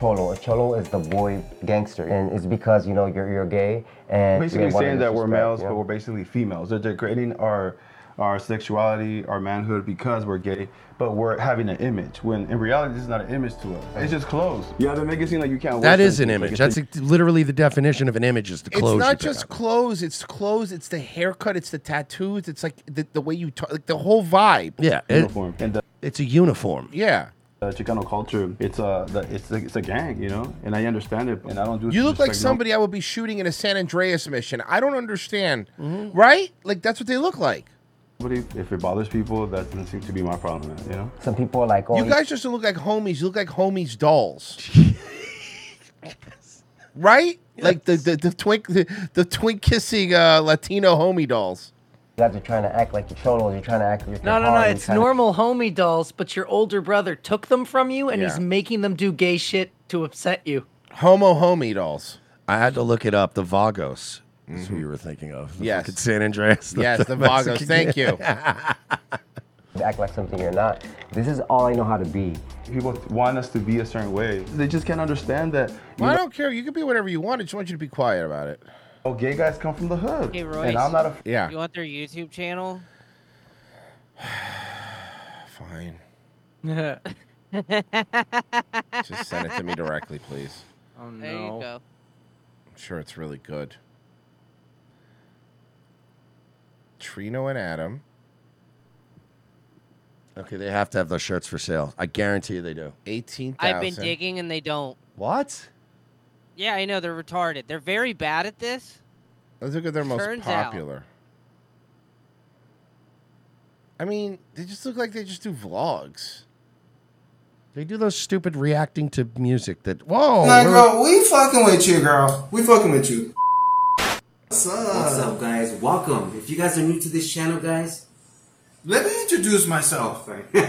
cholo. A cholo is the boy gangster, and it's because you know you're you're gay and basically you're one saying of that we're disrespect, males, you but know? we're basically females. They're degrading our our sexuality, our manhood because we're gay, but we're having an image. When in reality, this is not an image to us. It's just clothes. Yeah, they make it seem like you can't. That wear is an something, like image. it's That's a- ex- literally the definition of an image is the It's clothes. you not pick just up. clothes. It's clothes. It's the haircut. It's the tattoos. It's like the, the way you talk, like the whole vibe. yeah, it- uniform. and the, it's a uniform. Yeah. The Chicano culture, it's a the, it's a, it's a gang, you know, and I understand it, and I don't do. it You to look like disrespect no- somebody I would be shooting in a San Andreas mission. I don't understand, right? Like that's what they look like. Nobody, if it bothers people, that doesn't seem to be my problem. You know. Some people are like, oh, you guys just don't look like homies. You look like homies dolls. right? Like the the, the twink the, the twink kissing uh, Latino homie dolls. You guys are trying to act like you're cholos. You're trying to act like you're No, no, no. hard, you're It's trying to- normal homie dolls, but your older brother took them from you and he's Yeah. making them do gay shit to upset you. Homo homie dolls. I had to look it up. The Vagos is Mm-hmm. who you were thinking of. The Yes. fucking San Andreas. *laughs* Yes, the Mexican Vagos. *laughs* Thank gang. you. To act like something you're not. This is all I know how to be. People want us to be a certain way. They just can't understand that. you Well, I know- don't care. You can be whatever you want. I just want you to be quiet about it. Oh, gay guys come from the hood. Hey, Royce. And I'm not a. Yeah. You want their YouTube channel? Fine. Just *laughs* Just send it *laughs* to me directly, please. Oh no. There you go. I'm sure it's really good. Trino and Adam. Okay, they have to have those shirts for sale. I guarantee you they do. 18,000. I've been digging and they don't. What? Yeah, I know they're retarded. They're very bad at this. Let's look at their most Turns out. popular. I mean, they just look like they just do vlogs. They do those stupid reacting to music that, whoa. Like, we're- girl, we fucking with you, girl. We fucking with you. What's up? What's up, guys? Welcome. If you guys are new to this channel, guys, Let me *laughs* introduce myself. Bro, this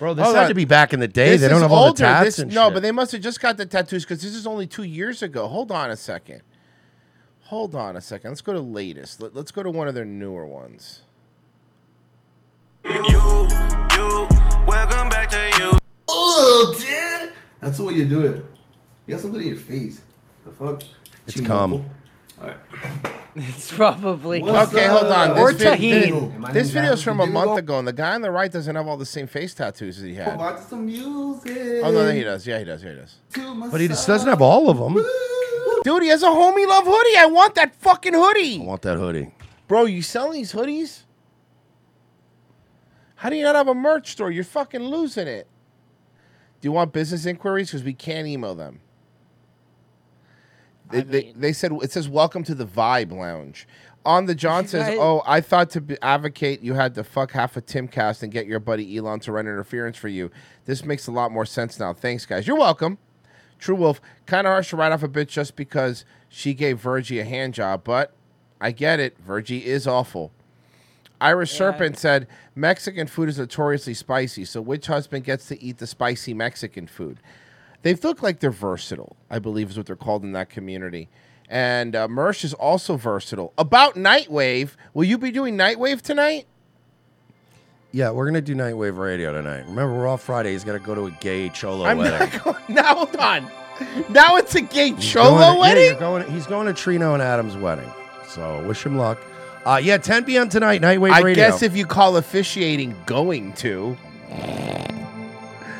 Hold had on. to be back in the day. This they don't is have all the older. tats This- and No, shit. but they must have just got the tattoos because this is only two years ago. Hold on a second. Hold on a second. Let's go to latest. Let, us go to one of their newer ones. Welcome back to you. Oh, Dad. That's the way you do it. You got something in your face. The fuck? It's cum. *laughs* It's probably What's okay, hold on. up? This, Or vid- tahini. this, this video's from a month ago, and the guy on the right doesn't have all the same face tattoos that he had. Watch some music. Oh, no, no, he does. Yeah, he does. Yeah, he does. But he just doesn't have all of them. Dude, he has a homie love hoodie. I want that fucking hoodie. I want that hoodie. Bro, you selling these hoodies? How do you not have a merch store? You're fucking losing it. Do you want business inquiries? Because we can't email them. They, they, they said it says welcome to the Vibe Lounge. On the John says, Right. "Oh, I thought to be advocate you had to fuck half a Timcast and get your buddy Elon to run interference for you. This makes a lot more sense now. Thanks, guys. You're welcome." True Wolf, kind of harsh to write off a bitch just because she gave Virgie a hand job, but I get it. Virgie is awful. Irish Serpent said Mexican food is notoriously spicy, so which husband gets to eat the spicy Mexican food? They look like they're versatile, I believe is what they're called in that community. And uh, Mersh is also versatile. About Nightwave, will you be doing Nightwave tonight? Yeah, we're gonna do Nightwave Radio tonight. Remember, we're off Friday. He's gotta go to a gay cholo I'm wedding. not *laughs* going. Now, hold on. Now it's a gay He's cholo going to- yeah, wedding? you're going- he's going to Trino and Adam's wedding. So wish him luck. Uh, yeah, 10 p.m. tonight, Nightwave I Radio. guess if you call officiating going to.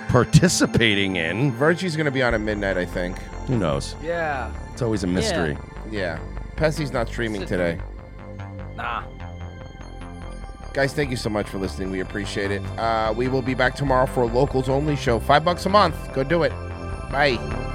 participating in. Virgie's going to be on at midnight, I think. Who knows? Yeah. It's always a mystery. Yeah. Pessy's not streaming today. Nah. Guys, thank you so much for listening. We appreciate it. Uh, we will be back tomorrow for a locals only show. Five bucks a month. Go do it. Bye.